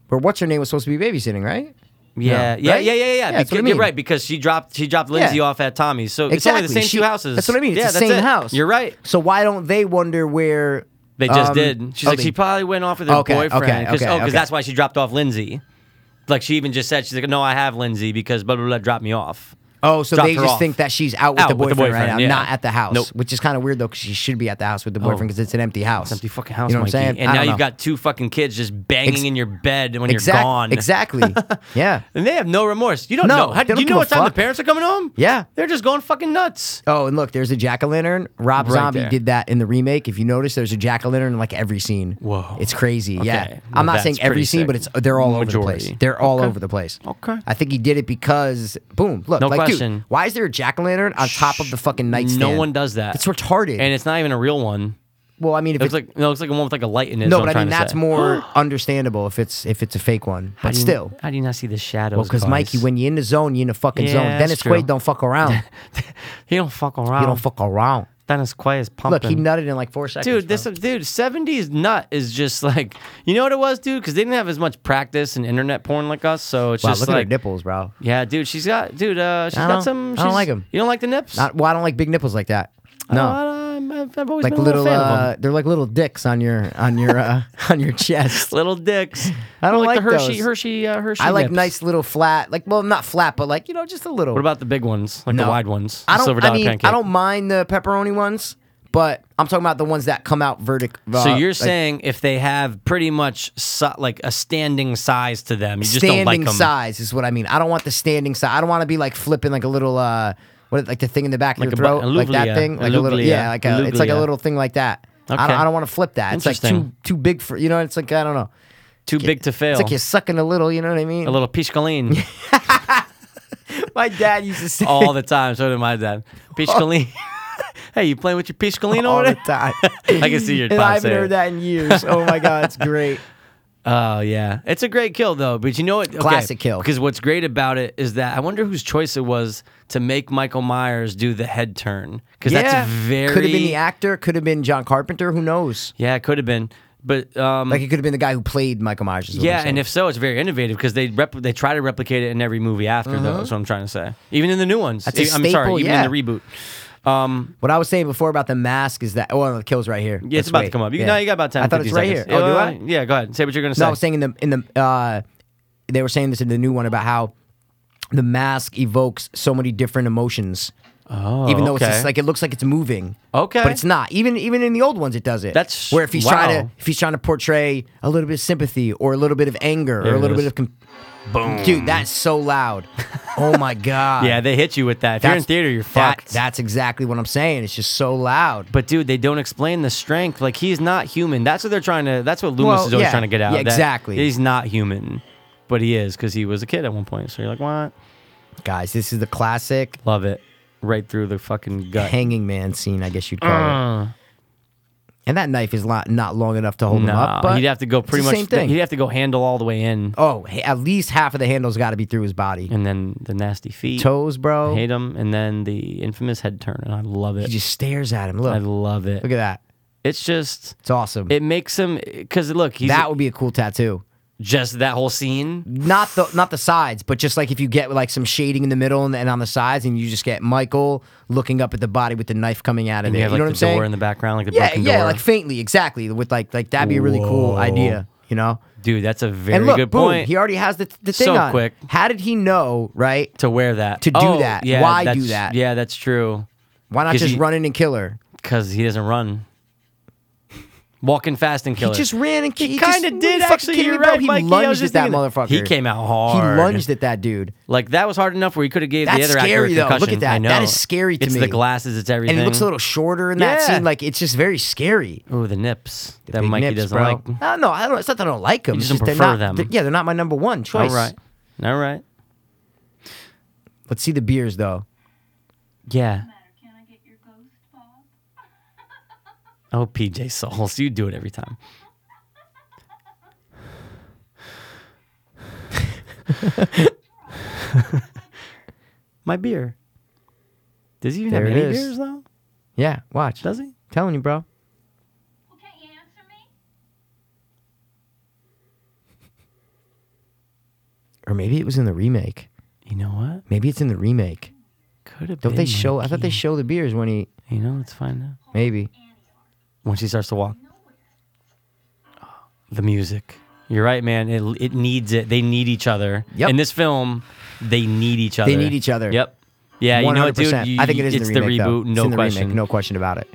C: Where what's her name was supposed to be babysitting, right?
D: yeah,
C: No.
D: yeah,
C: Right?
D: yeah, yeah, yeah,
C: Yeah, that's
D: Beca-
C: what I
D: You're
C: mean.
D: right because she dropped she dropped Lindsay
C: Yeah.
D: off at Tommy's, so it's only the same
C: She-
D: two houses.
C: That's what I mean. It's
D: yeah,
C: the
D: that's
C: same
D: it.
C: house.
D: You're right.
C: So why don't they wonder where
D: They just
C: um,
D: did. She's
C: oh,
D: like,
C: they-
D: she probably went off with her
C: Okay, okay,
D: boyfriend. Cause,
C: okay,
D: oh, because
C: okay.
D: that's why she dropped off Lindsay. Like she even just said, she's like, no, I have Lindsay because blah blah blah dropped me off.
C: Oh, so
D: dropped
C: they
D: her
C: just
D: off.
C: think that she's out with,
D: Out
C: the,
D: with the
C: boyfriend right
D: boyfriend,
C: now,
D: yeah.
C: not at the house,
D: Nope. Oh.
C: which is kind of weird though, because she should be at the house with the boyfriend because it's an empty house.
D: Empty fucking house,
C: You know what I'm
D: Mikey.
C: saying?
D: And
C: I
D: now
C: don't
D: you've
C: know.
D: got two fucking kids just banging
C: Ex-
D: in your bed when
C: exact-
D: you're gone.
C: Exactly. yeah.
D: And they have no remorse. You don't
C: No,
D: know. How,
C: they don't
D: do you
C: give
D: know
C: a
D: what time
C: fuck.
D: the parents are coming home?
C: Yeah.
D: They're just going fucking nuts.
C: Oh, and look, there's a jack o' lantern. Rob
D: Right
C: Zombie
D: there.
C: did that in the remake. If you notice, there's a jack o' lantern in like every scene.
D: Whoa.
C: it's crazy.
D: Okay.
C: Yeah,
D: Well,
C: I'm not
D: that's
C: saying every
D: pretty
C: scene, but
D: sick.
C: it's they're all over the
D: Majority.
C: place. They're all over the place.
D: Okay.
C: I think he did it because boom, look,
D: No
C: like
D: question.
C: dude, why is there a jack o' lantern on top of the fucking nightstand?
D: No one does that.
C: It's retarded.
D: And it's not even a real one.
C: well, I mean, if
D: It looks
C: it's
D: like no, it looks like a one with like a light in it. is
C: no,
D: what
C: but
D: I'm
C: I mean
D: trying to
C: that's
D: say.
C: more understandable if it's if it's a fake one.
D: How
C: But
D: do you-
C: still,
D: how do you not see the shadows?
C: well, because
D: guys?
C: Mikey, when you're in the zone, you're in the fucking
D: Yeah,
C: zone.
D: that's
C: Dennis
D: true.
C: Quaid don't fuck around.
D: he don't fuck around.
C: he don't fuck around.
D: Dennis Quaid is pumping.
C: Look, he nutted in like four seconds.
D: dude. This
C: bro.
D: dude, seventies nut is just like you know what it was, dude. Because they didn't have as much practice in internet porn like us, so it's
C: wow,
D: just
C: look at
D: like
C: her nipples, bro.
D: yeah, dude. She's got dude. Uh, she's
C: I
D: got
C: don't-
D: some.
C: I
D: She's,
C: don't like 'em.
D: You don't like the nips?
C: Not well, I don't like big nipples like that. No.
D: Oh, I- I've, I've always
C: like
D: been a little,
C: little,
D: fan of
C: uh,
D: them.
C: they're like little dicks on your on your uh, on your chest.
D: Little dicks.
C: I don't
D: the
C: like
D: Hershey,
C: those.
D: Hershey, uh, Hershey.
C: I like
D: nips.
C: nice little flat, like well, not flat, but like you know, just a little.
D: What about the big ones, like the
C: No.
D: wide ones?
C: I
D: the
C: don't.
D: Silver
C: I
D: dollar
C: mean,
D: pancake.
C: I don't mind the pepperoni ones, but I'm talking about the ones that come out vertic. uh,
D: So you're
C: like,
D: saying if they have pretty much so, like a standing size to them, you just
C: standing
D: don't like them.
C: size is what I mean. I don't want the standing size. I don't want to be like flipping like a little uh, what like the thing in the back of
D: Like
C: your
D: a
C: throat,
D: bu- a
C: like
D: luvlia.
C: that thing,
D: A
C: like a little
D: luvlia.
C: yeah, like a, it's like a
D: Luvlia.
C: little thing like that. I
D: Okay.
C: don't, I don't want to flip that. It's like too
D: Interesting.
C: too big for you know. It's like I don't know.
D: Too big to fail.
C: It's like you're sucking a little. You know what I mean?
D: a little peach colleen.
C: My dad used to say
D: all the time. So did my dad. Peach Colleen. hey, you playing with your peach Colleen
C: all
D: over
C: the
D: there?
C: time.
D: I can see your
C: and
D: pop
C: I haven't
D: saying it.
C: heard that in years. Oh my god, it's great.
D: Oh yeah, it's a great kill though. But you know what? Okay,
C: Classic kill.
D: Because what's great about it is that I wonder whose choice it was to make Michael Myers do the head turn because that's very
C: could have been the actor, could have been John Carpenter. Who knows?
D: yeah, it could have been. But um,
C: Like it could have been the guy who played Michael Myers. is what
D: yeah,
C: I'm saying.
D: and if so, it's very innovative because they rep- they try to replicate it in every movie after though. That's what I'm trying to say. Even in the new ones.
C: Mm-hmm. That's a
D: E- I'm sorry,
C: staple,
D: even
C: yeah.
D: in the reboot. Um,
C: what I was saying before about the mask is that oh, the kill's right here.
D: yeah, it's
C: Let's
D: about
C: wait.
D: to come up. You,
C: Yeah.
D: Now you got about 10,
C: I thought it's
D: 50
C: right
D: seconds.
C: here. Oh, do
D: Yeah,
C: I?
D: Yeah, go ahead. Say what you're gonna say.
C: No, I was saying in the in the uh, they were saying this in the new one about how the mask evokes so many different emotions.
D: oh,
C: even though it's
D: okay.
C: just, like it looks like it's moving.
D: Okay.
C: But it's not. Even even in the old ones it does it.
D: That's-
C: where if he's trying
D: wow.
C: to if he's trying to portray a little bit of sympathy or a little bit of anger or
D: There
C: a
D: it
C: little
D: is.
C: bit of com- boom. Dude, that's so loud. oh my god.
D: yeah, they hit you with that. If you're in theater, you're
C: that-
D: fucked.
C: that's exactly what I'm saying. It's just so loud.
D: But dude, they don't explain the strength. Like he's not human. That's what they're trying to. That's what Loomis
C: Well,
D: is always
C: yeah.
D: trying to get out.
C: Yeah,
D: that
C: exactly.
D: He's not human, but he is because he was a kid at one point. So you're like, what?
C: Guys, this is the classic
D: Love it, right through the fucking gut.
C: hanging man scene, I guess you'd call
D: Mm.
C: it. And that knife is not not long enough to hold him
D: Nah,
C: up. But
D: he'd have to go
C: it's
D: pretty
C: the
D: much.
C: same thing.
D: He'd have to go handle all the way in,
C: oh, h- at least half of the handle's got to be through his body.
D: and then the nasty feet.
C: Toes, bro.
D: Hate him, and then the infamous head turn, and I love
C: He
D: it.
C: just stares at him.
D: I
C: Look,
D: love it.
C: look at that.
D: It's just.
C: It's awesome.
D: It makes him because look, he's
C: that would be a cool tattoo.
D: just that whole scene.
C: Not the not the sides, but just like if you get like some shading in the middle and, and on the sides, and you just get Michael looking up at the body with the knife coming out of
D: And
C: it.
D: you have like
C: know what
D: the
C: I'm saying?
D: door in the background, like the
C: yeah,
D: broken
C: yeah,
D: door.
C: like faintly, exactly. With like like that'd be a really cool
D: Whoa.
C: idea, you know.
D: Dude, that's a very
C: and look,
D: good
C: boom,
D: point.
C: he already has the, the thing
D: So
C: on.
D: quick.
C: How did he know? Right?
D: to wear that
C: To do that. Why do
D: that's-
C: that?
D: Yeah, that's true.
C: Why not
D: 'Cause
C: just
D: he-
C: run in and kill her?
D: Because he doesn't run. Walking fast and
C: He
D: killing.
C: just ran and ki- he
D: kinda
C: just- what are you
D: did,
C: fucking
D: actually,
C: kidding me,
D: you're
C: bro?
D: right,
C: He
D: Mikey, I was
C: lunged at
D: just
C: that
D: thinking that.
C: motherfucker.
D: He came out
C: He
D: hard.
C: lunged at that dude.
D: like that was hard enough where he could have gave
C: That's
D: the other actor
C: scary,
D: a
C: though. Look at
D: concussion.
C: that.
D: I know.
C: That is scary to
D: it's
C: me.
D: the glasses. It's everything.
C: And he looks a little shorter in that
D: Yeah.
C: scene. Like it's just very scary.
D: Ooh, the nips that
C: Big
D: Mikey
C: nips,
D: doesn't
C: bro.
D: like.
C: No, no, I don't. It's not that I don't like them.
D: You
C: it's just
D: just don't
C: they're
D: prefer
C: not,
D: them.
C: they're- yeah, they're not my number one
D: All
C: choice.
D: right. All right.
C: Let's see the beers though.
D: Yeah.
G: Can I get your ghost, Bob?
D: Oh, PJ Souls, you do it every time. My beer. Does he even
C: There
D: have
C: it
D: any
C: is.
D: beers though?
C: Yeah, watch.
D: Does he?
C: telling you, bro.
G: Well, can't you answer me?
C: Or maybe it was in the remake.
D: You know what?
C: Maybe it's in the remake.
D: Could have
C: Don't
D: been.
C: they show? I thought they
D: Mikey.
C: show the beers when he.
D: You know, let's find out.
C: Maybe.
D: When she starts to walk. The music. You're right, man. It it needs it. They need each other.
C: Yep.
D: In this film, they need each other.
C: need each other.
D: Yep. Yeah, you know what, dude?
C: 100%.
D: You-
C: I think it is in
D: it's
C: the remake. though.
D: reboot,
C: It's
D: no
C: in the remake,
D: question.
C: no question about it.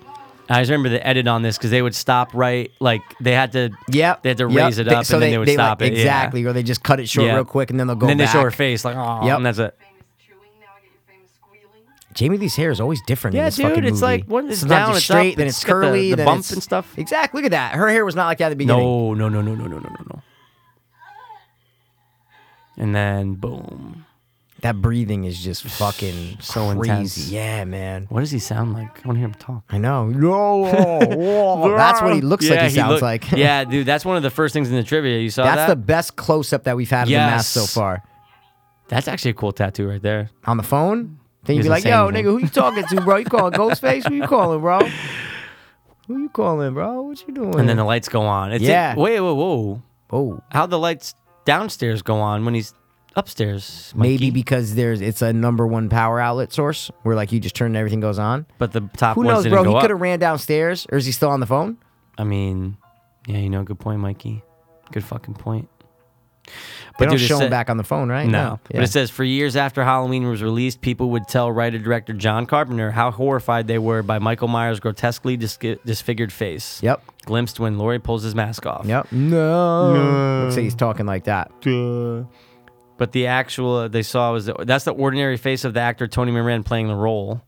D: I just remember the edit on this because they would stop right, like they had to.
C: Yep.
D: They had to
C: yep.
D: raise it up,
C: so
D: and then they would
C: like-
D: stop it. yeah.
C: Exactly. Or they just cut it short
D: Yeah.
C: real quick, and then they'll go
D: And then
C: back.
D: they show her face, like, oh,
C: Yep.
D: and that's it.
G: Famous chewing, now I get your famous squealing.
C: Jamie Lee's hair is always different. in
D: Yeah,
C: this
D: dude,
C: fucking
D: it's
C: movie.
D: like, one is
C: Sometimes
D: down,
C: it's
D: it's up,
C: straight, then
D: it's
C: it's
D: got the-
C: curly,
D: the
C: then
D: bump
C: it's-
D: and stuff.
C: Exactly. Look at that. Her hair was not like that at the beginning.
D: No, no, no, no, no, no, no, no, no. And then boom.
C: That breathing is just fucking
D: So
C: crazy.
D: intense.
C: Yeah, man.
D: What does he sound like? I want to hear him talk.
C: I know. No, Oh, that's what he looks like.
D: Yeah,
C: He, sounds
D: look-
C: like.
D: yeah, dude, that's one of the first things in the trivia. You saw
C: that's the
D: that?
C: best close up that we've had of the mask so
D: Yes.
C: far.
D: That's actually a cool tattoo right there.
C: On the phone, then
D: He
C: you'd be
D: doesn't
C: like,
D: say
C: "Yo,
D: anything.
C: nigga, who you talking to, bro? You calling Ghostface? Who you calling, bro? Who you calling, bro? What you doing?"
D: And then the lights go on. It's
C: Yeah.
D: It, wait, whoa, whoa.
C: oh,
D: How the lights downstairs go on when he's upstairs?
C: maybe
D: Mikey?
C: because there's it's a number one power outlet source where like you just turn and everything goes on.
D: But the top
C: Who
D: ones
C: knows,
D: didn't
C: bro?
D: go
C: He
D: up.
C: could have ran downstairs, or is he still on the phone?
D: I mean, yeah, you know, good point, Mikey. Good fucking point.
C: They don't
D: dude, it
C: show him
D: said-
C: back on the phone, right?
D: No, but
C: Yeah.
D: it says for years after Halloween was released, people would tell writer director John Carpenter how horrified they were by Michael Myers' grotesquely dis- disfigured face.
C: Yep.
D: Glimpsed when Laurie pulls his mask off.
C: Yep. No. Looks like he's talking like that.
D: But the actual uh, they saw was the, that's the ordinary face of the actor Tony Moran playing the role.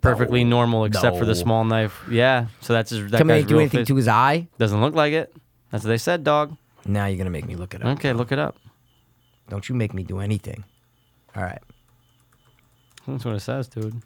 D: Perfectly normal except for the
C: No.
D: small knife. Yeah, so that's his. That
C: Come in
D: guy's
C: and do
D: real
C: anything
D: face.
C: to his eye.
D: Doesn't look like it. That's what they said, dog. Hmm?
C: Now you're gonna make me look it up.
D: Okay, look it up.
C: Don't you make me do anything. All right.
D: That's what it says, dude.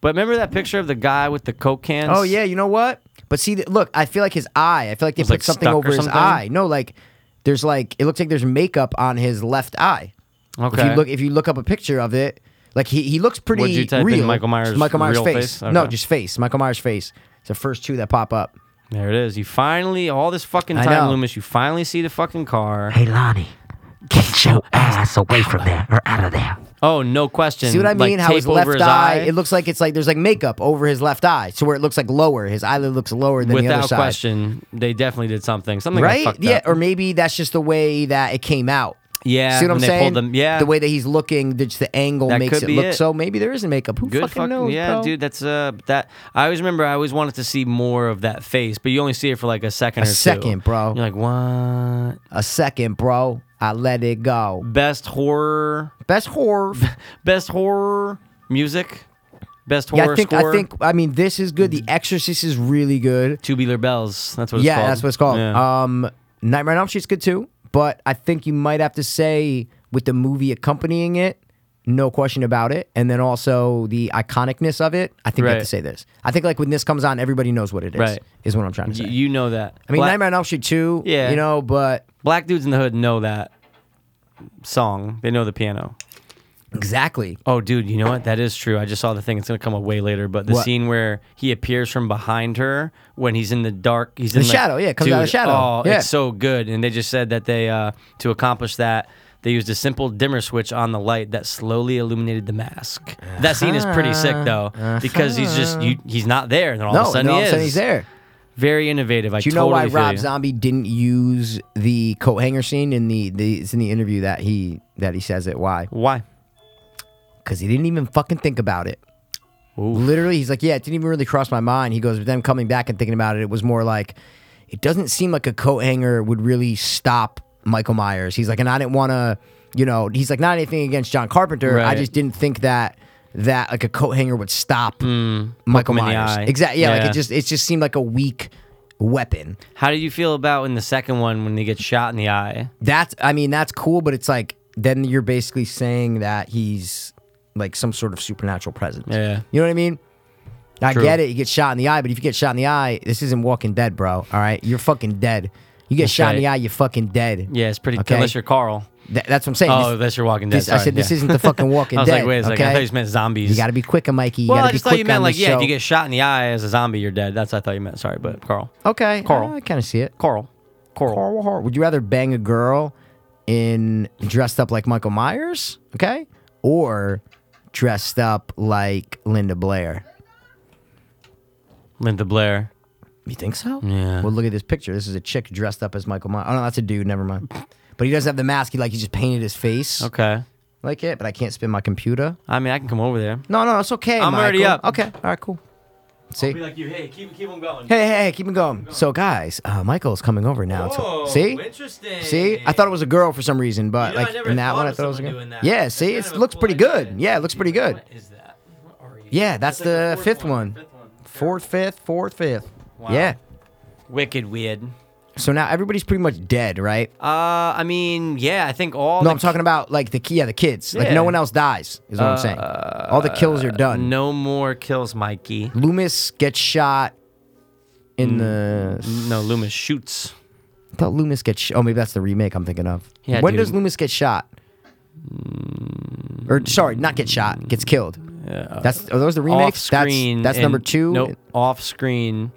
D: But remember that picture of the guy with the coke cans?
C: Oh yeah, you know what? But see, th- look, I feel like his eye. I feel like they
D: was,
C: put
D: like,
C: something
D: stuck or
C: over his
D: something?
C: eye. No, like there's like it looks like there's makeup on his left eye.
D: Okay.
C: If you look, if you look up a picture of it, like he, he looks pretty
D: What'd you type in,
C: real.
D: Michael Myers
C: Just Michael Myers
D: real
C: face.
D: face?
C: No,
D: Okay.
C: just face. Michael Myers face. It's the first two that pop up.
D: there it is. You finally, all this fucking
C: I
D: time,
C: know.
D: Loomis, you finally see the fucking car.
E: Hey, Lonnie, get your ass away from there or out of there.
D: Oh, no question.
C: See what I
D: Like,
C: mean? How his
D: tape over
C: left
D: his
C: eye, It looks like it's like there's like makeup over his left eye, so where it looks like lower. His eyelid looks lower than the
D: without
C: other side.
D: question, they definitely did something. Something got
C: Right?
D: fucked
C: Yeah.
D: up.
C: Or maybe that's just the way that it came out.
D: yeah.
C: See what I'm
D: when they
C: saying?
D: Pulled them. Yeah.
C: The way that he's looking, just the angle
D: That
C: makes
D: could
C: it
D: be
C: look
D: it.
C: so. Maybe there isn't makeup. Who
D: Good
C: fucking, knows?
D: yeah,
C: bro?
D: dude. That's uh that I always remember. I always wanted to see more of that face, but you only see it for like a second
C: A
D: or two.
C: second, bro.
D: You're like, what?
C: A second, bro. I let it go.
D: Best horror,
C: Best horror.
D: best horror music, best horror
C: yeah, I think.
D: score.
C: I think. I mean, this is good. The Exorcist is really good.
D: Tubular Bells. That's what it's
C: yeah,
D: called.
C: that's what it's called.
D: Yeah.
C: Um, Nightmare on Elm Street's good too, but I think you might have to say with the movie accompanying it, no question about it, and then also the iconicness of it. I think you have
D: Right.
C: to say this. I think like when this comes on, everybody knows what it is.
D: Right.
C: Is what I'm trying to say.
D: Y- you know that.
C: I mean,
D: Black,
C: Nightmare on Elm Street too.
D: Yeah.
C: You know, but
D: Black dudes in the hood know that song. They know the piano.
C: exactly.
D: Oh, dude, you know what? That is true. I just saw the thing. It's gonna come up way later, but the
C: What?
D: scene where he appears from behind her when he's in the dark, he's in
C: The shadow, yeah, it comes out of the
D: Dude,
C: shadow.
D: Oh,
C: Yeah.
D: it's so good. And they just said that they uh, to accomplish that. They used a simple dimmer switch on the light that slowly illuminated the mask. That scene is pretty sick though, because he's just you, he's not there, and then all
C: Uh-huh. No,
D: of a sudden
C: and all of a
D: he is.
C: sudden he's there.
D: Very innovative. I
C: Do you
D: totally
C: know why
D: feel
C: Rob
D: you.
C: Zombie didn't use the coat hanger scene in the, the it's in the interview that he that he says it? Why?
D: Why?
C: Because he didn't even fucking think about it. Literally, he's like, yeah, it didn't even really cross my mind. He goes, but then coming back and thinking about it, it was more like, it doesn't seem like a coat hanger would really stop Michael Myers. He's like, and I didn't want to, you know, he's like, not anything against John Carpenter. I
D: Right.
C: just didn't think that that like a coat hanger would stop Michael
D: Mm. him in the
C: Myers.
D: eye.
C: Exactly. Yeah, like
D: Yeah.
C: it just it just seemed like a weak weapon.
D: How do you feel about in the second one when he gets shot in the eye?
C: That's I mean that's cool, but it's like then you're basically saying that he's like some sort of supernatural presence.
D: Yeah.
C: You know what I mean? I
D: True.
C: get it. You get shot in the eye, but if you get shot in the eye, this isn't Walking Dead, bro. All right, you're fucking dead. You get shot in
D: Okay.
C: the eye, you're fucking dead.
D: Yeah, it's pretty.
C: Okay.
D: Unless you're Carl.
C: Th- that's what I'm saying.
D: Oh,
C: This-
D: that's your Walking Dead.
C: this- I
D: sorry,
C: said this
D: yeah.
C: isn't the fucking Walking
D: I was
C: Dead.
D: like, wait a second.
C: okay?
D: I thought you meant zombies.
C: You got to be quicker, Mikey. You
D: well,
C: got to
D: I
C: be
D: just thought
C: quick
D: you meant
C: on
D: like,
C: this
D: yeah,
C: show.
D: if you get shot in the eye as a zombie, you're dead. That's what I thought you meant. Sorry, but Carl.
C: okay,
D: Carl.
C: I kind of see it.
D: Carl. Carl.
C: Carl Hart. Would you rather bang a girl in dressed up like Michael Myers, okay, or dressed up like Linda Blair?
D: Linda Blair.
C: You think so?
D: Yeah.
C: Well, look at this picture. This is a chick dressed up as Michael Myers. Oh no, that's a dude. Never mind. But he doesn't have the mask. He like he just painted his face
D: Okay.
C: like it. But I can't spin my computer.
D: I mean, I can come over there.
C: No, no, it's okay.
D: I'm already
C: Michael.
D: up.
C: Okay. All right. Cool. See. Hey,
D: like you. Hey, keep keep them going.
C: hey, hey, keep it going. So, guys, uh, Michael's coming over now. so, see?
D: Interesting.
C: See, I thought it was a girl for some reason, but
D: You know, I
C: like
D: never
C: in that
D: thought
C: one, I
D: of
C: thought it was a
D: someone
C: girl.
D: doing that.
C: Yeah,
D: That's
C: see,
D: kind
C: it
D: of a
C: looks
D: cool
C: pretty
D: idea.
C: good. Yeah, it looks pretty good.
D: What is that? What are you?
C: Yeah, that's
D: like
C: the
D: fourth
C: fifth one.
D: Fifth one.
C: Fourth, fifth, fourth, fifth. Yeah.
D: Wicked weird. Uh,
C: So now everybody's pretty much dead, right?
D: I mean, yeah, I think all.
C: no,
D: the
C: I'm talking about like the ki- yeah, the kids. Like
D: Yeah. Uh,
C: no one else dies, is what I'm saying. All the kills are done.
D: No more kills, Mikey.
C: Loomis gets shot in the.
D: No, Loomis shoots.
C: I thought Loomis gets. Sh- oh, maybe that's the remake I'm thinking of.
D: Yeah,
C: when
D: dude.
C: does Loomis get shot? Or sorry, not get shot, gets killed. That's are those the
D: Mm. off
C: remakes? That's
D: screen.
C: that's
D: in-
C: number two.
D: Nope. Off screen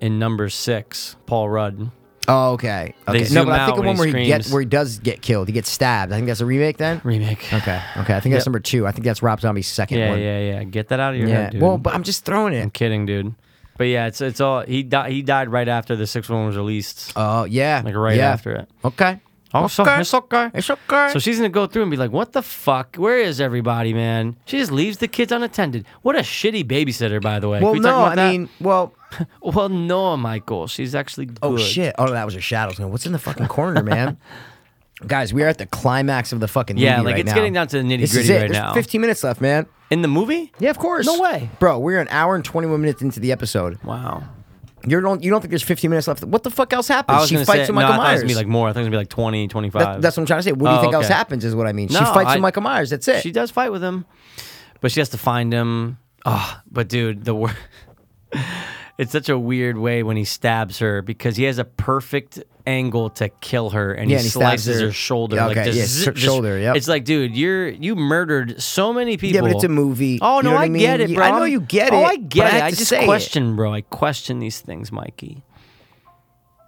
D: in number six, Paul Rudd.
C: Oh, okay.
D: They
C: Okay.
D: zoom
C: no, but I
D: out
C: think the
D: when
C: one
D: he
C: where he gets
D: screams.
C: where he does get killed, he gets stabbed. I think that's a remake then.
D: Remake.
C: Okay. Okay. I think
D: Yep.
C: that's number two. I think that's Rob Zombie's second
D: Yeah,
C: one.
D: yeah, yeah. Get that out of your
C: Yeah.
D: head, dude.
C: Well, but I'm just throwing
D: I'm
C: it.
D: kidding, dude. But yeah, it's it's all he died. He died right after the sixth one was released,
C: Oh yeah.
D: like right
C: yeah.
D: after it.
C: Okay.
D: Oh, so,
C: Okay.
D: it's okay.
C: It's okay.
D: So she's gonna go through and be like, "What the fuck? Where is everybody, man?" She just leaves the kids unattended. What a shitty babysitter, by the way.
C: well,
D: Can we talk
C: no,
D: about
C: I
D: that?
C: mean, well,
D: well, no, Michael. She's actually good.
C: oh shit. Oh, that was your shadows. Man. What's in the fucking corner, man? Guys, we are at the climax of the fucking
D: Yeah,
C: movie
D: like
C: right
D: it's
C: now.
D: getting down to the nitty
C: This is
D: gritty
C: it.
D: right
C: There's
D: now.
C: 15 minutes left, man.
D: In the movie?
C: Yeah, of course.
D: No way.
C: bro. We're an hour and 21 minutes into the episode.
D: Wow.
C: You don't you don't think there's 15 minutes left? What the fuck else
D: I
C: happens?
D: was
C: She
D: gonna
C: fights
D: say,
C: with Michael
D: no, I thought it was
C: Myers.
D: gonna be like more. I thought it was gonna be like 20, 25.
C: That- that's what I'm trying to say. What do you
D: Oh,
C: think else
D: okay.
C: happens? Is what I mean. she
D: No,
C: fights
D: I-
C: with Michael Myers. That's it.
D: she does fight with him. but she has to find him. Oh, but dude, the wor- it's such a weird way when he stabs her because he has a perfect angle to kill her, and
C: Yeah,
D: he,
C: and he stabs
D: slices
C: her.
D: her. shoulder.
C: Yeah,
D: like
C: okay,
D: just
C: yeah,
D: zip,
C: sh-
D: just-
C: shoulder, yep.
D: It's like, dude, you're you murdered so many people.
C: Yeah, but it's a movie.
D: Oh
C: You
D: no,
C: know what
D: I,
C: I mean?
D: get it,
C: You-
D: bro.
C: I know you get
D: Oh,
C: it,
D: I
C: but
D: get
C: I
D: it.
C: have
D: I
C: to
D: just
C: say it.
D: question, bro. I question these things, Mikey.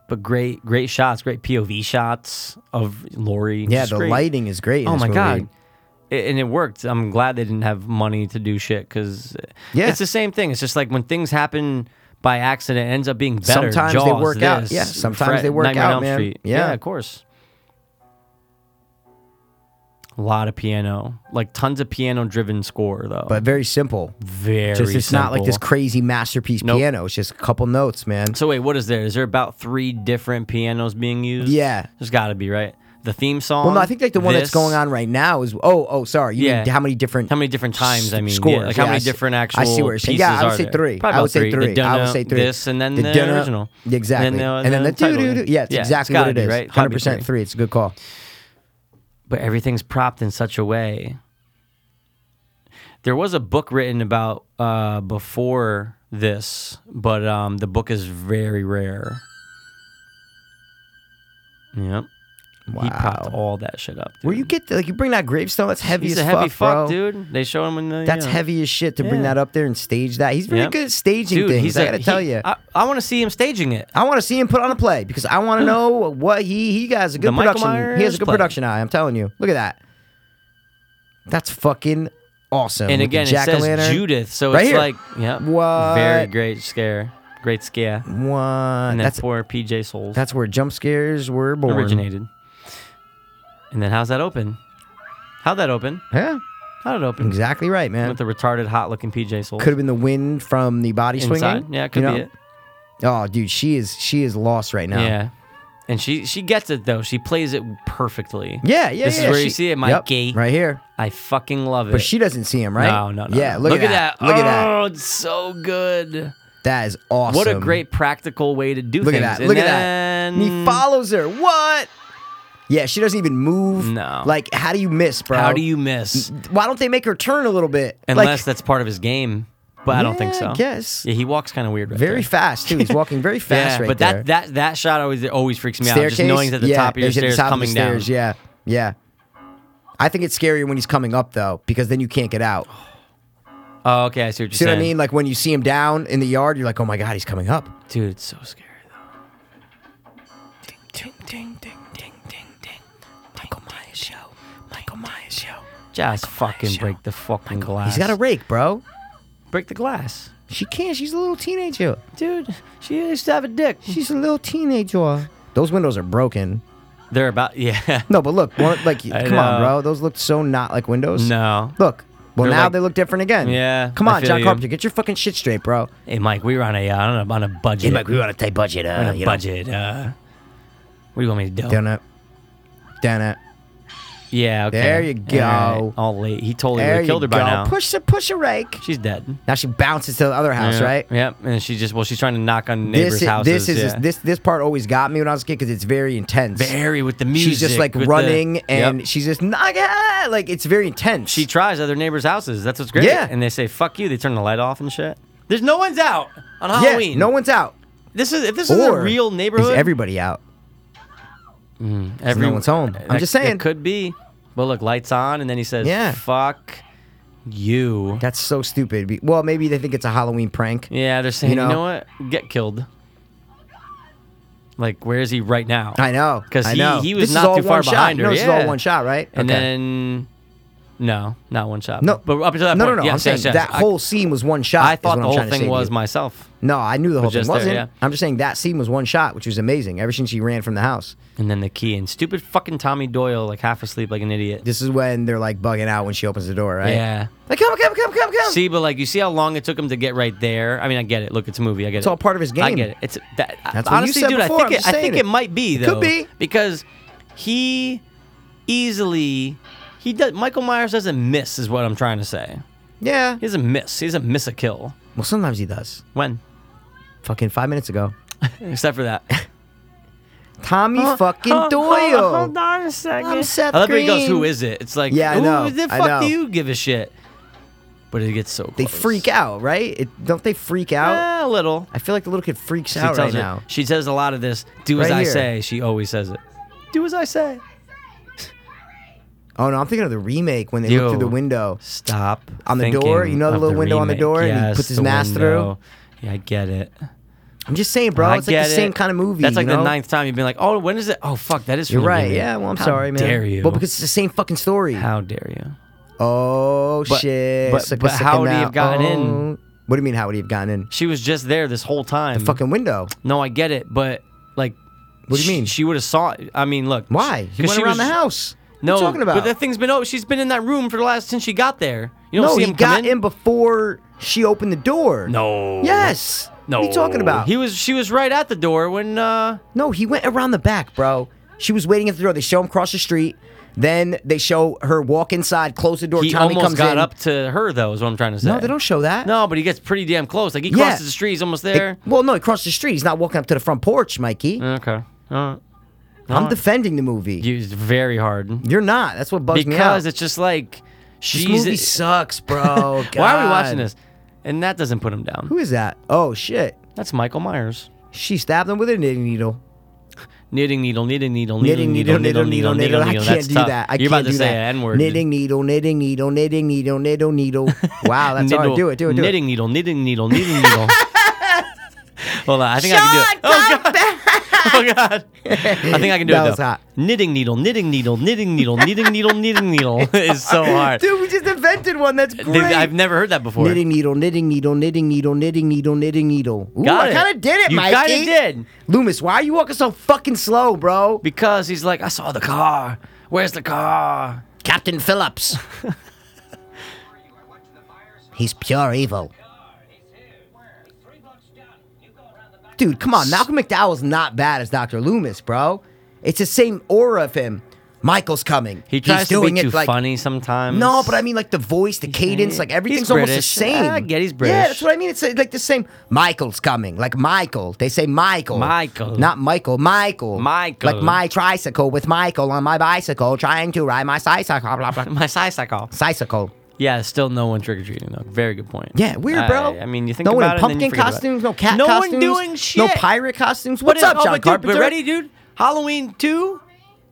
D: But great, great shots, great POV shots of Lori.
C: Yeah,
D: Just
C: the
D: great.
C: lighting is great. in
D: Oh
C: this
D: my
C: movie.
D: god. It, and it worked. I'm glad they didn't have money to do shit because
C: Yeah.
D: it's the same thing. It's just like when things happen by accident, it ends up being better.
C: Sometimes they
D: Jaws,
C: work out.
D: this,
C: Yeah, sometimes
D: Fred-
C: they work
D: Nightmare on
C: out,
D: Elm
C: man.
D: Street.
C: Yeah.
D: of course. A lot of piano, like tons of piano-driven score though.
C: But very simple.
D: very,
C: Just it's not like this
D: simple.
C: crazy masterpiece
D: Nope.
C: piano. It's just a couple notes, man.
D: So wait, what is there? Is there about three different pianos being used?
C: Yeah.
D: there's got to be right. The theme song.
C: Well, no, I think like the one that's
D: this-
C: going on right now is oh oh sorry. You
D: Yeah.
C: mean how many different
D: How many different times? I mean, yeah,
C: scores?
D: like how
C: Yeah, I
D: many
C: see-
D: different actual
C: I see where you're
D: pieces
C: saying. Yeah, I would
D: are
C: say
D: there?
C: three.
D: Probably
C: I
D: about
C: would say three.
D: The
C: I would
D: Dunno,
C: say three.
D: This and then the,
C: The Dunno-
D: original.
C: Exactly.
D: And,
C: and then the
D: title,
C: doo doo doo. Yeah, it's
D: it's
C: exactly
D: gotta
C: what it
D: be,
C: is.
D: right? Gotta
C: Hundred
D: be
C: percent three. It's a good call.
D: But everything's propped in such a way. There was a book written about uh, before this, but um, the book is very rare. Yep. He popped
C: Wow.
D: all that shit up. Dude.
C: Where you get the, like you bring that gravestone? That's heavy
D: He's
C: as
D: a heavy
C: bro.
D: fuck, dude. They show him in the.
C: That's
D: yeah.
C: heavy as shit to bring
D: Yeah.
C: that up there and stage that. He's very
D: Yep.
C: good at staging
D: Dude,
C: things.
D: he's
C: I
D: a-
C: gotta
D: he-
C: tell you.
D: I, I want to see him staging it.
C: I want to see him put on a play because I want to know what he he has a good
D: Hmm. The Michael
C: production. He has
D: Myers
C: a good
D: play.
C: production eye. I'm telling you. Look at that. That's fucking awesome.
D: And
C: With the
D: again, it says
C: jack-o'-lantern.
D: Judith, so
C: Right
D: it's
C: here.
D: like, yeah,
C: What?
D: very great scare, great scare,
C: What?
D: and
C: That's
D: that's poor PJ Souls
C: that's where jump scares were born.
D: originated. And then how's that open? How'd that open?
C: Yeah,
D: How did it open?
C: exactly right, man.
D: With the retarded, hot-looking PJ Souls
C: could have been the wind from the body
D: inside.
C: swinging.
D: Yeah, it could
C: you
D: be
C: know?
D: it.
C: Oh, dude, she is she is lost right now.
D: Yeah. And she she gets it though. She plays it perfectly.
C: yeah, yeah.
D: This
C: yeah,
D: is where
C: she-
D: you see
C: Yep,
D: it, Mikey.
C: right here.
D: I fucking love it.
C: But she doesn't see him, right?
D: No, no, no.
C: Yeah,
D: no.
C: look,
D: at that.
C: Look
D: oh,
C: at that.
D: it's so good.
C: That is awesome.
D: What a great practical way to do
C: Look at
D: things.
C: that.
D: And
C: Look
D: then,
C: at that. And he follows her. What? Yeah, she doesn't even move.
D: No.
C: Like, how do you miss, bro?
D: How do you miss?
C: Why don't they make her turn a little bit?
D: Unless
C: like,
D: that's part of his game, but I don't think
C: Yeah,
D: so.
C: I guess.
D: Yeah, he walks kind of weird. Right
C: very
D: there.
C: fast too. He's walking very fast
D: yeah,
C: right
D: but
C: there.
D: that that that shot always it always freaks me out. Just knowing he's at the
C: yeah,
D: top of your
C: he's at the
D: stairs
C: top of the
D: coming down.
C: stairs, Yeah, yeah. I think it's scarier when he's coming up though, because then you can't get out.
D: Oh, okay, I see what you're
C: See
D: saying.
C: what I mean? Like when you see him down in the yard, you're like, oh my god, he's coming up.
D: Dude, it's so scary though. Ding ding ding ding ding ding. Michael Myers show. Michael Myers show. Just fucking break the fucking glass.
C: He's got a rake, bro.
D: break the glass,
C: She can't. She's a little teenager.
D: dude. She used to have a dick.
C: She's a little teenager. Those windows are broken.
D: They're about yeah.
C: No, but look, one, like, come on,
D: know.
C: bro. Those look so not like windows.
D: No.
C: Look. Well,
D: They're
C: now
D: like-
C: they look different again.
D: Yeah,
C: Come
D: I
C: on,
D: feel
C: John
D: you.
C: Carpenter, get your fucking shit straight, bro.
D: Hey, Mike, we were on a uh, on a on a budget.
C: we want to tight budget. Uh,
D: on a budget. Uh, what do you want me to do?
C: Down it. Down it.
D: Yeah. Okay.
C: There you go.
D: All, right. All late. He totally would
C: There
D: have
C: you
D: killed her
C: go.
D: by now.
C: Push the push a rake.
D: She's dead.
C: Now she bounces to the other house,
D: Yeah.
C: right?
D: Yep. And she just well, she's trying to knock on neighbors'
C: This is,
D: houses.
C: this is
D: yeah.
C: this this part always got me when I was a kid because it's very intense.
D: Very with the music.
C: She's just like
D: with the-
C: running and
D: Yep.
C: she's just "Naga!" like it's very intense.
D: she tries other neighbors' houses. That's what's great.
C: Yeah.
D: And they say fuck you. They turn the light off and shit. There's no one's out on
C: yeah,
D: Halloween.
C: no one's out.
D: This is if this is
C: or
D: a real neighborhood.
C: Is everybody out?
D: every-
C: no one's home. I'm
D: that-
C: just saying.
D: It could be. Well, look, lights on, and then he says,
C: Yeah.
D: fuck you."
C: That's so stupid. Be- Well, maybe they think it's a Halloween prank.
D: Yeah, they're saying,
C: You
D: you know,
C: know?
D: what? Get killed. Like, where is he right now?
C: I know.
D: Because
C: I
D: he,
C: know.
D: he was
C: This is
D: not
C: all
D: too far
C: one shot.
D: behind her.
C: No,
D: yeah.
C: this is all one shot, right?
D: And
C: Okay.
D: then, no, not one shot.
C: no,
D: But up until that
C: no,
D: point,
C: no, no.
D: yes,
C: I'm saying
D: yes, yes.
C: that
D: I-
C: whole scene was one shot.
D: I,
C: is
D: thought
C: what
D: the
C: I'm
D: whole
C: trying to say
D: thing
C: to
D: was
C: you.
D: myself.
C: No, I knew the whole thing
D: just there,
C: wasn't.
D: yeah.
C: I'm just saying that scene was one shot, which was amazing. Ever since she ran from the house,
D: And then the key and stupid fucking Tommy Doyle, like half asleep, like an idiot.
C: this is when they're like bugging out when she opens the door, right?
D: Yeah.
C: Like come, come, come, come, come.
D: See, but like you see how long it took him to get right there. I mean, I get it. Look, it's a movie. I get it.
C: It's all part of his
D: I
C: game.
D: get it. It's that.
C: That's what you
D: honestly,
C: said
D: dude.
C: before,
D: I
C: I'm
D: think
C: just
D: it, I
C: saying
D: think
C: it.
D: it might be
C: It
D: though.
C: could be.
D: because he easily he does. Michael Myers doesn't miss, is what I'm trying to say.
C: yeah.
D: He doesn't miss. He doesn't miss a kill.
C: Well, sometimes he does.
D: When?
C: Fucking five minutes ago,
D: Except for that.
C: Tommy fucking Doyle. Hold on a second. I'm Seth
D: I love when
C: Green.
D: he goes, "Who is it?" It's like,
C: Yeah, I know.
D: Who the
C: I
D: fuck
C: know.
D: do you give a shit? but it gets so close.
C: They freak out, right? It, don't they freak out?
D: Eh, a little.
C: I feel like the little kid freaks
D: She
C: out
D: tells
C: right
D: her-
C: now.
D: She says a lot of this. Do as
C: Right
D: I
C: here.
D: say. She always says it. Do as I say.
C: Oh no, I'm thinking of the remake when they look through
D: Yo.
C: the window.
D: Stop.
C: On the door?
D: thinking
C: You know the
D: of
C: little window on the
D: remake.
C: door and he
D: Yes,
C: puts his
D: the
C: mask
D: window. Yeah, I get it.
C: I'm just saying, bro.
D: I
C: it's like
D: get
C: the
D: it.
C: same kind of movie.
D: That's like
C: you know?
D: the ninth time you've been like, oh, when is it? Oh, fuck, that is. from
C: You're
D: the
C: right.
D: remake.
C: Yeah. Well, I'm
D: How
C: sorry, man.
D: Dare you?
C: Well, because it's the same fucking story.
D: how dare you?
C: Oh
D: But-
C: shit!
D: but-
C: Suck a
D: but how
C: suckin'
D: would he
C: now.
D: have gotten in?
C: Oh. What do you mean? How would he have gotten in?
D: She was just there this whole time.
C: Fucking window.
D: No, I get it, but like.
C: What do you
D: sh-
C: mean?
D: She would have saw. I mean, look.
C: Why?
D: sh-
C: He
D: 'cause
C: went
D: she
C: around
D: was-
C: the house.
D: No,
C: what are you talking about?
D: But that thing's been. Oh, she's been in that room for the last since she got there. You don't
C: no,
D: see
C: he
D: him
C: got
D: come
C: in before she opened the door.
D: No.
C: Yes.
D: No.
C: What are you talking about?
D: He was. She was right at the door when. uh
C: No, he went around the back, bro. She was waiting at the door. They show him cross the street. Then they show her walk inside, close the door.
D: He
C: Tommy
D: almost
C: comes
D: got
C: in.
D: up to her, though. Is what I'm trying to say.
C: no, they don't show that.
D: No, but he gets pretty damn close. Like he
C: Yeah.
D: crosses the street. He's almost
C: They-
D: there.
C: well, no, he crossed the street. He's not walking up to the front porch, Mikey.
D: Okay. All right.
C: I'm defending the movie. You,
D: Used very hard.
C: are not. That's what bugs me out.
D: Because it's just like
C: this
D: she's
C: movie sucks, bro.
D: Why are we
C: God.
D: watching this? And that doesn't put him down.
C: Who is that? Oh shit!
D: That's Michael Myers.
C: She stabbed him with a knitting needle.
D: Knitting needle, knitting needle,
C: Knitting needle, needle, needle, needle. I
D: That's
C: can't do
D: tough.
C: that. I
D: You're
C: can't
D: about to
C: do
D: say
C: that.
D: an word.
C: Knitting needle, knitting needle, knitting needle, needle, needle. Wow, that's hard. Do it, do it, do it.
D: Knitting needle, knitting needle, knitting needle. Hold on, I think I can do it.
F: Come back.
D: Oh god, I think I can do
C: That
D: it though.
C: was hot.
D: Knitting needle, knitting needle, knitting needle, knitting needle, knitting needle is so hard.
C: Dude, we just invented one. That's
D: Th-
C: great.
D: I've never heard that before.
C: Knitting needle, knitting needle, knitting needle, knitting needle, knitting needle. Ooh,
D: Got
C: I
D: it.
C: kind of did it,
D: You
C: Mikey.
D: kinda did.
C: Loomis, why are you walking so fucking slow, bro?
D: Because he's like, I saw the car. Where's the car?
C: Captain Phillips. He's pure evil. Dude, come on. Malcolm McDowell's not bad as Dr. Loomis, bro. It's the same aura of him. Michael's coming.
D: He tries
C: He's
D: to
C: doing
D: be
C: it
D: too
C: like
D: funny sometimes.
C: No, but I mean, like the voice, the cadence, like everything's almost the
D: British.
C: same.
D: I get he's
C: Yeah,
D: British.
C: that's what I mean. It's like the same. Michael's coming, like Michael. They say Michael,
D: Michael.
C: not Michael, Michael,
D: Michael.
C: like my tricycle with Michael on my bicycle, trying to ride my bicycle, blah blah. blah.
D: my size like off.
C: Bicycle.
D: Yeah, still no one trick or treating though. Very good point.
C: Yeah, weird, bro.
D: I, I mean, you think
C: no
D: about
C: one in
D: it, and
C: pumpkin
D: then you forget about it.
C: costumes, no cat
D: no
C: costumes,
D: one doing shit.
C: no pirate costumes.
D: What
C: What's
D: is-
C: up,
D: oh,
C: John
D: but dude,
C: Carpenter?
D: We're ready, dude. Halloween two.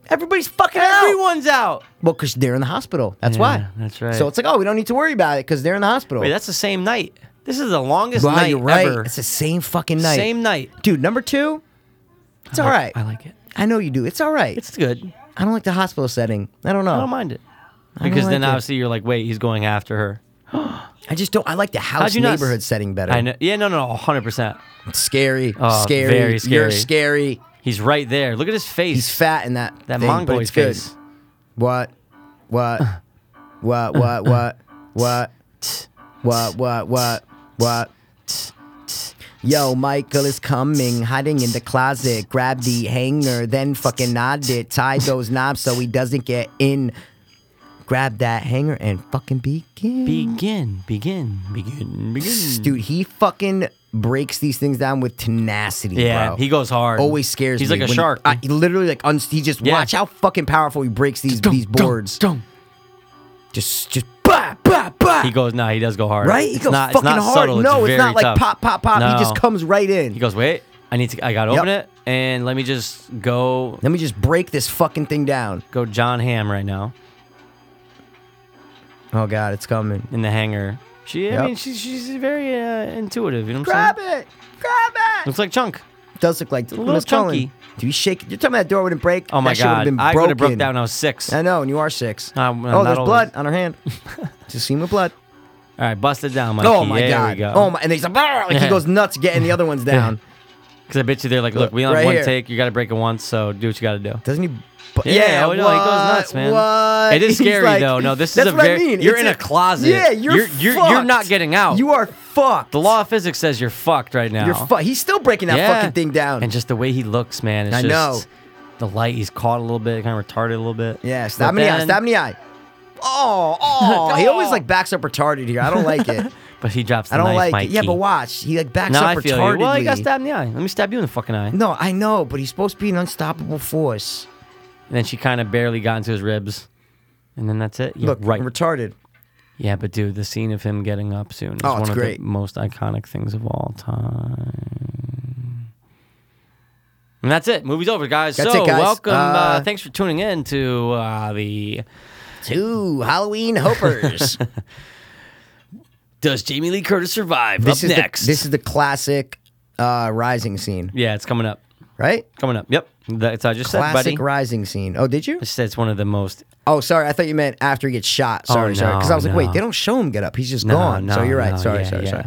C: Everybody's fucking out.
D: Everyone's out.
C: Well, because they're in the hospital. That's why.
D: that's right.
C: So it's like, oh, we don't need to worry about it because they're in the hospital.
D: Wait, that's the same night. This is the longest
C: Wow,
D: night
C: Oh. you're right.
D: ever.
C: It's the same fucking night.
D: Same night.
C: Dude, number two, it's all
D: I-
C: right.
D: I like it.
C: I know you do. It's all right.
D: It's good.
C: I don't like the hospital setting. I don't know.
D: I
C: I,
D: don't mind it. Because
C: like
D: then
C: it.
D: obviously you're like, wait, he's going after her.
C: just don't. I like the house
D: you not s-
C: neighborhood setting better.
D: I know. Yeah, no, no, hundred percent.
C: It's scary.
D: Oh,
C: scary.
D: very
C: You're
D: scary.
C: scary.
D: He's right there. Look at his face.
C: He's fat in that.
D: that
C: thing, but
D: mongoloid
C: it's good.
D: face.
C: What? What? what? What? What? What? What? What? What? What? Yo, Michael is coming, hiding in the closet. Grab the hanger, then fucking nod it. Tie those knobs so he doesn't get in. Grab that hanger and fucking begin.
D: Begin, begin, begin, begin.
C: Dude, he fucking breaks these things down with tenacity.
D: Yeah,
C: bro.
D: he goes hard.
C: Always scares
D: He's
C: me.
D: like a
C: when-
D: shark.
C: I, he literally, like, un- he just
D: Yeah.
C: watch how fucking powerful he breaks these these boards. Just, just, bah, bah, bah.
D: He goes, nah, he does go hard.
C: right? He
D: It's
C: goes
D: not- it's
C: fucking
D: not
C: hard.
D: subtle,
C: no, it's,
D: very
C: not like
D: tough.
C: pop, pop, pop. He just
D: No.
C: comes right in.
D: He goes, wait, I need to, I gotta
C: Yep.
D: open it, and let me just go,
C: Let me just break this fucking thing down.
D: go John Ham right now
C: Oh god, it's coming.
D: in the hangar. She, I
C: Yep.
D: mean, she's she's very uh, intuitive. You know what I'm
C: Grab
D: saying?
C: it, grab it.
D: Looks like Chunk.
C: Does look like a
D: little chunky.
C: Do you shake? You're telling me that door wouldn't break?
D: Oh my
C: that shit would've
D: god,
C: been
D: I would have broke
C: broken.
D: down. when I was six. Uh,
C: I know, and you are six.
D: I'm- I'm
C: oh,
D: not
C: there's
D: old.
C: blood on her hand. It's a seam of blood.
D: All right, bust it down, Mikey.
C: Oh my
D: there
C: god.
D: We go.
C: Oh my, and he's like, "Brr," like he goes nuts getting the other ones down.
D: Because I bet you they're like, look, we only
C: right
D: have one
C: here.
D: take. You got to break it once, so do what you got to do.
C: Doesn't he? bu-
D: Yeah, oh, no, he goes nuts, man.
C: What?
D: It is
C: He's
D: scary, though. No, this is
C: that's
D: a
C: what
D: very-
C: I mean.
D: you're
C: It's
D: in a closet.
C: Yeah, you're
D: You're- you're- you're
C: fucked.
D: not getting out.
C: You are fucked.
D: The law of physics says you're fucked right now.
C: You're fucked. He's still breaking that fucking thing down.
D: And just the way he looks, man. It's
C: I
D: just,
C: know.
D: The light, he's caught a little bit, kind of retarded a little bit.
C: yeah,
D: But
C: stab me in the eye.
D: then-
C: Stab me in the eye. Oh, oh. he always like backs up retarded here. I don't like it.
D: But he drops the
C: I don't
D: knife,
C: like
D: Mikey.
C: it. Yeah, but watch. He like backs
D: Now
C: up
D: I feel
C: retardedly.
D: you. Well, you got stabbed in the eye. Let me stab you in the fucking eye.
C: No, I know, but he's supposed to be an unstoppable force.
D: And then she kind of barely got into his ribs. And then that's it. Yeah,
C: Look,
D: right.
C: retarded.
D: Yeah, but dude, the scene of him getting up soon is
C: Oh,
D: one
C: it's
D: of
C: great.
D: the most iconic things of all time. And that's it. Movie's over, guys.
C: That's
D: so
C: it, guys.
D: welcome. Uh,
C: Uh,
D: thanks for tuning in to uh, the
C: Two Halloween Hopers.
D: Does Jamie Lee Curtis Survive?
C: this
D: up
C: is
D: next.
C: The, this is the classic uh, rising scene,
D: yeah, it's coming up.
C: right?
D: Coming up. Yep. That's what I just
C: Classic
D: said, buddy.
C: rising scene. Oh, did you?
D: I said it's one of the most.
C: Oh, sorry. I thought you meant after he gets shot. Sorry, sorry. Because I
D: Oh, no,
C: was like, wait,
D: no.
C: they don't show him get up. He's just
D: No,
C: gone. so
D: no,
C: you're right.
D: no,
C: sorry,
D: yeah,
C: sorry,
D: yeah.
C: sorry.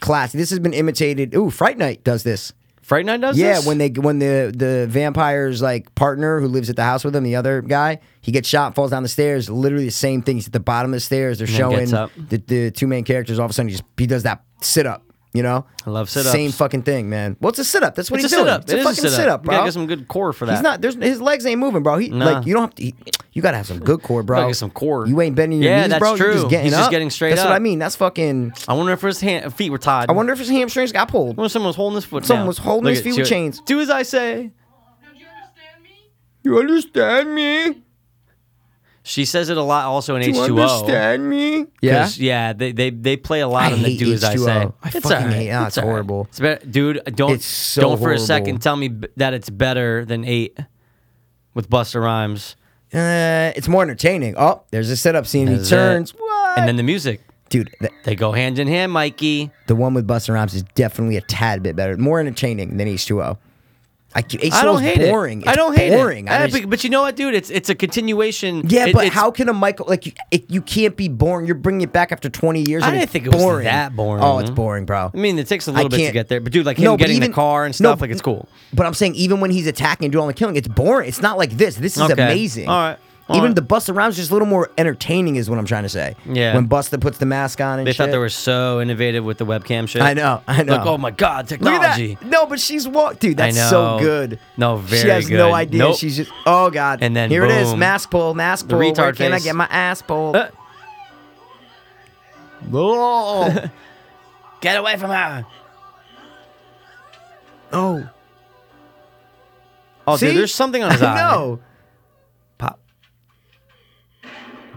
C: Classic. This has been imitated. Ooh, Fright Night does this.
D: Fright Night does
C: yeah,
D: this?
C: when they when the the vampire's like partner who lives at the house with him, the other guy, he gets shot, falls down the stairs. Literally the same thing. He's at the bottom of the stairs. They're
D: then
C: showing
D: gets up.
C: the, the two main characters. All of a sudden, he just he does that sit up. You know,
D: I love sit-ups.
C: Same fucking thing, man. Well, it's a sit up. That's what
D: it's a
C: he's doing.
D: sit up.
C: It's a fucking sit up,
D: You gotta
C: bro.
D: get some good core for that.
C: He's not. There's his legs ain't moving, bro. He
D: Nah.
C: like you don't have to. he- you gotta have some good core, bro.
D: Gotta get some core.
C: You ain't bending your
D: Yeah,
C: knees,
D: that's
C: bro. You're
D: true.
C: just getting
D: He's
C: up.
D: just getting straight
C: That's
D: up.
C: what I mean. That's fucking.
D: I wonder if his hand, feet were tied.
C: I wonder if his hamstrings got pulled.
D: What if someone was holding his foot?
C: Someone
D: down?
C: was holding
D: Look
C: his
D: at-
C: feet
D: see
C: with
D: what-
C: chains.
D: Do as I say.
G: Now, do you understand me?
C: You understand me?
D: She says it a lot. Also in H
C: You
D: two O.
C: understand me? Yeah.
D: yeah. They they they play a lot
C: I
D: on the
C: hate
D: do as I
C: H2O.
D: say.
C: I
D: it's
C: fucking
D: all right.
C: hate- ah, it's
D: all right.
C: horrible.
D: It's better, dude. Don't
C: It's so
D: don't for a
C: horrible.
D: second tell me b- that it's better than eight with Buster Rhymes.
C: Uh, it's more entertaining. Oh, there's a setup scene. He
D: That's it.
C: turns. What?
D: And then the music.
C: dude, the,
D: They go hand in hand, Mikey.
C: the one with Busta Rhymes is definitely a tad bit better, more entertaining than H2O. I, H2O
D: I don't
C: is
D: hate
C: boring.
D: it.
C: It's
D: I don't hate
C: boring.
D: it.
C: I
D: Eh,
C: just-
D: but, but you know what, dude? It's it's a continuation.
C: Yeah,
D: It-
C: but
D: it's-
C: how can a Michael like you, it, you can't be boring? You're bringing it back after 20 years.
D: I
C: and
D: didn't
C: it's
D: think it was
C: boring.
D: that boring.
C: Oh, it's boring, bro.
D: I mean, it takes a little bit to
C: can't-
D: get there, but dude, like him
C: No, but
D: getting in
C: even-
D: the car and
C: no,
D: stuff, like it's cool.
C: But I'm saying even when he's attacking and doing all the killing, it's boring. It's not like this. This is
D: Okay.
C: amazing.
D: All right. All
C: even
D: right.
C: the Busta Rhymes is just a little more entertaining, is what I'm trying to say.
D: Yeah.
C: When Busta puts the mask on and
D: They
C: shit.
D: thought they were so innovative with the webcam shit.
C: I know, I know.
D: Like, oh my god,
C: Look at
D: technology.
C: that. No, but she's walk, dude. That's
D: I
C: so
D: know.
C: good.
D: No,
C: She
D: very
C: has
D: good.
C: no idea.
D: Nope.
C: She's just oh god.
D: And then
C: here it is.
D: boom.
C: Mask pull, mask
D: The
C: pull. Where
D: retard
C: can I
D: face.
C: get my ass pulled?
D: Uh.
C: Oh.
D: Get away from her.
C: oh.
D: Oh,
C: See?
D: dude, there's something on his eye.
C: No.
D: Pop.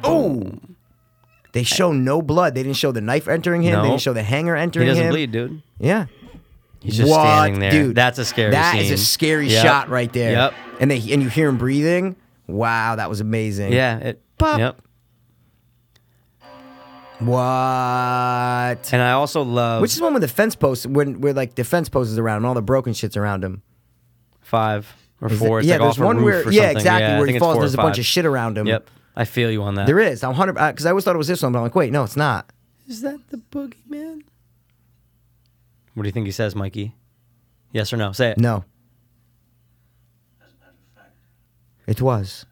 C: Oh. They show no blood. They didn't show the knife entering him. They
D: No.
C: didn't show the hanger
D: He
C: entering
D: doesn't
C: him.
D: bleed, dude.
C: Yeah.
D: He's just
C: what?
D: standing there.
C: Dude,
D: That's a scary
C: That is
D: scene.
C: a scary
D: Yep.
C: shot right there.
D: Yep.
C: And they and you hear him breathing. Wow, that was amazing.
D: Yeah. It,
C: Pop.
D: Yep.
C: What?
D: And I also love
C: Which is one with the fence post when where like the fence post is around and all the broken shit's around him.
D: five or
C: Is it-
D: four. It's
C: yeah,
D: like
C: there's
D: off a
C: one
D: roof
C: where
D: or
C: yeah,
D: something.
C: exactly
D: I
C: where
D: think
C: he
D: it's
C: falls.
D: four
C: and
D: or
C: There's a bunch
D: five.
C: of shit around him.
D: Yep. I feel you on that.
C: There is. I'm hundred because I always thought it was this one, but I'm like, wait, no, it's not.
D: Is that the boogeyman? What do you think he says, Mikey? Yes or no? Say it.
C: No. It was.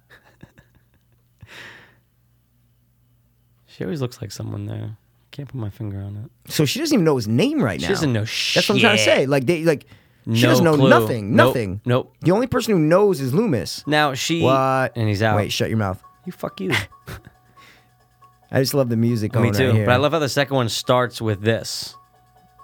D: She always looks like someone there. Can't put my finger on it.
C: So she doesn't even know his name right
D: She
C: now.
D: doesn't know
C: That's what I'm trying to
D: shit.
C: say. Like they like she
D: No
C: doesn't know
D: clue.
C: nothing.
D: Nope.
C: Nothing.
D: Nope.
C: The only person who knows is Loomis.
D: Now she
C: What?
D: and he's out.
C: Wait, shut your mouth.
D: you fuck you.
C: I just love the music.
D: Me
C: going
D: too.
C: Right here.
D: But I love how the second one starts with this.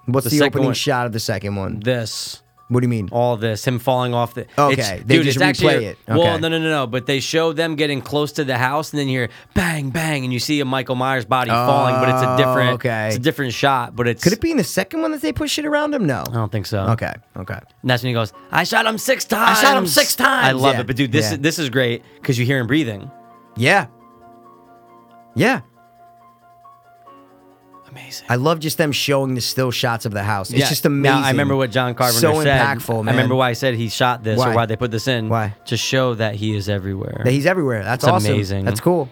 C: What's
D: the
C: the,
D: second
C: opening
D: one.
C: shot of the second one?
D: This.
C: What do you mean?
D: All this. Him falling off the
C: Okay,
D: it's-
C: they
D: dude,
C: just
D: it's actually,
C: replay it.
D: Well,
C: Okay.
D: no no no no. But they show them getting close to the house and then you hear bang, bang, and you see a Michael Myers body falling, but it's a
C: Oh,
D: different
C: okay.
D: it's a different shot, but it's
C: Could it be in the second one that they put shit around him? No.
D: I don't think so.
C: Okay. Okay.
D: And that's when he goes, I shot him six times.
C: shot him six times.
D: I love
C: Yeah.
D: it. But dude, this
C: Yeah.
D: is this is great because you hear him breathing.
C: Yeah. Yeah.
D: Amazing.
C: I love just them showing the still shots of the house. It's
D: Yeah.
C: just amazing.
D: Now, I remember what John Carpenter
C: so
D: said.
C: impactful, man.
D: I remember why he said he shot this or
C: Why?
D: why they put this in.
C: Why?
D: To show that he is everywhere.
C: that he's everywhere. That's
D: It's
C: awesome.
D: amazing.
C: That's cool.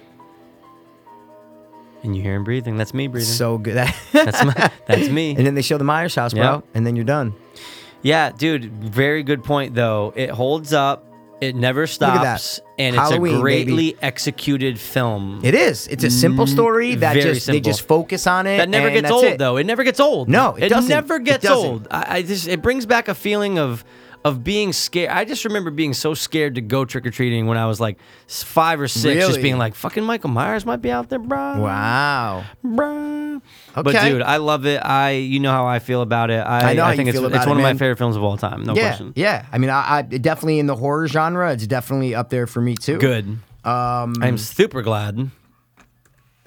D: and you hear him breathing. That's me breathing.
C: So good.
D: that's my, that's me.
C: and then they show the Myers house, bro,
D: Yeah.
C: and then you're done.
D: yeah, dude. Very good point though. It holds up. It never
C: at that.
D: stops. And
C: Halloween,
D: it's a
C: baby.
D: greatly executed film.
C: It is. It's a simple story that
D: Mm, very
C: just they
D: simple.
C: just focus on it.
D: That never
C: and
D: gets
C: that's
D: old,
C: it.
D: though. It never gets old.
C: No, it doesn't.
D: never
C: It
D: gets
C: doesn't.
D: old. I, I just it brings back a feeling of of being scared. I just remember being so scared to go trick or treating when I was like s- five or six, just
C: Really?
D: being like, "Fucking Michael Myers might be out there, bro."
C: Wow.
D: bro. But
C: Okay.
D: dude, I love it. I you know how I feel about it. I,
C: I know how you
D: think it's,
C: feel
D: it's
C: about
D: one
C: it,
D: of my
C: man.
D: favorite films of all time. No
C: yeah.
D: question.
C: Yeah. I mean, I, I definitely in the horror genre. It's definitely up there for me too.
D: Good.
C: Um,
D: I'm super glad.
C: I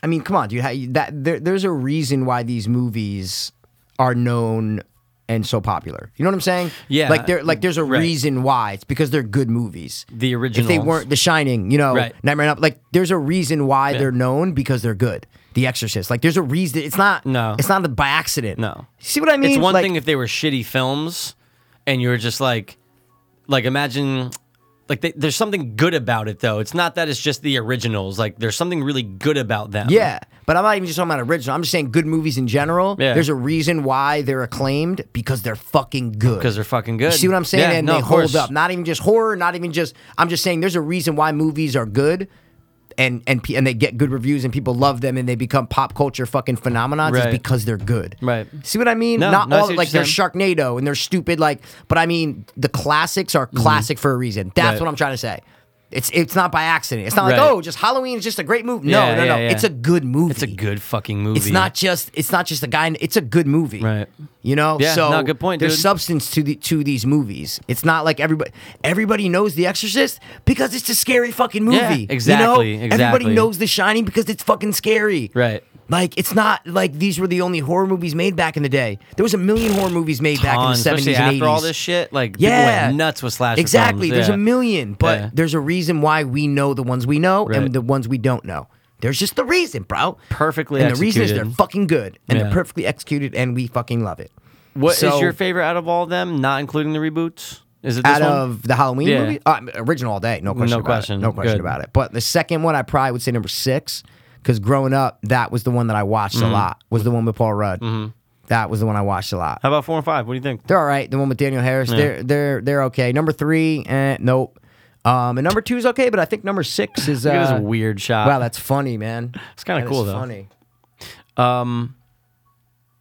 C: I mean, come on, dude. How, you- that there, there's a reason why these movies are known and so popular. You know what I'm saying?
D: Yeah.
C: Like there, like there's a
D: Right.
C: reason why. It's because they're good movies.
D: The
C: If they
D: originals.
C: weren't The Shining, you know,
D: Right.
C: Nightmare on Elm- like there's a reason why
D: Yeah.
C: they're known because they're good. The Exorcist, like there's a reason. It's not.
D: No.
C: It's not by accident.
D: No.
C: See what I mean?
D: It's one
C: Like,
D: thing if they were shitty films, and you were just like, like imagine, like they, there's something good about it though. It's not that it's just the originals. Like there's something really good about them.
C: Yeah, but I'm not even just talking about original. I'm just saying good movies in general.
D: Yeah.
C: There's a reason why they're acclaimed because they're fucking good.
D: because they're fucking good.
C: You see what I'm saying?
D: Yeah,
C: and
D: no,
C: they
D: of
C: hold
D: course.
C: up. Not even just horror. Not even just. I'm just saying there's a reason why movies are good. And, and pe- and they get good reviews and people love them and they become pop culture fucking phenomenons just
D: Right.
C: because they're good.
D: Right.
C: See what I mean?
D: No,
C: Not
D: no, I see
C: all
D: what
C: like
D: you're
C: they're Sharknado and they're stupid like but I mean the classics are classic for a reason. That's
D: Mm-hmm. Right.
C: what I'm trying to say. It's it's not by accident. It's not like
D: Right.
C: oh just Halloween is just a great movie. No,
D: Yeah,
C: no, no.
D: yeah, yeah.
C: It's a good movie.
D: It's a good fucking movie.
C: It's not just it's not just a guy. in- It's a good movie,
D: Right.
C: You know,
D: Yeah,
C: so
D: no, good point,
C: There's
D: dude.
C: substance to the to these movies. It's not like everybody everybody knows The Exorcist because it's a scary fucking movie.
D: Yeah,
C: you know?
D: exactly,
C: Everybody
D: exactly.
C: knows The Shining because it's fucking scary.
D: Right.
C: Like it's not like these were the only horror movies made back in the day. There was a million horror movies made back in the
D: Tons,
C: seventies
D: especially
C: and eighties.
D: after all this shit. Like people
C: Yeah,
D: went nuts with slasher.
C: Exactly.
D: films,
C: There's
D: yeah.
C: a million, but
D: Yeah.
C: there's a reason why we know the ones we know
D: Right.
C: and the ones we don't know. There's just the reason, bro.
D: Perfectly
C: And the reason is they're
D: executed.
C: fucking good and they're
D: Yeah.
C: perfectly executed, and we fucking love it.
D: What is
C: So-
D: your favorite out of all of them? Not including the reboots. Is it this
C: Out
D: one?
C: of the Halloween
D: Yeah.
C: movie, uh, original all day, no question,
D: No
C: about
D: question.
C: it. no question
D: Good.
C: about it. But the second one, I probably would say number six, because growing up, that was the one that I watched
D: Mm-hmm.
C: a lot. Was the one with Paul Rudd. That was the one I watched a lot.
D: How about four and five? What do you think?
C: They're all right. The one with Daniel Harris, they're they're they're okay. Number three, eh, nope. Um, and number two is okay, but I think number six is uh,
D: Look at this weird shot.
C: Wow, that's funny, man.
D: It's kinda
C: That is
D: cool, though.
C: Funny.
D: Um,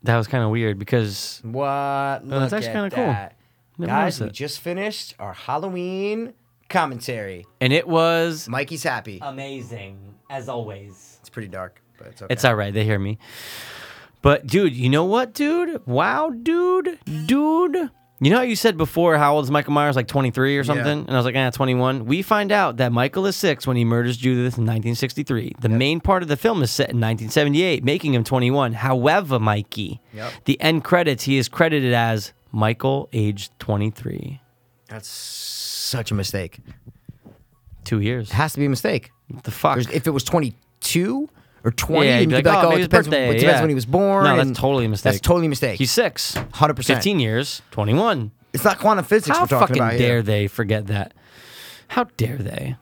D: that was kind of weird because
C: What? Look
D: Uh, that's actually
C: kind
D: kinda
C: of
D: cool. Never
C: Guys,
D: noticed
C: we
D: it.
C: just finished our Halloween commentary.
D: and it was
C: Mikey's happy.
D: amazing as always.
C: It's pretty dark, but it's okay.
D: It's all right. They hear me. But dude, you know what, dude? Wow, dude, dude. You know how you said before how old is Michael Myers? Like 23 or something? And I was like, ah, 21. We find out that Michael is six when he murders Judith in 1963. The main part of the film is set in 1978, making him 21. However, Mikey, the end credits, he is credited as Michael, age 23.
C: That's such a mistake.
D: Two years.
C: It has to be a mistake.
D: What the fuck?
C: There's- If it was 22 or 20,
D: Yeah,
C: and
D: you'd
C: you
D: be
C: could be like, oh,
D: maybe
C: it
D: his
C: depends,
D: birthday,
C: it depends
D: yeah.
C: when he was born.
D: No, that's
C: and-
D: totally a mistake.
C: That's totally a mistake.
D: He's six.
C: 100%.
D: 15 years, 21.
C: It's not quantum physics
D: How
C: we're talking
D: fucking
C: about
D: dare
C: here.
D: they forget that? How dare they?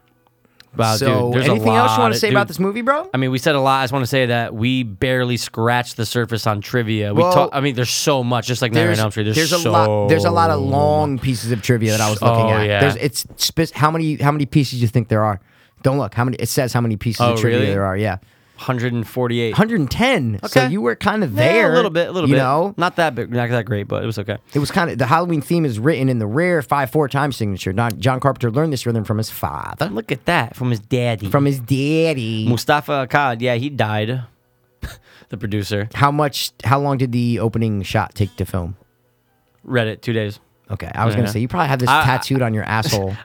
D: Wow,
C: so,
D: dude, there's
C: anything
D: a lot
C: else you want to
D: of-
C: say about
D: dude,
C: this movie, bro?
D: I mean, we said a lot. I just want to say that we barely scratched the surface on trivia. We
C: Well,
D: talk. I mean, there's so much. Just like Nightmare on Elm Street, there's,
C: a
D: so
C: lot there's a lot of long pieces of trivia that I was looking
D: Oh,
C: at.
D: yeah.
C: There's it's spe- how many how many pieces you think there are? Don't look. How many it says how many pieces
D: Oh,
C: of trivia
D: really?
C: there are. Yeah.
D: 148.
C: 110. So
D: Okay.
C: you were kind of
D: Yeah,
C: there.
D: a little bit, a little
C: you
D: bit.
C: know?
D: not that big, not that great, but it was okay.
C: It was kind of the Halloween theme is written in the rare 5/4 time signature. Not John Carpenter learned this rhythm from his father,
D: Look at that from his daddy,
C: from his daddy.
D: Mustafa Akkad. Yeah, he died. the producer.
C: how much how long did the opening shot take to film?
D: Reddit two days,
C: Okay, I was going
D: Yeah.
C: to say you probably have this
D: I- I-
C: tattooed on your asshole.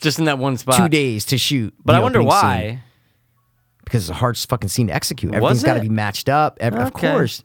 D: just in that one spot.
C: 2 days to shoot.
D: But
C: the
D: I wonder
C: opening scene.
D: why.
C: because it's a hard fucking scene to execute.
D: Was
C: Everything's got to
D: it?
C: be matched up. Ev- Of
D: Okay.
C: course,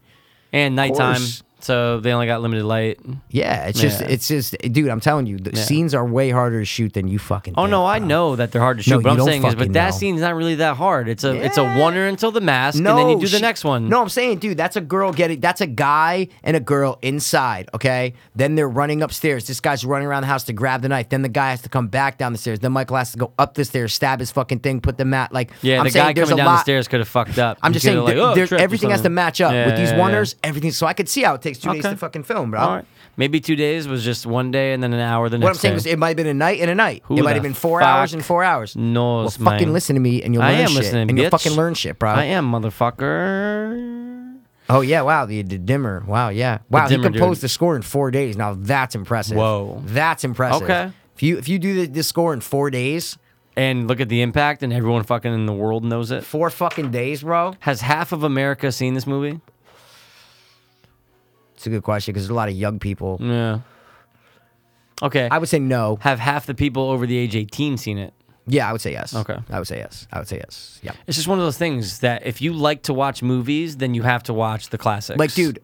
D: and nighttime,
C: course.
D: so they only got limited light.
C: yeah. It's just,
D: Yeah.
C: it's just, dude. I'm telling you, the
D: Yeah.
C: scenes are way harder to shoot than you fucking.
D: Oh
C: think,
D: no, I
C: bro.
D: know that they're hard to shoot,
C: No,
D: but
C: you
D: I'm
C: don't
D: saying is, but
C: fucking
D: that
C: know.
D: scene's not really that hard. It's a it's a
C: Yeah.
D: wonder until the mask, and then you do the
C: she-
D: next one.
C: No, I'm saying, dude, that's a girl getting. That's a guy and a girl inside. Okay, then they're running upstairs. This guy's running around the house to grab the knife. Then the guy has to come back down the stairs. Then Michael has to go up the stairs, stab his fucking thing, put the mat. Like,
D: yeah,
C: I'm
D: the
C: saying
D: guy
C: there's
D: coming
C: a
D: down
C: lot,
D: the stairs could have fucked up.
C: I'm
D: He
C: just
D: coulda,
C: saying
D: like,
C: there-
D: oh,
C: there-
D: tripped or
C: everything has to
D: something.
C: match up
D: Yeah,
C: with these
D: yeah,
C: wonders.
D: yeah.
C: Everything, so I could see how it takes two days
D: Okay.
C: to fucking film, bro.
D: All right, maybe two days was just one day, and then an hour the next.
C: What I'm saying
D: day.
C: was, it might have been a night and a night.
D: Who
C: it might
D: the
C: have been four
D: fuck
C: hours and four hours. well,
D: knows,
C: fucking
D: man.
C: listen to me, and you'll
D: I
C: learn
D: am
C: shit,
D: listening,
C: and you'll
D: bitch.
C: fucking learn shit, bro.
D: I am motherfucker.
C: Oh yeah, wow, the, the dimmer. Wow, yeah, wow.
D: dimmer,
C: he composed
D: dude.
C: the score in four days. Now that's impressive.
D: Whoa.
C: that's impressive.
D: Okay.
C: if you if you do the, this score in four days,
D: And look at the impact, and everyone fucking in the world knows it.
C: four fucking days, bro.
D: Has half of America seen this movie?
C: It's a good question because there's a lot of young people.
D: Mm. Yeah. Okay.
C: I would say no.
D: have half the people over the age 18 seen it?
C: Yeah, I would say yes.
D: Okay.
C: I would say yes. I would say yes. Yeah.
D: It's just one of those things that if you like to watch movies, then you have to watch the classics.
C: Like, dude,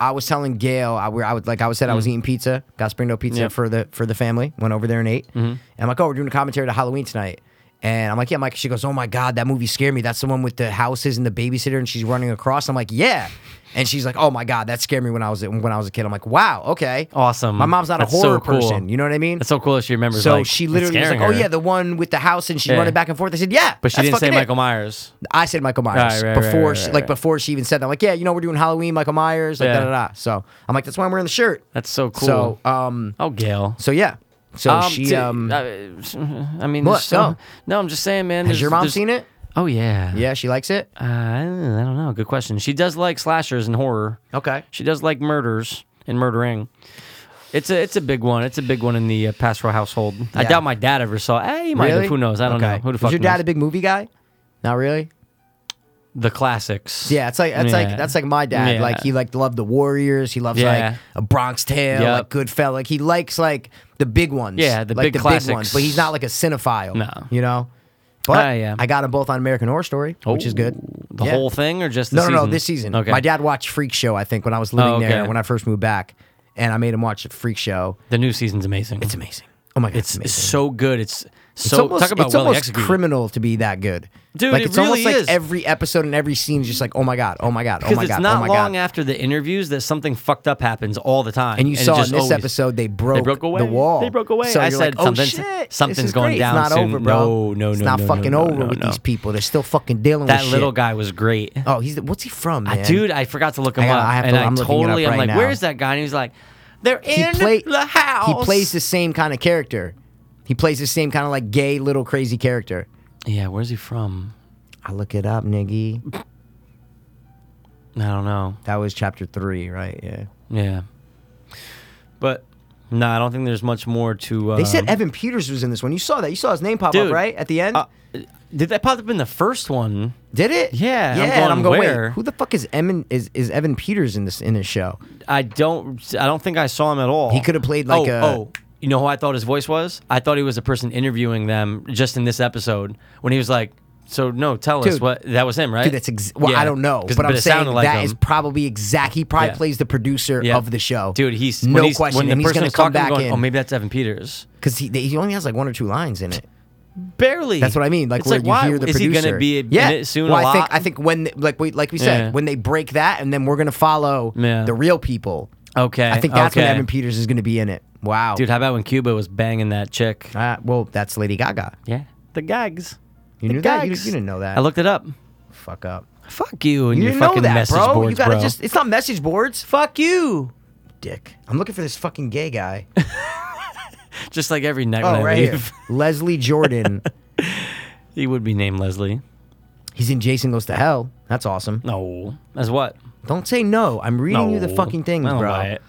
C: I was telling Gail, I, were- I was like I was said I was eating pizza, got Springdale pizza
D: Mm. Yeah. Mm-hmm.
C: for the for the family. Went over there and ate. And I'm like, oh, we're doing a commentary to Halloween tonight. And I'm like, yeah, Mike. She goes, oh my god, that movie scared me. That's the one with the houses and the babysitter, and she's running across. I'm like, yeah. And she's like, oh my god, that scared me when I was when I was a kid. I'm like, wow, okay,
D: awesome.
C: My mom's not
D: That's
C: a
D: so
C: horror
D: cool.
C: person. You know what I mean?
D: That's so cool. That she remembers.
C: so
D: like,
C: she
D: it's
C: literally was like,
D: scaring
C: "Oh
D: her.
C: yeah, the one with the house and she's
D: Yeah.
C: running back and forth." I said, "Yeah,"
D: But she
C: that's
D: didn't say
C: fucking it."
D: Michael Myers.
C: I said Michael Myers
D: Right, right, right,
C: before,
D: right,
C: she,
D: right,
C: like
D: right.
C: before she even said that. I'm like, yeah, you know, we're doing Halloween, Michael Myers, like
D: Yeah.
C: da da da. So I'm like, that's why I'm wearing the shirt.
D: That's so cool. uh,
C: So, um,
D: oh, Gail.
C: so yeah, so she,
D: to-
C: um,
D: I, I mean,
C: what?
D: there's so-
C: No.
D: no. I'm just saying, man.
C: has
D: there's-
C: your mom
D: there's-
C: seen it?
D: Oh yeah.
C: Yeah, she likes it.
D: Uh, I don't I don't know. Good question. She does like slashers and horror.
C: Okay,
D: She does like murders and murdering. It's a it's a big one. It's a big one in the uh, pastoral household. I
C: Yeah.
D: doubt my dad ever saw. Hey, he might
C: really?
D: have. Who knows? I don't
C: Okay.
D: know. Who the
C: Was
D: fuck
C: your dad
D: knows?
C: a big movie guy? Not really.
D: the classics.
C: Yeah, it's like that's
D: Yeah.
C: like that's like my dad.
D: Yeah.
C: Like he like loved the Warriors. He loves
D: Yeah.
C: like a Bronx Tale,
D: Yep.
C: like Goodfellas. Like he likes like the big ones.
D: Yeah, the
C: like
D: big
C: the big ones.
D: classics.
C: But he's not like a cinephile.
D: No.
C: you know. But
D: Ah, yeah. Oh,
C: I got them both on American Horror Story, which is good.
D: The
C: Yeah.
D: whole thing or just the
C: No,
D: season?
C: no, no. This season.
D: Okay.
C: My dad watched Freak Show. I think when I was living
D: Oh, okay.
C: there when I first moved back, and I made him watch Freak Show.
D: The new season's amazing. It's
C: Amazing. Oh my god,
D: It's,
C: amazing.
D: it's so good. It's
C: It's
D: so
C: almost,
D: talk about
C: it's
D: well
C: almost
D: executed.
C: criminal to be that good,
D: Dude,
C: Like
D: it
C: it's almost
D: really
C: like
D: is.
C: every episode and every scene is just like, oh my god, oh my god, oh
D: because
C: my
D: it's
C: god,
D: not
C: oh my
D: long
C: god.
D: after the interviews that something fucked up happens all the time.
C: And you
D: it
C: saw in
D: just
C: this
D: always-
C: episode they broke,
D: broke away.
C: the wall.
D: They broke away.
C: So
D: I
C: you're like,
D: said
C: oh,
D: something's-
C: shit,
D: something's
C: this is
D: going
C: great.
D: down
C: It's not
D: soon.
C: over, bro.
D: No, no,
C: It's
D: no,
C: not
D: no,
C: fucking
D: no,
C: over
D: no,
C: with
D: no.
C: these people. They're still fucking dealing
D: that
C: with Oh, shit.
D: little guy was great.
C: Oh, he's what's he from, man?
D: I- dude, I forgot to look him
C: I gotta-
D: up,
C: I have
D: and
C: to-
D: I
C: I'm looking it up
D: totally, I'm
C: right
D: like,
C: now.
D: where's that guy? And he's like, they're
C: he
D: in
C: play-
D: the house.
C: He plays the same kind of character. He plays the same kind of like gay little crazy character.
D: Yeah, where's he from?
C: I look it up, niggy.
D: I don't know.
C: That was chapter three, right? Yeah.
D: Yeah, but no, I don't think there's much more to. Um,
C: They said Evan Peters was in this one. You saw that. You saw his name pop
D: Dude,
C: up, right? At the end?
D: uh, did that pop up in the first one?
C: Did it?
D: yeah, I'm
C: Yeah.
D: going,
C: and I'm going,
D: where?
C: wait, who the fuck is Emin is, is Evan Peters in this in this show?
D: I don't. I don't think I saw him at all.
C: He could have played like
D: oh,
C: a-
D: Oh, you know who I thought his voice was? I thought he was a person interviewing them just in this episode when he was like, "So no, tell us
C: Dude.
D: what that was him, right?"
C: Dude, that's ex- well,
D: Yeah.
C: I don't know,
D: 'Cause-
C: but, I'm
D: it
C: saying that
D: sounded
C: is
D: like him.
C: probably exact. He probably
D: Yeah.
C: plays the producer
D: Yeah.
C: of the show,
D: Dude, he's
C: no
D: when he's,
C: question,
D: When the
C: and he's
D: person
C: gonna
D: is
C: come
D: talking,
C: back
D: I'm going,
C: in
D: Oh, maybe that's Evan Peters.
C: because he, he only has like one or two lines in it.
D: Barely.
C: That's what I mean. Like
D: it's
C: where
D: like,
C: you
D: why
C: hear the
D: is
C: producer.
D: he gonna be in
C: yeah.
D: it soon?
C: Well,
D: a
C: I
D: lot?
C: think I think when like we like we said
D: Yeah.
C: when they break that, and then we're gonna follow
D: Yeah.
C: the real people.
D: Okay.
C: I think that's
D: okay.
C: when Evan Peters is gonna be in it. Wow,
D: Dude, how about when Cuba was banging that chick?
C: Uh, well, that's Lady Gaga.
D: Yeah, the gags.
C: You
D: The
C: knew that. You,
D: gags.
C: you didn't know that.
D: I looked it up.
C: fuck up.
D: Fuck you and
C: You
D: your
C: didn't know
D: fucking
C: that,
D: message
C: bro.
D: boards,
C: you gotta
D: bro.
C: just. It's not message boards.
D: Fuck you.
C: Dick. I'm looking for this fucking gay guy.
D: Just like every night when
C: Oh,
D: I
C: right here.
D: leave,
C: Leslie Jordan.
D: he would be named Leslie.
C: He's in Jason Goes to Hell. That's awesome.
D: No, as what?
C: Don't say no. I'm reading you the
D: No.
C: fucking things,
D: I don't
C: bro.
D: buy it.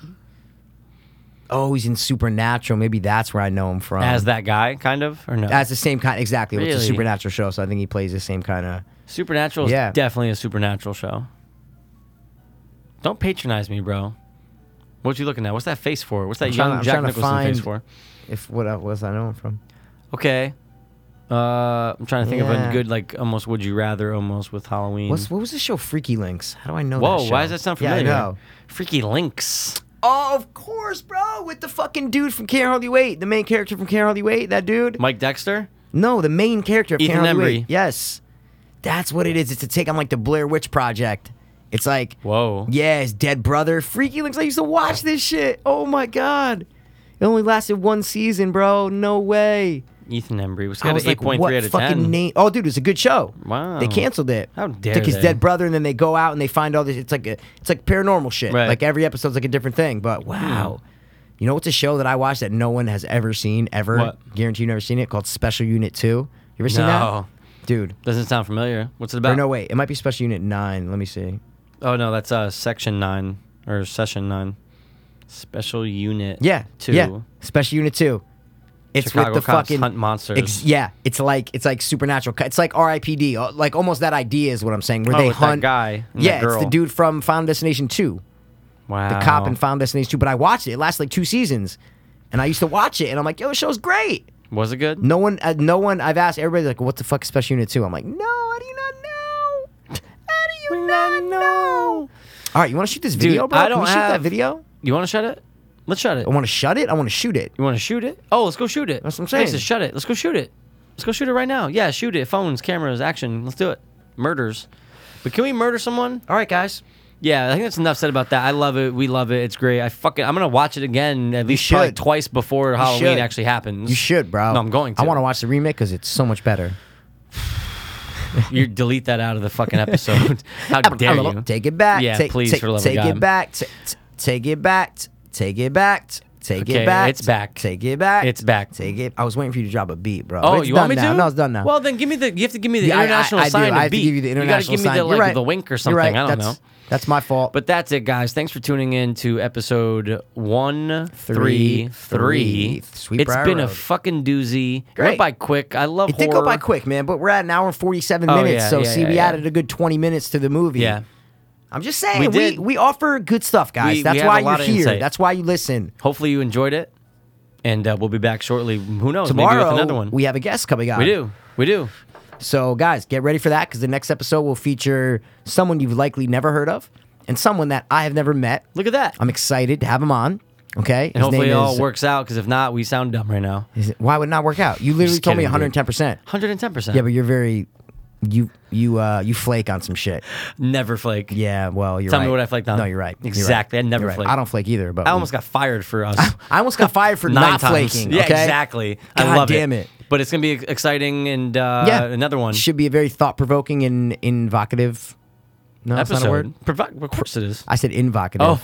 C: Oh, he's in Supernatural. Maybe that's where I know him from.
D: As that guy, kind of, or no?
C: That's the same kind. Exactly. It's
D: Really?
C: a Supernatural show, so I think he plays the same kind of.
D: Supernatural is
C: Yeah.
D: definitely a supernatural show. Don't patronize me, bro. What you looking at? What's that face for? What's that
C: trying-
D: young
C: I'm
D: Jack
C: trying to
D: Nicholson face
C: find-
D: for?
C: If what I was I know him from?
D: Okay. Uh, I'm trying to think of
C: Yeah.
D: a good, like, almost would you rather, almost with Halloween.
C: What's what was the show? Freaky Links. How do I know?
D: Whoa,
C: that show?
D: why does that sound familiar?
C: Yeah, I know.
D: Freaky Links.
C: Oh, of course, bro. With the fucking dude from Can't Hardly Wait, the main character from Can't Hardly Wait, that dude.
D: Mike Dexter?
C: No, the main character of
D: Ethan
C: Can't Hardly
D: Embry.
C: Wait. Yes, that's what it is. It's a take on like the Blair Witch Project. It's like
D: Whoa.
C: Yeah, his dead brother. Freaky Links. I used to watch this shit. Oh my god. It only lasted one season, bro. No way.
D: Ethan Embry was
C: I
D: got an
C: was like,
D: 8.3
C: what
D: out of
C: fucking
D: 10.
C: name? Oh, dude, it was a good show.
D: Wow.
C: They canceled it.
D: How dare
C: Took his
D: they.
C: dead brother, and then they go out and they find all this. It's like a, it's like paranormal shit.
D: Right. Hmm.
C: Like every episode's like a different thing. But wow, you know what's a show that I watched that no one has ever seen ever?
D: What?
C: Guarantee you've never seen it. Called Special Unit Two. You ever seen
D: No.
C: that? Dude.
D: Doesn't sound familiar. What's it
C: Or
D: about?
C: no, wait. It might be Special Unit Nine. Let me see.
D: Oh no, that's uh section nine or session nine, special unit.
C: Yeah.
D: two.
C: Yeah. Special Unit Two. It's
D: Chicago
C: with the
D: cops
C: fucking
D: hunt monsters.
C: Ex- yeah, it's like it's like supernatural. It's like R.I.P.D. uh, Like almost that idea is what I'm saying. Where
D: Oh,
C: they
D: with that
C: hunt
D: guy and that
C: yeah, it's
D: girl.
C: the dude from Final Destination Two,
D: Wow.
C: the cop in Final Destination Two. But I watched it. It lasted like two seasons, and I used to watch it, and I'm like, yo, the show's great.
D: Was it good?
C: No one, uh, no one. I've asked everybody like, "What the fuck is Special Unit 2? I'm like, "No, how do you not know? How do you not know?" All right, you want to shoot this
D: Dude,
C: video, bro?
D: I
C: Can
D: don't
C: we shoot that
D: have-
C: video.
D: You want to shut it? Let's shut it.
C: I want to shut it. I want to shoot it.
D: You want to shoot it? Oh, let's go shoot it.
C: That's what I'm
D: Thanks,
C: saying.
D: just shut it. Let's go shoot it. Let's go shoot it right now. Yeah, shoot it. Phones, cameras, action. Let's do it. Murders. But can we murder someone? All right, guys. Yeah, I think that's enough said about that. I love it. We love it. It's great. I fucking I'm gonna watch it again at least probably
C: should.
D: twice before Halloween
C: should.
D: actually happens.
C: You should, bro.
D: No, I'm going
C: I
D: to.
C: want to watch the remake because it's so much better.
D: You delete that out of the fucking episode. How dare you?
C: Take it back.
D: Yeah,
C: take,
D: please,
C: take,
D: for the love of
C: take
D: God.
C: it back. T- t- take it back. T- take it back. T- Take
D: Okay,
C: it back.
D: it's back.
C: Take it back.
D: It's back.
C: Take it. I was waiting for you to drop a beat, bro.
D: Oh,
C: But it's
D: you
C: done
D: want me
C: now.
D: to?
C: No, it's done now.
D: Well, then give me the. You have to give me the
C: Yeah, I- I-
D: international
C: I do.
D: sign.
C: I
D: to
C: have to
D: beat.
C: give you the
D: gotta
C: international
D: give me
C: sign.
D: the
C: You're
D: like
C: right.
D: the wink or
C: You're
D: something.
C: right.
D: I don't
C: That's-
D: know.
C: That's my fault.
D: But that's it, guys. Thanks for tuning in to episode one three
C: Three,
D: three.
C: three. Sweet
D: It's
C: Briar
D: been a
C: Road.
D: fucking doozy. Went
C: Great.
D: by quick. I love
C: It did go
D: horror.
C: by quick, man, but we're at an hour and 47
D: Oh,
C: minutes.
D: yeah,
C: so,
D: yeah,
C: see,
D: yeah,
C: we
D: yeah.
C: added a good 20 minutes to the movie.
D: Yeah.
C: I'm just saying,
D: We
C: we,
D: did.
C: we, offer good stuff, guys.
D: We- we
C: That's
D: had
C: why
D: a lot
C: you're
D: of
C: here.
D: insight.
C: That's why you listen.
D: Hopefully you enjoyed it, and uh, we'll be back shortly. Who knows? maybe
C: Tomorrow,
D: with another one.
C: we have a guest coming on.
D: we do. We do.
C: So, guys, get ready for that because the next episode will feature someone you've likely never heard of and someone that I have never met.
D: Look at that.
C: I'm excited to have him on. Okay.
D: and hopefully it all works out. Because if not, we sound dumb right now.
C: is it- why would it not work out? You literally
D: just
C: told me
D: kidding, dude.
C: 110%.
D: Hundred and ten percent.
C: Yeah, but you're very. You you uh you flake on some shit.
D: never flake.
C: Yeah, well, you're
D: Tell
C: right.
D: me what I flaked on.
C: No, you're right. You're right.
D: Exactly. I never
C: You're right.
D: flaked.
C: I don't flake either, but
D: I almost got fired for us.
C: I almost got fired for
D: Nine
C: not
D: times.
C: flaking.
D: Yeah,
C: okay?
D: exactly. I
C: God
D: love
C: damn it.
D: But it's gonna be ex- exciting and uh,
C: Yeah,
D: another one
C: should be a very thought provoking and invocative. No, that's not a word.
D: episode. Provo- of course it is.
C: I said invocative.
D: Oh,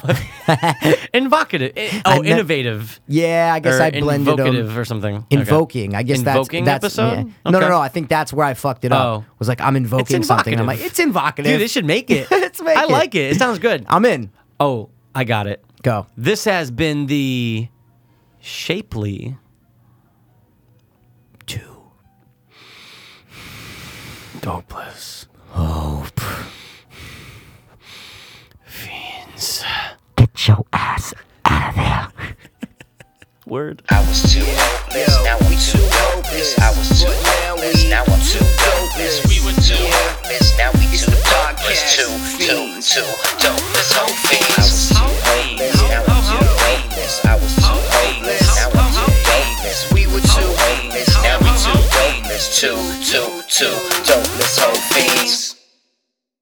D: invocative. I-
C: I
D: Oh,
C: nev-
D: innovative.
C: yeah, I guess
D: or
C: I blended
D: invocative
C: them.
D: or something. Okay.
C: Invoking, I guess
D: Invoking
C: that's that's
D: episode.
C: yeah. no, no,
D: Okay.
C: no. I think that's where I fucked it up.
D: Oh.
C: Was like I'm invoking something. I'm like
D: invocative.
C: it's invocative.
D: Dude, they should make it.
C: Let's make
D: I
C: it.
D: like it. It sounds good.
C: I'm in.
D: oh, I got it.
C: Go.
D: This has been the shapely
C: Two.
D: dopeless
C: Get your ass out of there.
D: word.
B: I was too hopeless, now I'm too hopeless. I was too hopeless, now I'm too dopeless. We were too hopeless, now we too darkless. Too, too, too dopeless, whole fiends. I was too hopeless, now I'm too hopeless. I was too hopeless, now I'm too dopeless. We were too hopeless, now we too dopeless. Too, too, too dopeless, whole